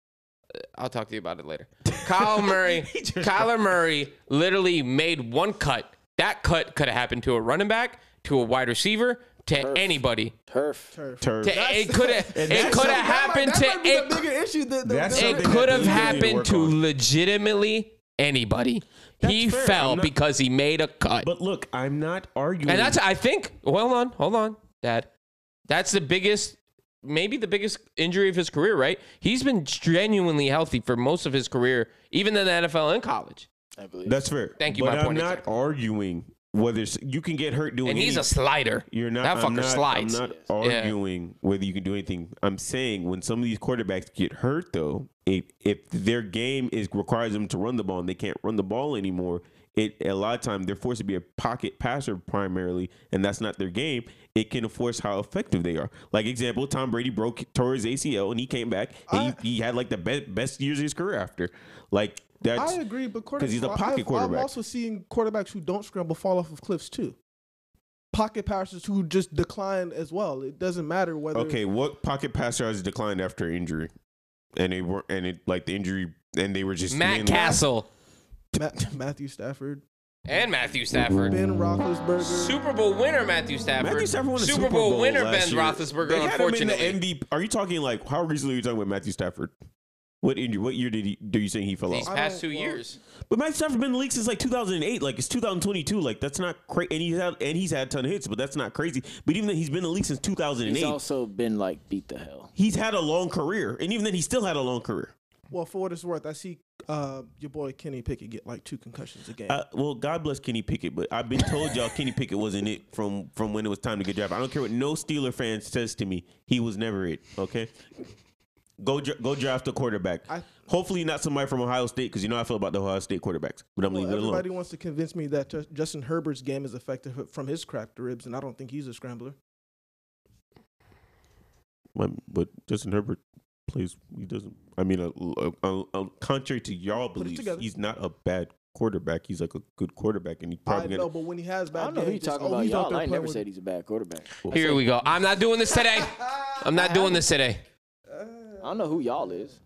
Speaker 3: I'll talk to you about it later. Kyle Murray. Kyler Murray literally made one cut. That cut could have happened to a running back, to a wide receiver, to
Speaker 5: Turf.
Speaker 3: anybody.
Speaker 5: Turf.
Speaker 4: turf.
Speaker 3: To, it could have. It could have happened
Speaker 6: that
Speaker 3: to.
Speaker 6: might, that might be
Speaker 3: It,
Speaker 6: the bigger issue. That, that,
Speaker 4: That's
Speaker 6: that-
Speaker 3: it
Speaker 4: something that
Speaker 3: could
Speaker 4: we
Speaker 3: have
Speaker 4: really need to
Speaker 3: happened
Speaker 4: work
Speaker 3: to
Speaker 4: on.
Speaker 3: legitimately anybody. he
Speaker 4: fair.
Speaker 3: fell
Speaker 4: I'm not-
Speaker 3: because he made a cut.
Speaker 4: But look, I'm not arguing.
Speaker 3: And that's I think. Hold on, hold on, Dad. That's the biggest, maybe the biggest injury of his career. Right? He's been genuinely healthy for most of his career, even in the NFL and college.
Speaker 5: I believe.
Speaker 4: that's fair.
Speaker 3: Thank you,
Speaker 4: But
Speaker 3: my
Speaker 4: I'm
Speaker 3: point
Speaker 4: not
Speaker 3: exactly.
Speaker 4: arguing whether s- you can get hurt doing.
Speaker 3: And he's
Speaker 4: any-
Speaker 3: a slider.
Speaker 4: You're not.
Speaker 3: That
Speaker 4: I'm
Speaker 3: fucker
Speaker 4: not,
Speaker 3: slides.
Speaker 4: I'm not
Speaker 3: Yeah.
Speaker 4: arguing whether you can do anything. I'm saying when some of these quarterbacks get hurt, though, if if their game is requires them to run the ball and they can't run the ball anymore, it a lot of time they're forced to be a pocket passer primarily, and that's not their game. It can enforce how effective they are. Like example, Tom Brady broke tore his ACL and he came back and he, he had like the best best years of his career after. Like that's
Speaker 6: I agree, but quarterbacks.
Speaker 4: because he's a pocket
Speaker 6: I've-
Speaker 4: quarterback.
Speaker 6: I'm also seeing quarterbacks who don't scramble fall off of cliffs too. Pocket passers who just decline as well. It doesn't matter whether.
Speaker 4: Okay, what pocket passer has declined after injury, and they were and it like the injury and they were just
Speaker 3: Matt
Speaker 4: mainly-
Speaker 3: Castle
Speaker 6: Ma- Matthew Stafford,
Speaker 3: and Matthew Stafford.
Speaker 6: Ben Roethlisberger.
Speaker 3: Super Bowl winner Matthew Stafford.
Speaker 4: Matthew Stafford won a
Speaker 3: Super Bowl, winner Ben
Speaker 4: last year.
Speaker 3: Roethlisberger.
Speaker 4: They had him in
Speaker 3: unfortunately,
Speaker 4: the MVP. Are you talking like how recently are you talking about Matthew Stafford? What injury? What year did he? Do you saying he fell
Speaker 3: these
Speaker 4: off?
Speaker 3: past two
Speaker 6: well,
Speaker 3: years.
Speaker 4: But Matthew Stafford's been in the league since like 2008. Like it's 2022. Like that's not crazy. And he's had and he's had a ton of hits, but that's not crazy. But even then, he's been in the league since 2008.
Speaker 5: He's
Speaker 4: He's,
Speaker 5: also been like beat the hell.
Speaker 4: had a long career, and even then, he still had a long career.
Speaker 6: Well, for what it's worth, I see uh, your boy Kenny Pickett get like two concussions a game.
Speaker 4: Uh, well, God bless Kenny Pickett, but I've been told y'all Kenny Pickett wasn't it from from when it was time to get drafted. I don't care what no Steeler fan says to me; he was never it. Okay, go dra- go draft a quarterback.
Speaker 6: I-
Speaker 4: Hopefully, not somebody from Ohio State because you know how I feel about the Ohio State quarterbacks. But I'm
Speaker 6: Well,
Speaker 4: leaving it
Speaker 6: everybody
Speaker 4: alone.
Speaker 6: wants to convince me that Ju- Justin Herbert's game is effective from his cracked ribs, and I don't think he's a scrambler.
Speaker 4: My- but Justin Herbert plays. He doesn't. I mean, uh, uh, uh, contrary to y'all
Speaker 6: it
Speaker 4: beliefs,
Speaker 6: together.
Speaker 4: he's not a bad quarterback. He's like a good quarterback, and he
Speaker 6: I
Speaker 4: probably
Speaker 6: know,
Speaker 4: gonna,
Speaker 6: but when he has
Speaker 5: I
Speaker 6: bad
Speaker 5: don't know who you're
Speaker 6: games,
Speaker 5: talking
Speaker 6: oh,
Speaker 5: about,
Speaker 6: he's out
Speaker 5: y'all.
Speaker 6: there
Speaker 5: I ain't
Speaker 6: playing
Speaker 5: never
Speaker 6: with-
Speaker 5: said he's a bad quarterback.
Speaker 3: Here we go. I'm not doing this today. I'm not doing this today.
Speaker 5: I don't know who y'all is.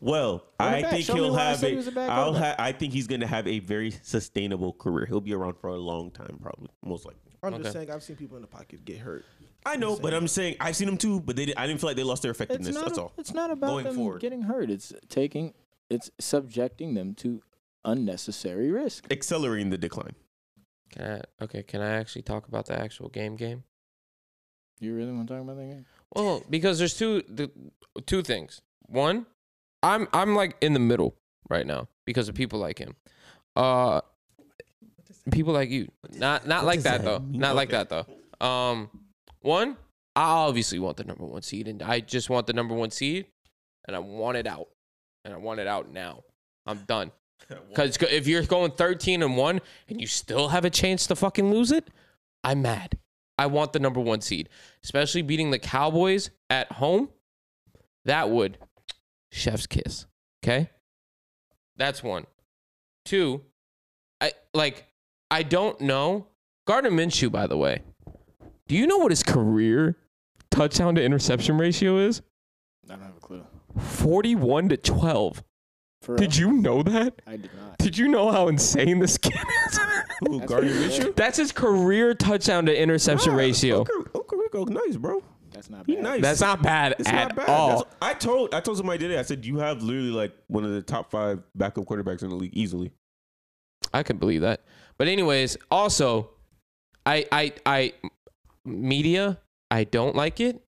Speaker 4: Well, I
Speaker 5: back.
Speaker 4: think
Speaker 5: Show me
Speaker 4: he'll
Speaker 5: why I
Speaker 4: have
Speaker 5: said he was a
Speaker 4: it.
Speaker 5: bad
Speaker 4: I'll ha-
Speaker 5: quarterback.
Speaker 4: I think he's going to have a very sustainable career. He'll be around for a long time, probably, most likely.
Speaker 6: I'm just
Speaker 3: Okay.
Speaker 6: saying, I've seen people in the pocket get hurt.
Speaker 4: I know, but I'm saying I've seen him too, but they did, I didn't feel like they lost their
Speaker 5: It's
Speaker 4: effectiveness.
Speaker 5: not,
Speaker 4: That's
Speaker 5: a-
Speaker 4: all.
Speaker 5: it's not about
Speaker 4: Going
Speaker 5: them
Speaker 4: forward.
Speaker 5: getting hurt. It's taking, it's subjecting them to unnecessary risk.
Speaker 4: Accelerating the decline.
Speaker 3: Can I, okay, can I actually talk about the actual game? Game.
Speaker 5: You really want to talk about that game?
Speaker 3: Well, because there's two the, two things. One, I'm I'm like in the middle. right now because of people like him. Uh, people like you. Not not like
Speaker 4: does
Speaker 3: that,
Speaker 4: that
Speaker 3: though.
Speaker 4: mean?
Speaker 3: Not like that though. Um, one, I obviously want the number one seed, and I just want the number one seed, and I want it out, and I want it out now. I'm done. Because if you're going 13 and one, and you still have a chance to fucking lose it, I'm mad. I want the number one seed, especially beating the Cowboys at home. That would chef's kiss. Okay, that's one. Two, I like. I don't know Gardner Minshew. By the way, do you know what his career touchdown to interception ratio is?
Speaker 5: I don't have a clue.
Speaker 3: Forty-one to twelve.
Speaker 5: For real?
Speaker 3: Did you know that?
Speaker 5: I did not.
Speaker 3: Did you know how insane this kid is?
Speaker 4: Who,
Speaker 5: That's
Speaker 4: Gardner
Speaker 5: pretty
Speaker 4: Minshew?
Speaker 5: good.
Speaker 3: That's his career touchdown to interception
Speaker 4: Ah,
Speaker 3: ratio.
Speaker 4: Uncle, Uncle Rico, nice, bro.
Speaker 5: That's not
Speaker 4: He
Speaker 5: bad.
Speaker 4: nice.
Speaker 3: That's not bad
Speaker 4: It's
Speaker 3: at
Speaker 4: not bad.
Speaker 3: all.
Speaker 4: That's- I told I told somebody today. I said you have literally like one of the top five backup quarterbacks in the league easily.
Speaker 3: I could believe that. But anyways, also, I I I media, I don't like it.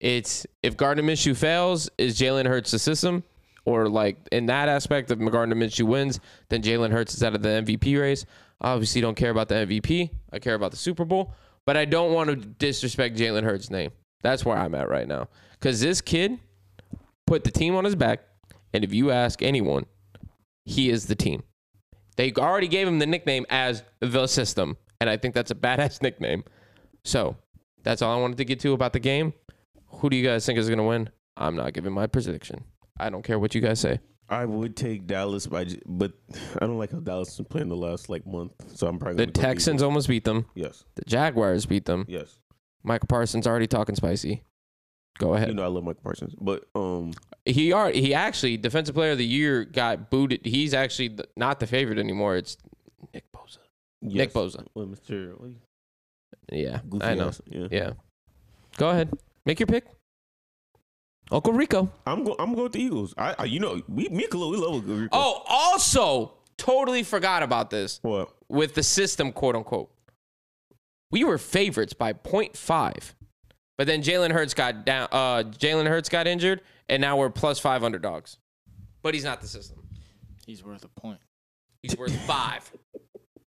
Speaker 3: It's if Gardner Minshew fails, is Jalen Hurts the system? Or like in that aspect, if Gardner Minshew wins, then Jalen Hurts is out of the MVP race. I obviously don't care about the MVP. I care about the Super Bowl. But I don't want to disrespect Jalen Hurts' name. That's where I'm at right now. Cause this kid put the team on his back. And if you ask anyone, he is the team. They already gave him the nickname as the system, and I think that's a badass nickname. So that's all I wanted to get to about the game. Who do you guys think is going to win? I'm not giving my prediction. I don't care what you guys say.
Speaker 4: I would take Dallas, but I, ju- but I don't like how Dallas has been playing the last like month. So I'm probably
Speaker 3: The
Speaker 4: gonna go
Speaker 3: Texans
Speaker 4: Eagles.
Speaker 3: almost beat them.
Speaker 4: Yes,
Speaker 3: The Jaguars beat them.
Speaker 4: yes.
Speaker 3: Michael Parsons already talking spicy. Go
Speaker 4: You
Speaker 3: ahead.
Speaker 4: know I love Michael Parsons, but um,
Speaker 3: He are he actually defensive player of the year got booted. He's actually th- not the favorite anymore. It's Nick Bosa.
Speaker 4: yes.
Speaker 3: Nick Bosa.
Speaker 4: Well, Mr. what are you-
Speaker 3: Yeah,
Speaker 4: Goofy
Speaker 3: I know.
Speaker 4: ass. Yeah.
Speaker 3: Yeah. Go ahead. Make your pick. Uncle Rico.
Speaker 4: I'm go, I'm going with the Eagles. I, I you know we me and Khalil, we love Rico.
Speaker 3: Oh, also, totally forgot about this
Speaker 4: what?
Speaker 3: with the system, quote unquote. We were favorites by 0.5, but then Jalen Hurts got down. Uh, Jalen Hurts got injured, and now we're plus five underdogs. But he's not the system.
Speaker 5: He's worth a point.
Speaker 3: He's worth five.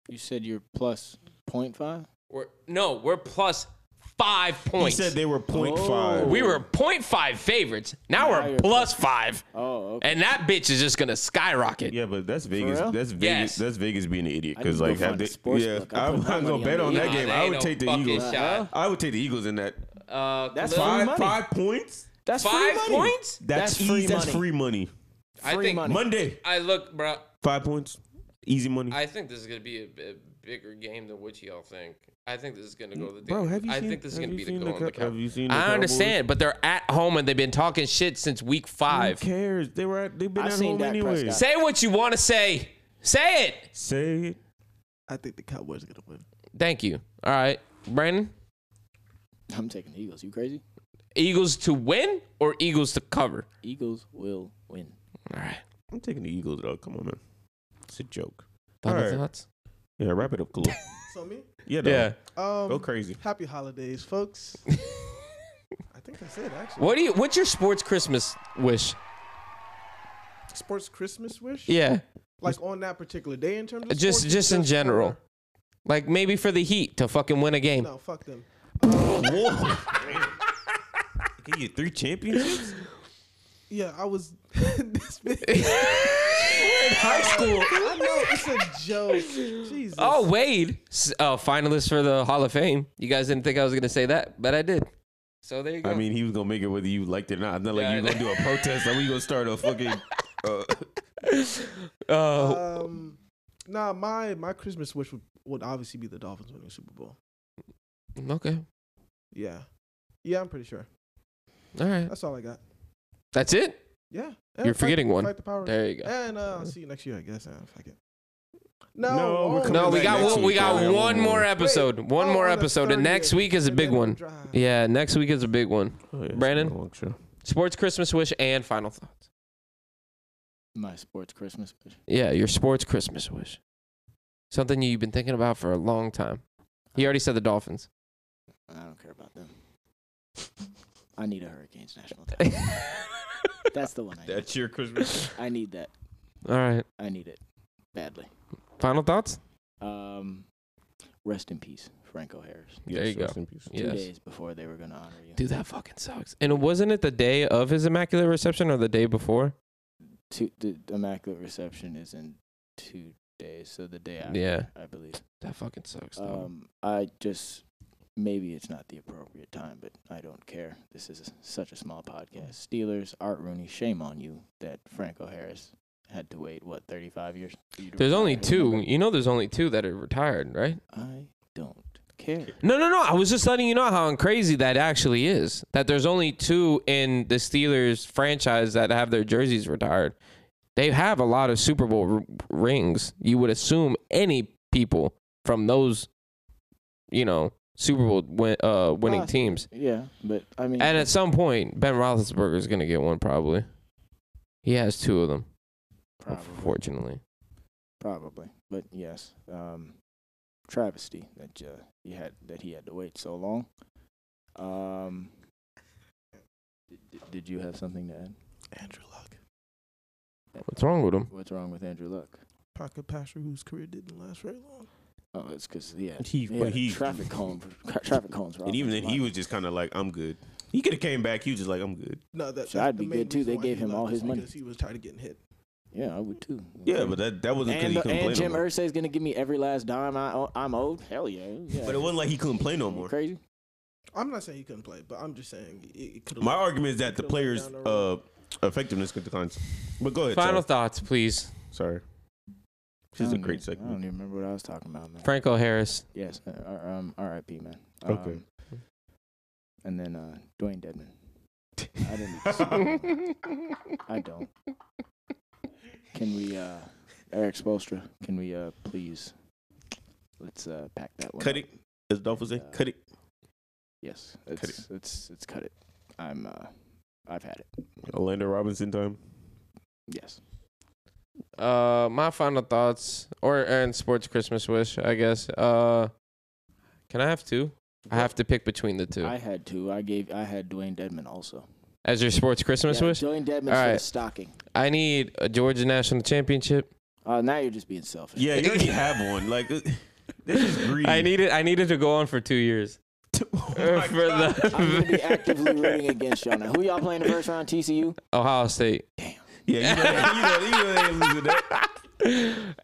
Speaker 5: You said you're plus 0.5?
Speaker 3: We're no, we're plus five points.
Speaker 4: He said they were point
Speaker 5: Oh.
Speaker 4: five.
Speaker 3: we were 0.5 favorites. Now,
Speaker 5: Now
Speaker 3: we're
Speaker 5: you're
Speaker 3: plus five,
Speaker 5: Oh, okay.
Speaker 3: and that bitch is just gonna skyrocket.
Speaker 4: Yeah, but that's Vegas.
Speaker 5: real?
Speaker 4: That's Vegas.
Speaker 3: Yes.
Speaker 4: That's Vegas being an idiot
Speaker 5: I
Speaker 4: because
Speaker 5: need to
Speaker 4: like
Speaker 5: go
Speaker 4: have
Speaker 5: find a
Speaker 4: they,
Speaker 5: sports
Speaker 4: yeah,
Speaker 5: book. I
Speaker 4: I'm
Speaker 5: put my
Speaker 4: not gonna
Speaker 5: money
Speaker 4: bet
Speaker 5: on
Speaker 4: on
Speaker 5: the
Speaker 4: that
Speaker 5: Eagles.
Speaker 4: game.
Speaker 3: Nah,
Speaker 4: I
Speaker 3: they
Speaker 4: would
Speaker 3: no
Speaker 4: take the
Speaker 3: fucking
Speaker 4: Eagles.
Speaker 3: shot.
Speaker 4: I would take the Eagles in that.
Speaker 3: Uh,
Speaker 5: That's
Speaker 3: Khalil,
Speaker 4: Five
Speaker 5: Free money.
Speaker 4: five points.
Speaker 5: That's
Speaker 3: five
Speaker 5: free money.
Speaker 3: points.
Speaker 4: That's
Speaker 5: That's free
Speaker 4: eas- that's
Speaker 5: money.
Speaker 4: free money.
Speaker 3: I
Speaker 5: Free
Speaker 3: think
Speaker 5: money.
Speaker 4: Monday
Speaker 3: I look, bro.
Speaker 4: five points. Easy money.
Speaker 3: I think this is gonna be a, a bigger game than what y'all think. I think this is gonna go to the.
Speaker 4: Bro, have you
Speaker 3: I
Speaker 4: seen-
Speaker 3: think this is
Speaker 4: have
Speaker 3: gonna
Speaker 4: you
Speaker 3: be the
Speaker 4: seen
Speaker 3: go
Speaker 4: the
Speaker 3: on the
Speaker 4: Cow- have you
Speaker 3: Cowboys.
Speaker 4: seen the
Speaker 3: I
Speaker 4: Cowboys?
Speaker 3: understand, but they're at home and they've been talking shit since week
Speaker 4: Who
Speaker 3: five.
Speaker 4: cares? They were at, they've been
Speaker 5: I
Speaker 4: at
Speaker 5: seen
Speaker 4: home
Speaker 5: Dak
Speaker 4: anyway.
Speaker 5: Prescott.
Speaker 3: Say what you want to say. Say it.
Speaker 4: Say it.
Speaker 6: I think the Cowboys are gonna win.
Speaker 3: Thank you. All right, Brandon.
Speaker 5: I'm taking the Eagles. You crazy?
Speaker 3: Eagles to win or Eagles to cover.
Speaker 5: Eagles will win.
Speaker 3: All right.
Speaker 4: I'm taking the Eagles though. Come on, man. It's a joke.
Speaker 3: Final
Speaker 4: All right.
Speaker 3: thoughts.
Speaker 4: Yeah, wrap it up, Khalil.
Speaker 6: So me,
Speaker 4: Yeah, dog.
Speaker 6: um,
Speaker 4: Go crazy.
Speaker 6: Happy holidays, folks. I think that's it. Actually,
Speaker 3: What do you? What's your sports Christmas wish?
Speaker 6: sports Christmas wish?
Speaker 3: Yeah.
Speaker 6: Like on that particular day in terms of
Speaker 3: Just-
Speaker 6: sports,
Speaker 3: just in
Speaker 6: or-
Speaker 3: general. Like maybe for the Heat to fucking win a game.
Speaker 6: No, fuck them.
Speaker 4: Give you three championships.
Speaker 6: Yeah, I was. this bitch.
Speaker 4: High school.
Speaker 6: I know it's a joke. Jesus.
Speaker 3: Oh, Wade, S- uh, finalist for the Hall of Fame. You guys didn't think I was going to say that, but I did. So there you go.
Speaker 4: I mean, he was gonna make it whether you liked it or not. It's not like
Speaker 3: Yeah, I
Speaker 4: you're gonna do
Speaker 3: know.
Speaker 4: a protest and we gonna start a fucking. Uh,
Speaker 3: uh,
Speaker 6: Um, nah, my my Christmas wish would, would obviously be the Dolphins winning the Super Bowl.
Speaker 3: okay.
Speaker 6: Yeah, yeah, I'm pretty sure.
Speaker 3: All right.
Speaker 6: That's all I got.
Speaker 3: That's it.
Speaker 6: Yeah,
Speaker 3: You're forgetting one.
Speaker 6: Fight the power.
Speaker 3: There you go.
Speaker 6: And uh, I'll see you next year, I guess. Uh, fuck it. No,
Speaker 4: No, we're
Speaker 6: oh,
Speaker 4: coming
Speaker 3: No, we
Speaker 4: back
Speaker 3: got
Speaker 4: next
Speaker 3: one, we
Speaker 4: week. Yeah,
Speaker 3: got
Speaker 4: we got
Speaker 3: one
Speaker 4: one
Speaker 3: more
Speaker 4: more.
Speaker 3: episode. one
Speaker 6: oh,
Speaker 3: more
Speaker 6: on the
Speaker 3: episode. And next
Speaker 6: 30th,
Speaker 3: week is a
Speaker 6: and
Speaker 3: big
Speaker 6: then we'll
Speaker 3: one.
Speaker 6: drive.
Speaker 3: Yeah, next week is a big one.
Speaker 4: oh, yeah,
Speaker 3: Brandon?
Speaker 4: it's been a long show.
Speaker 3: Sports Christmas wish and final thoughts.
Speaker 5: My sports Christmas. wish.
Speaker 3: Yeah, your sports Christmas wish. Something you've been thinking about for a long time. He already said the Dolphins.
Speaker 5: I don't care about them. I need a Hurricanes national title. That's the one I need.
Speaker 4: That's your Christmas.
Speaker 5: I need that.
Speaker 3: All right.
Speaker 5: I need it badly.
Speaker 3: Final thoughts?
Speaker 5: Um, rest in peace, Franco Harris.
Speaker 3: There you go.
Speaker 4: rest in peace.
Speaker 5: Two
Speaker 3: Yes.
Speaker 5: days before they were gonna honor you.
Speaker 3: Dude, that fucking sucks. And wasn't it the day of his immaculate reception or the day before?
Speaker 5: Two, the the Immaculate Reception is in two days, so the day after,
Speaker 3: Yeah.
Speaker 5: I believe.
Speaker 3: That fucking sucks. dog.
Speaker 5: Um, I just maybe it's not the appropriate time, but I don't care. This is such a small podcast. Steelers, Art Rooney, shame on you that Franco Harris had to wait what thirty five years. for you to
Speaker 3: there's
Speaker 5: retire
Speaker 3: only
Speaker 5: his
Speaker 3: two.
Speaker 5: number?
Speaker 3: You know, there's only two that are retired, right?
Speaker 5: I don't care.
Speaker 3: No, no, no. I was just letting you know how crazy that actually is. That there's only two in the Steelers franchise that have their jerseys retired. They have a lot of Super Bowl r- rings. You would assume any people from those, you know, Super Bowl win, uh, winning
Speaker 5: Possibly.
Speaker 3: teams.
Speaker 5: Yeah, but I mean,
Speaker 3: And at some point, Ben Roethlisberger is gonna get one probably. He has two of them,
Speaker 5: probably,
Speaker 3: fortunately.
Speaker 5: probably, but yes, um, travesty that uh, he had that he had to wait so long. Um, did, did you have something to add?
Speaker 6: Andrew Luck,
Speaker 3: What's wrong with him?
Speaker 5: What's wrong with Andrew Luck?
Speaker 6: pocket passer whose career didn't last very long.
Speaker 5: Oh, it's because yeah,
Speaker 4: He-
Speaker 5: yeah,
Speaker 4: but he-
Speaker 5: traffic cone, tra- traffic cones. were
Speaker 4: And even then,
Speaker 5: offensive
Speaker 4: he
Speaker 5: line.
Speaker 4: was just kind of like, "I'm good." He could have came back. He was just like, "I'm good."
Speaker 6: No, that,
Speaker 5: So
Speaker 6: that's
Speaker 5: I'd
Speaker 6: the
Speaker 5: be
Speaker 6: main
Speaker 5: good, too. They
Speaker 6: reason why
Speaker 5: gave
Speaker 6: he
Speaker 5: him
Speaker 6: left,
Speaker 5: all his
Speaker 6: is
Speaker 5: money.
Speaker 6: because he was tired of getting hit.
Speaker 5: Yeah, I would too.
Speaker 4: Yeah, but that, that wasn't because
Speaker 5: and,
Speaker 4: he
Speaker 5: the,
Speaker 4: couldn't
Speaker 5: and
Speaker 4: play
Speaker 5: Jim
Speaker 4: no more.
Speaker 5: Irsay's gonna give me every last dime I owe, I'm owed. Hell yeah, yeah.
Speaker 4: But it wasn't like he couldn't play no more.
Speaker 5: Crazy.
Speaker 6: I'm not saying he couldn't play, but I'm just saying it, it could.
Speaker 4: My argument is that the
Speaker 6: Could've
Speaker 4: players'
Speaker 6: went down the
Speaker 4: uh,
Speaker 6: road.
Speaker 4: effectiveness could decline. But uh, go ahead.
Speaker 3: Final
Speaker 4: Final.
Speaker 3: thoughts, please.
Speaker 4: Sorry.
Speaker 5: I
Speaker 4: This is a
Speaker 5: don't
Speaker 4: great
Speaker 5: even- I don't
Speaker 4: segment.
Speaker 5: even remember what I was talking about, man.
Speaker 3: Franco Harris.
Speaker 5: Yes, uh, R- um, R.I.P. Man.
Speaker 4: Okay.
Speaker 5: Um, and then uh, Dwayne Dedman. I didn't. need to say that. I don't. Can we, uh, Eric Spolstra? Can we uh, please? Let's uh, pack that one.
Speaker 4: Cut
Speaker 5: up.
Speaker 4: it, as Dolph would say.
Speaker 5: Uh,
Speaker 4: Cut it.
Speaker 5: Yes,
Speaker 4: it.
Speaker 5: it's it's it's cut it. I'm uh, I've had it.
Speaker 4: Orlando Robinson time.
Speaker 5: Yes.
Speaker 3: Uh, my final thoughts, or and sports Christmas wish, I guess. Uh, can I have two? I have to pick between the two.
Speaker 5: I had two. I gave. I had Dwayne Dedman also.
Speaker 3: As your sports Christmas
Speaker 5: Yeah,
Speaker 3: wish,
Speaker 5: Dwayne Dedman's
Speaker 3: All
Speaker 5: for the
Speaker 3: right.
Speaker 5: stocking.
Speaker 3: I need a Georgia national championship.
Speaker 5: Uh, now you're just being selfish.
Speaker 4: Yeah, you already have one. Like uh, this is greedy.
Speaker 3: I needed. I needed to go on for two years.
Speaker 4: Oh my
Speaker 3: for
Speaker 4: God.
Speaker 5: I'm gonna be actively rooting
Speaker 3: the
Speaker 5: against y'all now. Who y'all playing the first round? TCU.
Speaker 3: Ohio State,
Speaker 4: Yeah, you know, they- you know, you know they ain't losing that.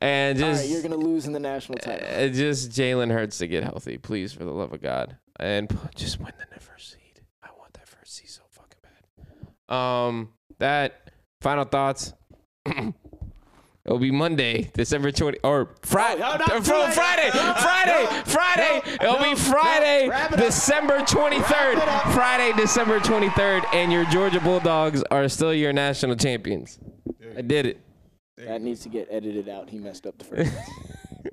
Speaker 3: and
Speaker 5: All
Speaker 3: just
Speaker 5: right, you're gonna lose in the national title.
Speaker 3: Uh, just Jalen Hurts to get healthy, please, for the love of God, and p- just win the first seed. I want that first seed so fucking bad. Um, that final thoughts. It'll be Monday, December twenty or Friday.
Speaker 5: Oh, No, no, not too late.
Speaker 3: Friday,
Speaker 5: No, no,
Speaker 3: Friday,
Speaker 5: no,
Speaker 3: Friday.
Speaker 5: no,
Speaker 3: It'll
Speaker 5: no,
Speaker 3: be Friday,
Speaker 5: no. Wrap it up.
Speaker 3: December twenty third.
Speaker 5: Wrap it up.
Speaker 3: Friday, December twenty third, and your Georgia Bulldogs are still your national champions. I did it.
Speaker 5: That needs to get edited out. He messed up the first. round.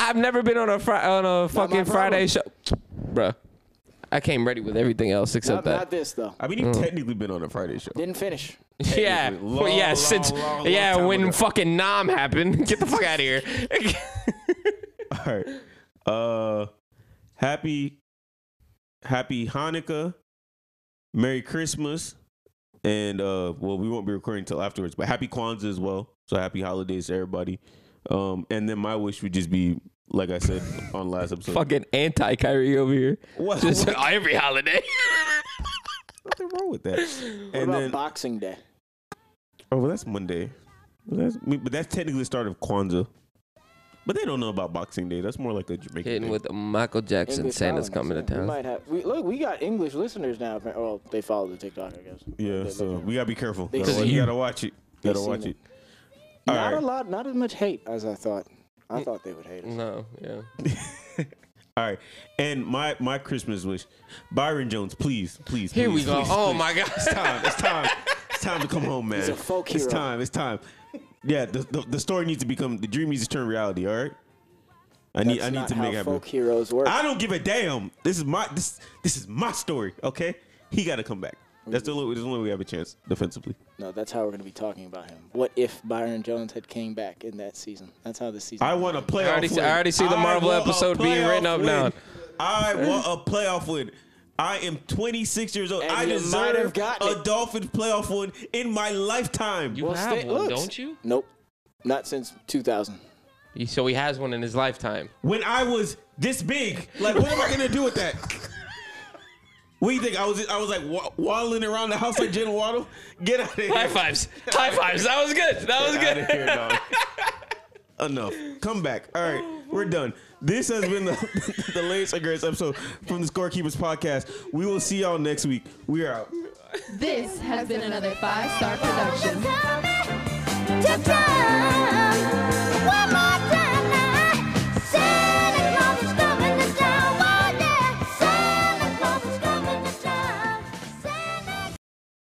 Speaker 3: I've never been on a fri- on a fucking
Speaker 5: problem.
Speaker 3: Friday show, Bruh, I came ready with everything else
Speaker 5: not,
Speaker 3: except
Speaker 5: not
Speaker 3: that.
Speaker 5: this though.
Speaker 4: I mean, he's technically been on a Friday show.
Speaker 5: Didn't finish.
Speaker 3: yeah,
Speaker 4: Technically,
Speaker 3: well, yeah,
Speaker 4: long,
Speaker 3: since
Speaker 4: long, long, long
Speaker 3: yeah,
Speaker 4: time
Speaker 3: when
Speaker 4: ago.
Speaker 3: fucking Nom happened, get the fuck out of here.
Speaker 4: All right. Uh, happy, happy Hanukkah, Merry Christmas, and uh, well, we won't be recording until afterwards, but happy Kwanzaa as well. So happy holidays to everybody. Um, and then my wish would just be, like I said on last episode,
Speaker 3: fucking anti Kyrie over here.
Speaker 4: What-
Speaker 3: Just every holiday.
Speaker 4: nothing wrong with that.
Speaker 5: What
Speaker 4: and
Speaker 5: about
Speaker 4: then,
Speaker 5: Boxing Day?
Speaker 4: oh, well, that's Monday. Well, That's, I mean, but that's technically the start of Kwanzaa. But they don't know about Boxing Day. That's more like a Jamaican.
Speaker 3: Hitting
Speaker 4: thing.
Speaker 3: with Michael Jackson.
Speaker 5: English
Speaker 3: Santa's coming
Speaker 5: colonies,
Speaker 3: to
Speaker 5: yeah. We
Speaker 3: town.
Speaker 5: might have. We, look, we got English listeners now. apparent- Well, they follow the TikTok, I guess.
Speaker 4: yeah. So we gotta be careful.
Speaker 5: They
Speaker 4: Gotta-
Speaker 5: seen
Speaker 4: you
Speaker 5: it.
Speaker 4: gotta watch it. Gotta
Speaker 5: seen
Speaker 4: watch
Speaker 5: it.
Speaker 4: it.
Speaker 5: not
Speaker 4: Alright.
Speaker 5: a lot, not as much hate as I thought. I thought they would hate
Speaker 4: Mm-hmm.
Speaker 5: us.
Speaker 3: No, yeah.
Speaker 4: All right, and my my Christmas wish, Byron Jones, please, please.
Speaker 3: Here we
Speaker 4: please,
Speaker 3: go.
Speaker 4: please,
Speaker 3: Oh
Speaker 4: please.
Speaker 3: my God.
Speaker 4: it's time, it's time, it's time to come home, man.
Speaker 5: a folk
Speaker 4: It's
Speaker 5: hero.
Speaker 4: time, it's time. Yeah, the, the the story needs to become the dream needs to turn reality. All right, I need I
Speaker 5: That's
Speaker 4: need
Speaker 5: not
Speaker 4: to
Speaker 5: how
Speaker 4: make it happen.
Speaker 5: folk heroes work.
Speaker 4: I don't give a damn. This is my this this is my story. Okay, he got to come back. That's the only, that's the only way we have a chance defensively.
Speaker 5: no, that's how we're going to be talking about him. What if Byron Jones had came back in that season? That's how the season.
Speaker 4: I want a playoff.
Speaker 3: already see-
Speaker 4: win.
Speaker 3: I already see the Marvel
Speaker 4: want a
Speaker 3: episode being
Speaker 4: playoff
Speaker 3: written up
Speaker 4: win.
Speaker 3: now.
Speaker 4: I want a playoff win. I am 26 years old.
Speaker 5: And
Speaker 4: I
Speaker 5: you might
Speaker 4: deserve
Speaker 5: have gotten
Speaker 4: a
Speaker 5: it.
Speaker 4: Dolphins playoff win in my lifetime.
Speaker 3: You have
Speaker 5: stay-
Speaker 3: one,
Speaker 5: looks-
Speaker 3: don't you?
Speaker 5: Nope. Not since 2000.
Speaker 3: He- So he has one in his lifetime.
Speaker 4: When I was this big, like, what am I gonna do with that? What do you think? I was I was like wa- waddling around the house like Jen Waddle. Get out of here.
Speaker 3: High fives. High fives. That was good. That was
Speaker 4: Outta
Speaker 3: good.
Speaker 4: here, dog. Enough. Come back. All right, we're done. This has been the, the latest and greatest episode from the Scorekeepers podcast. We will see y'all next week. We are out.
Speaker 1: This has been another five star production.
Speaker 8: Tell me, just tell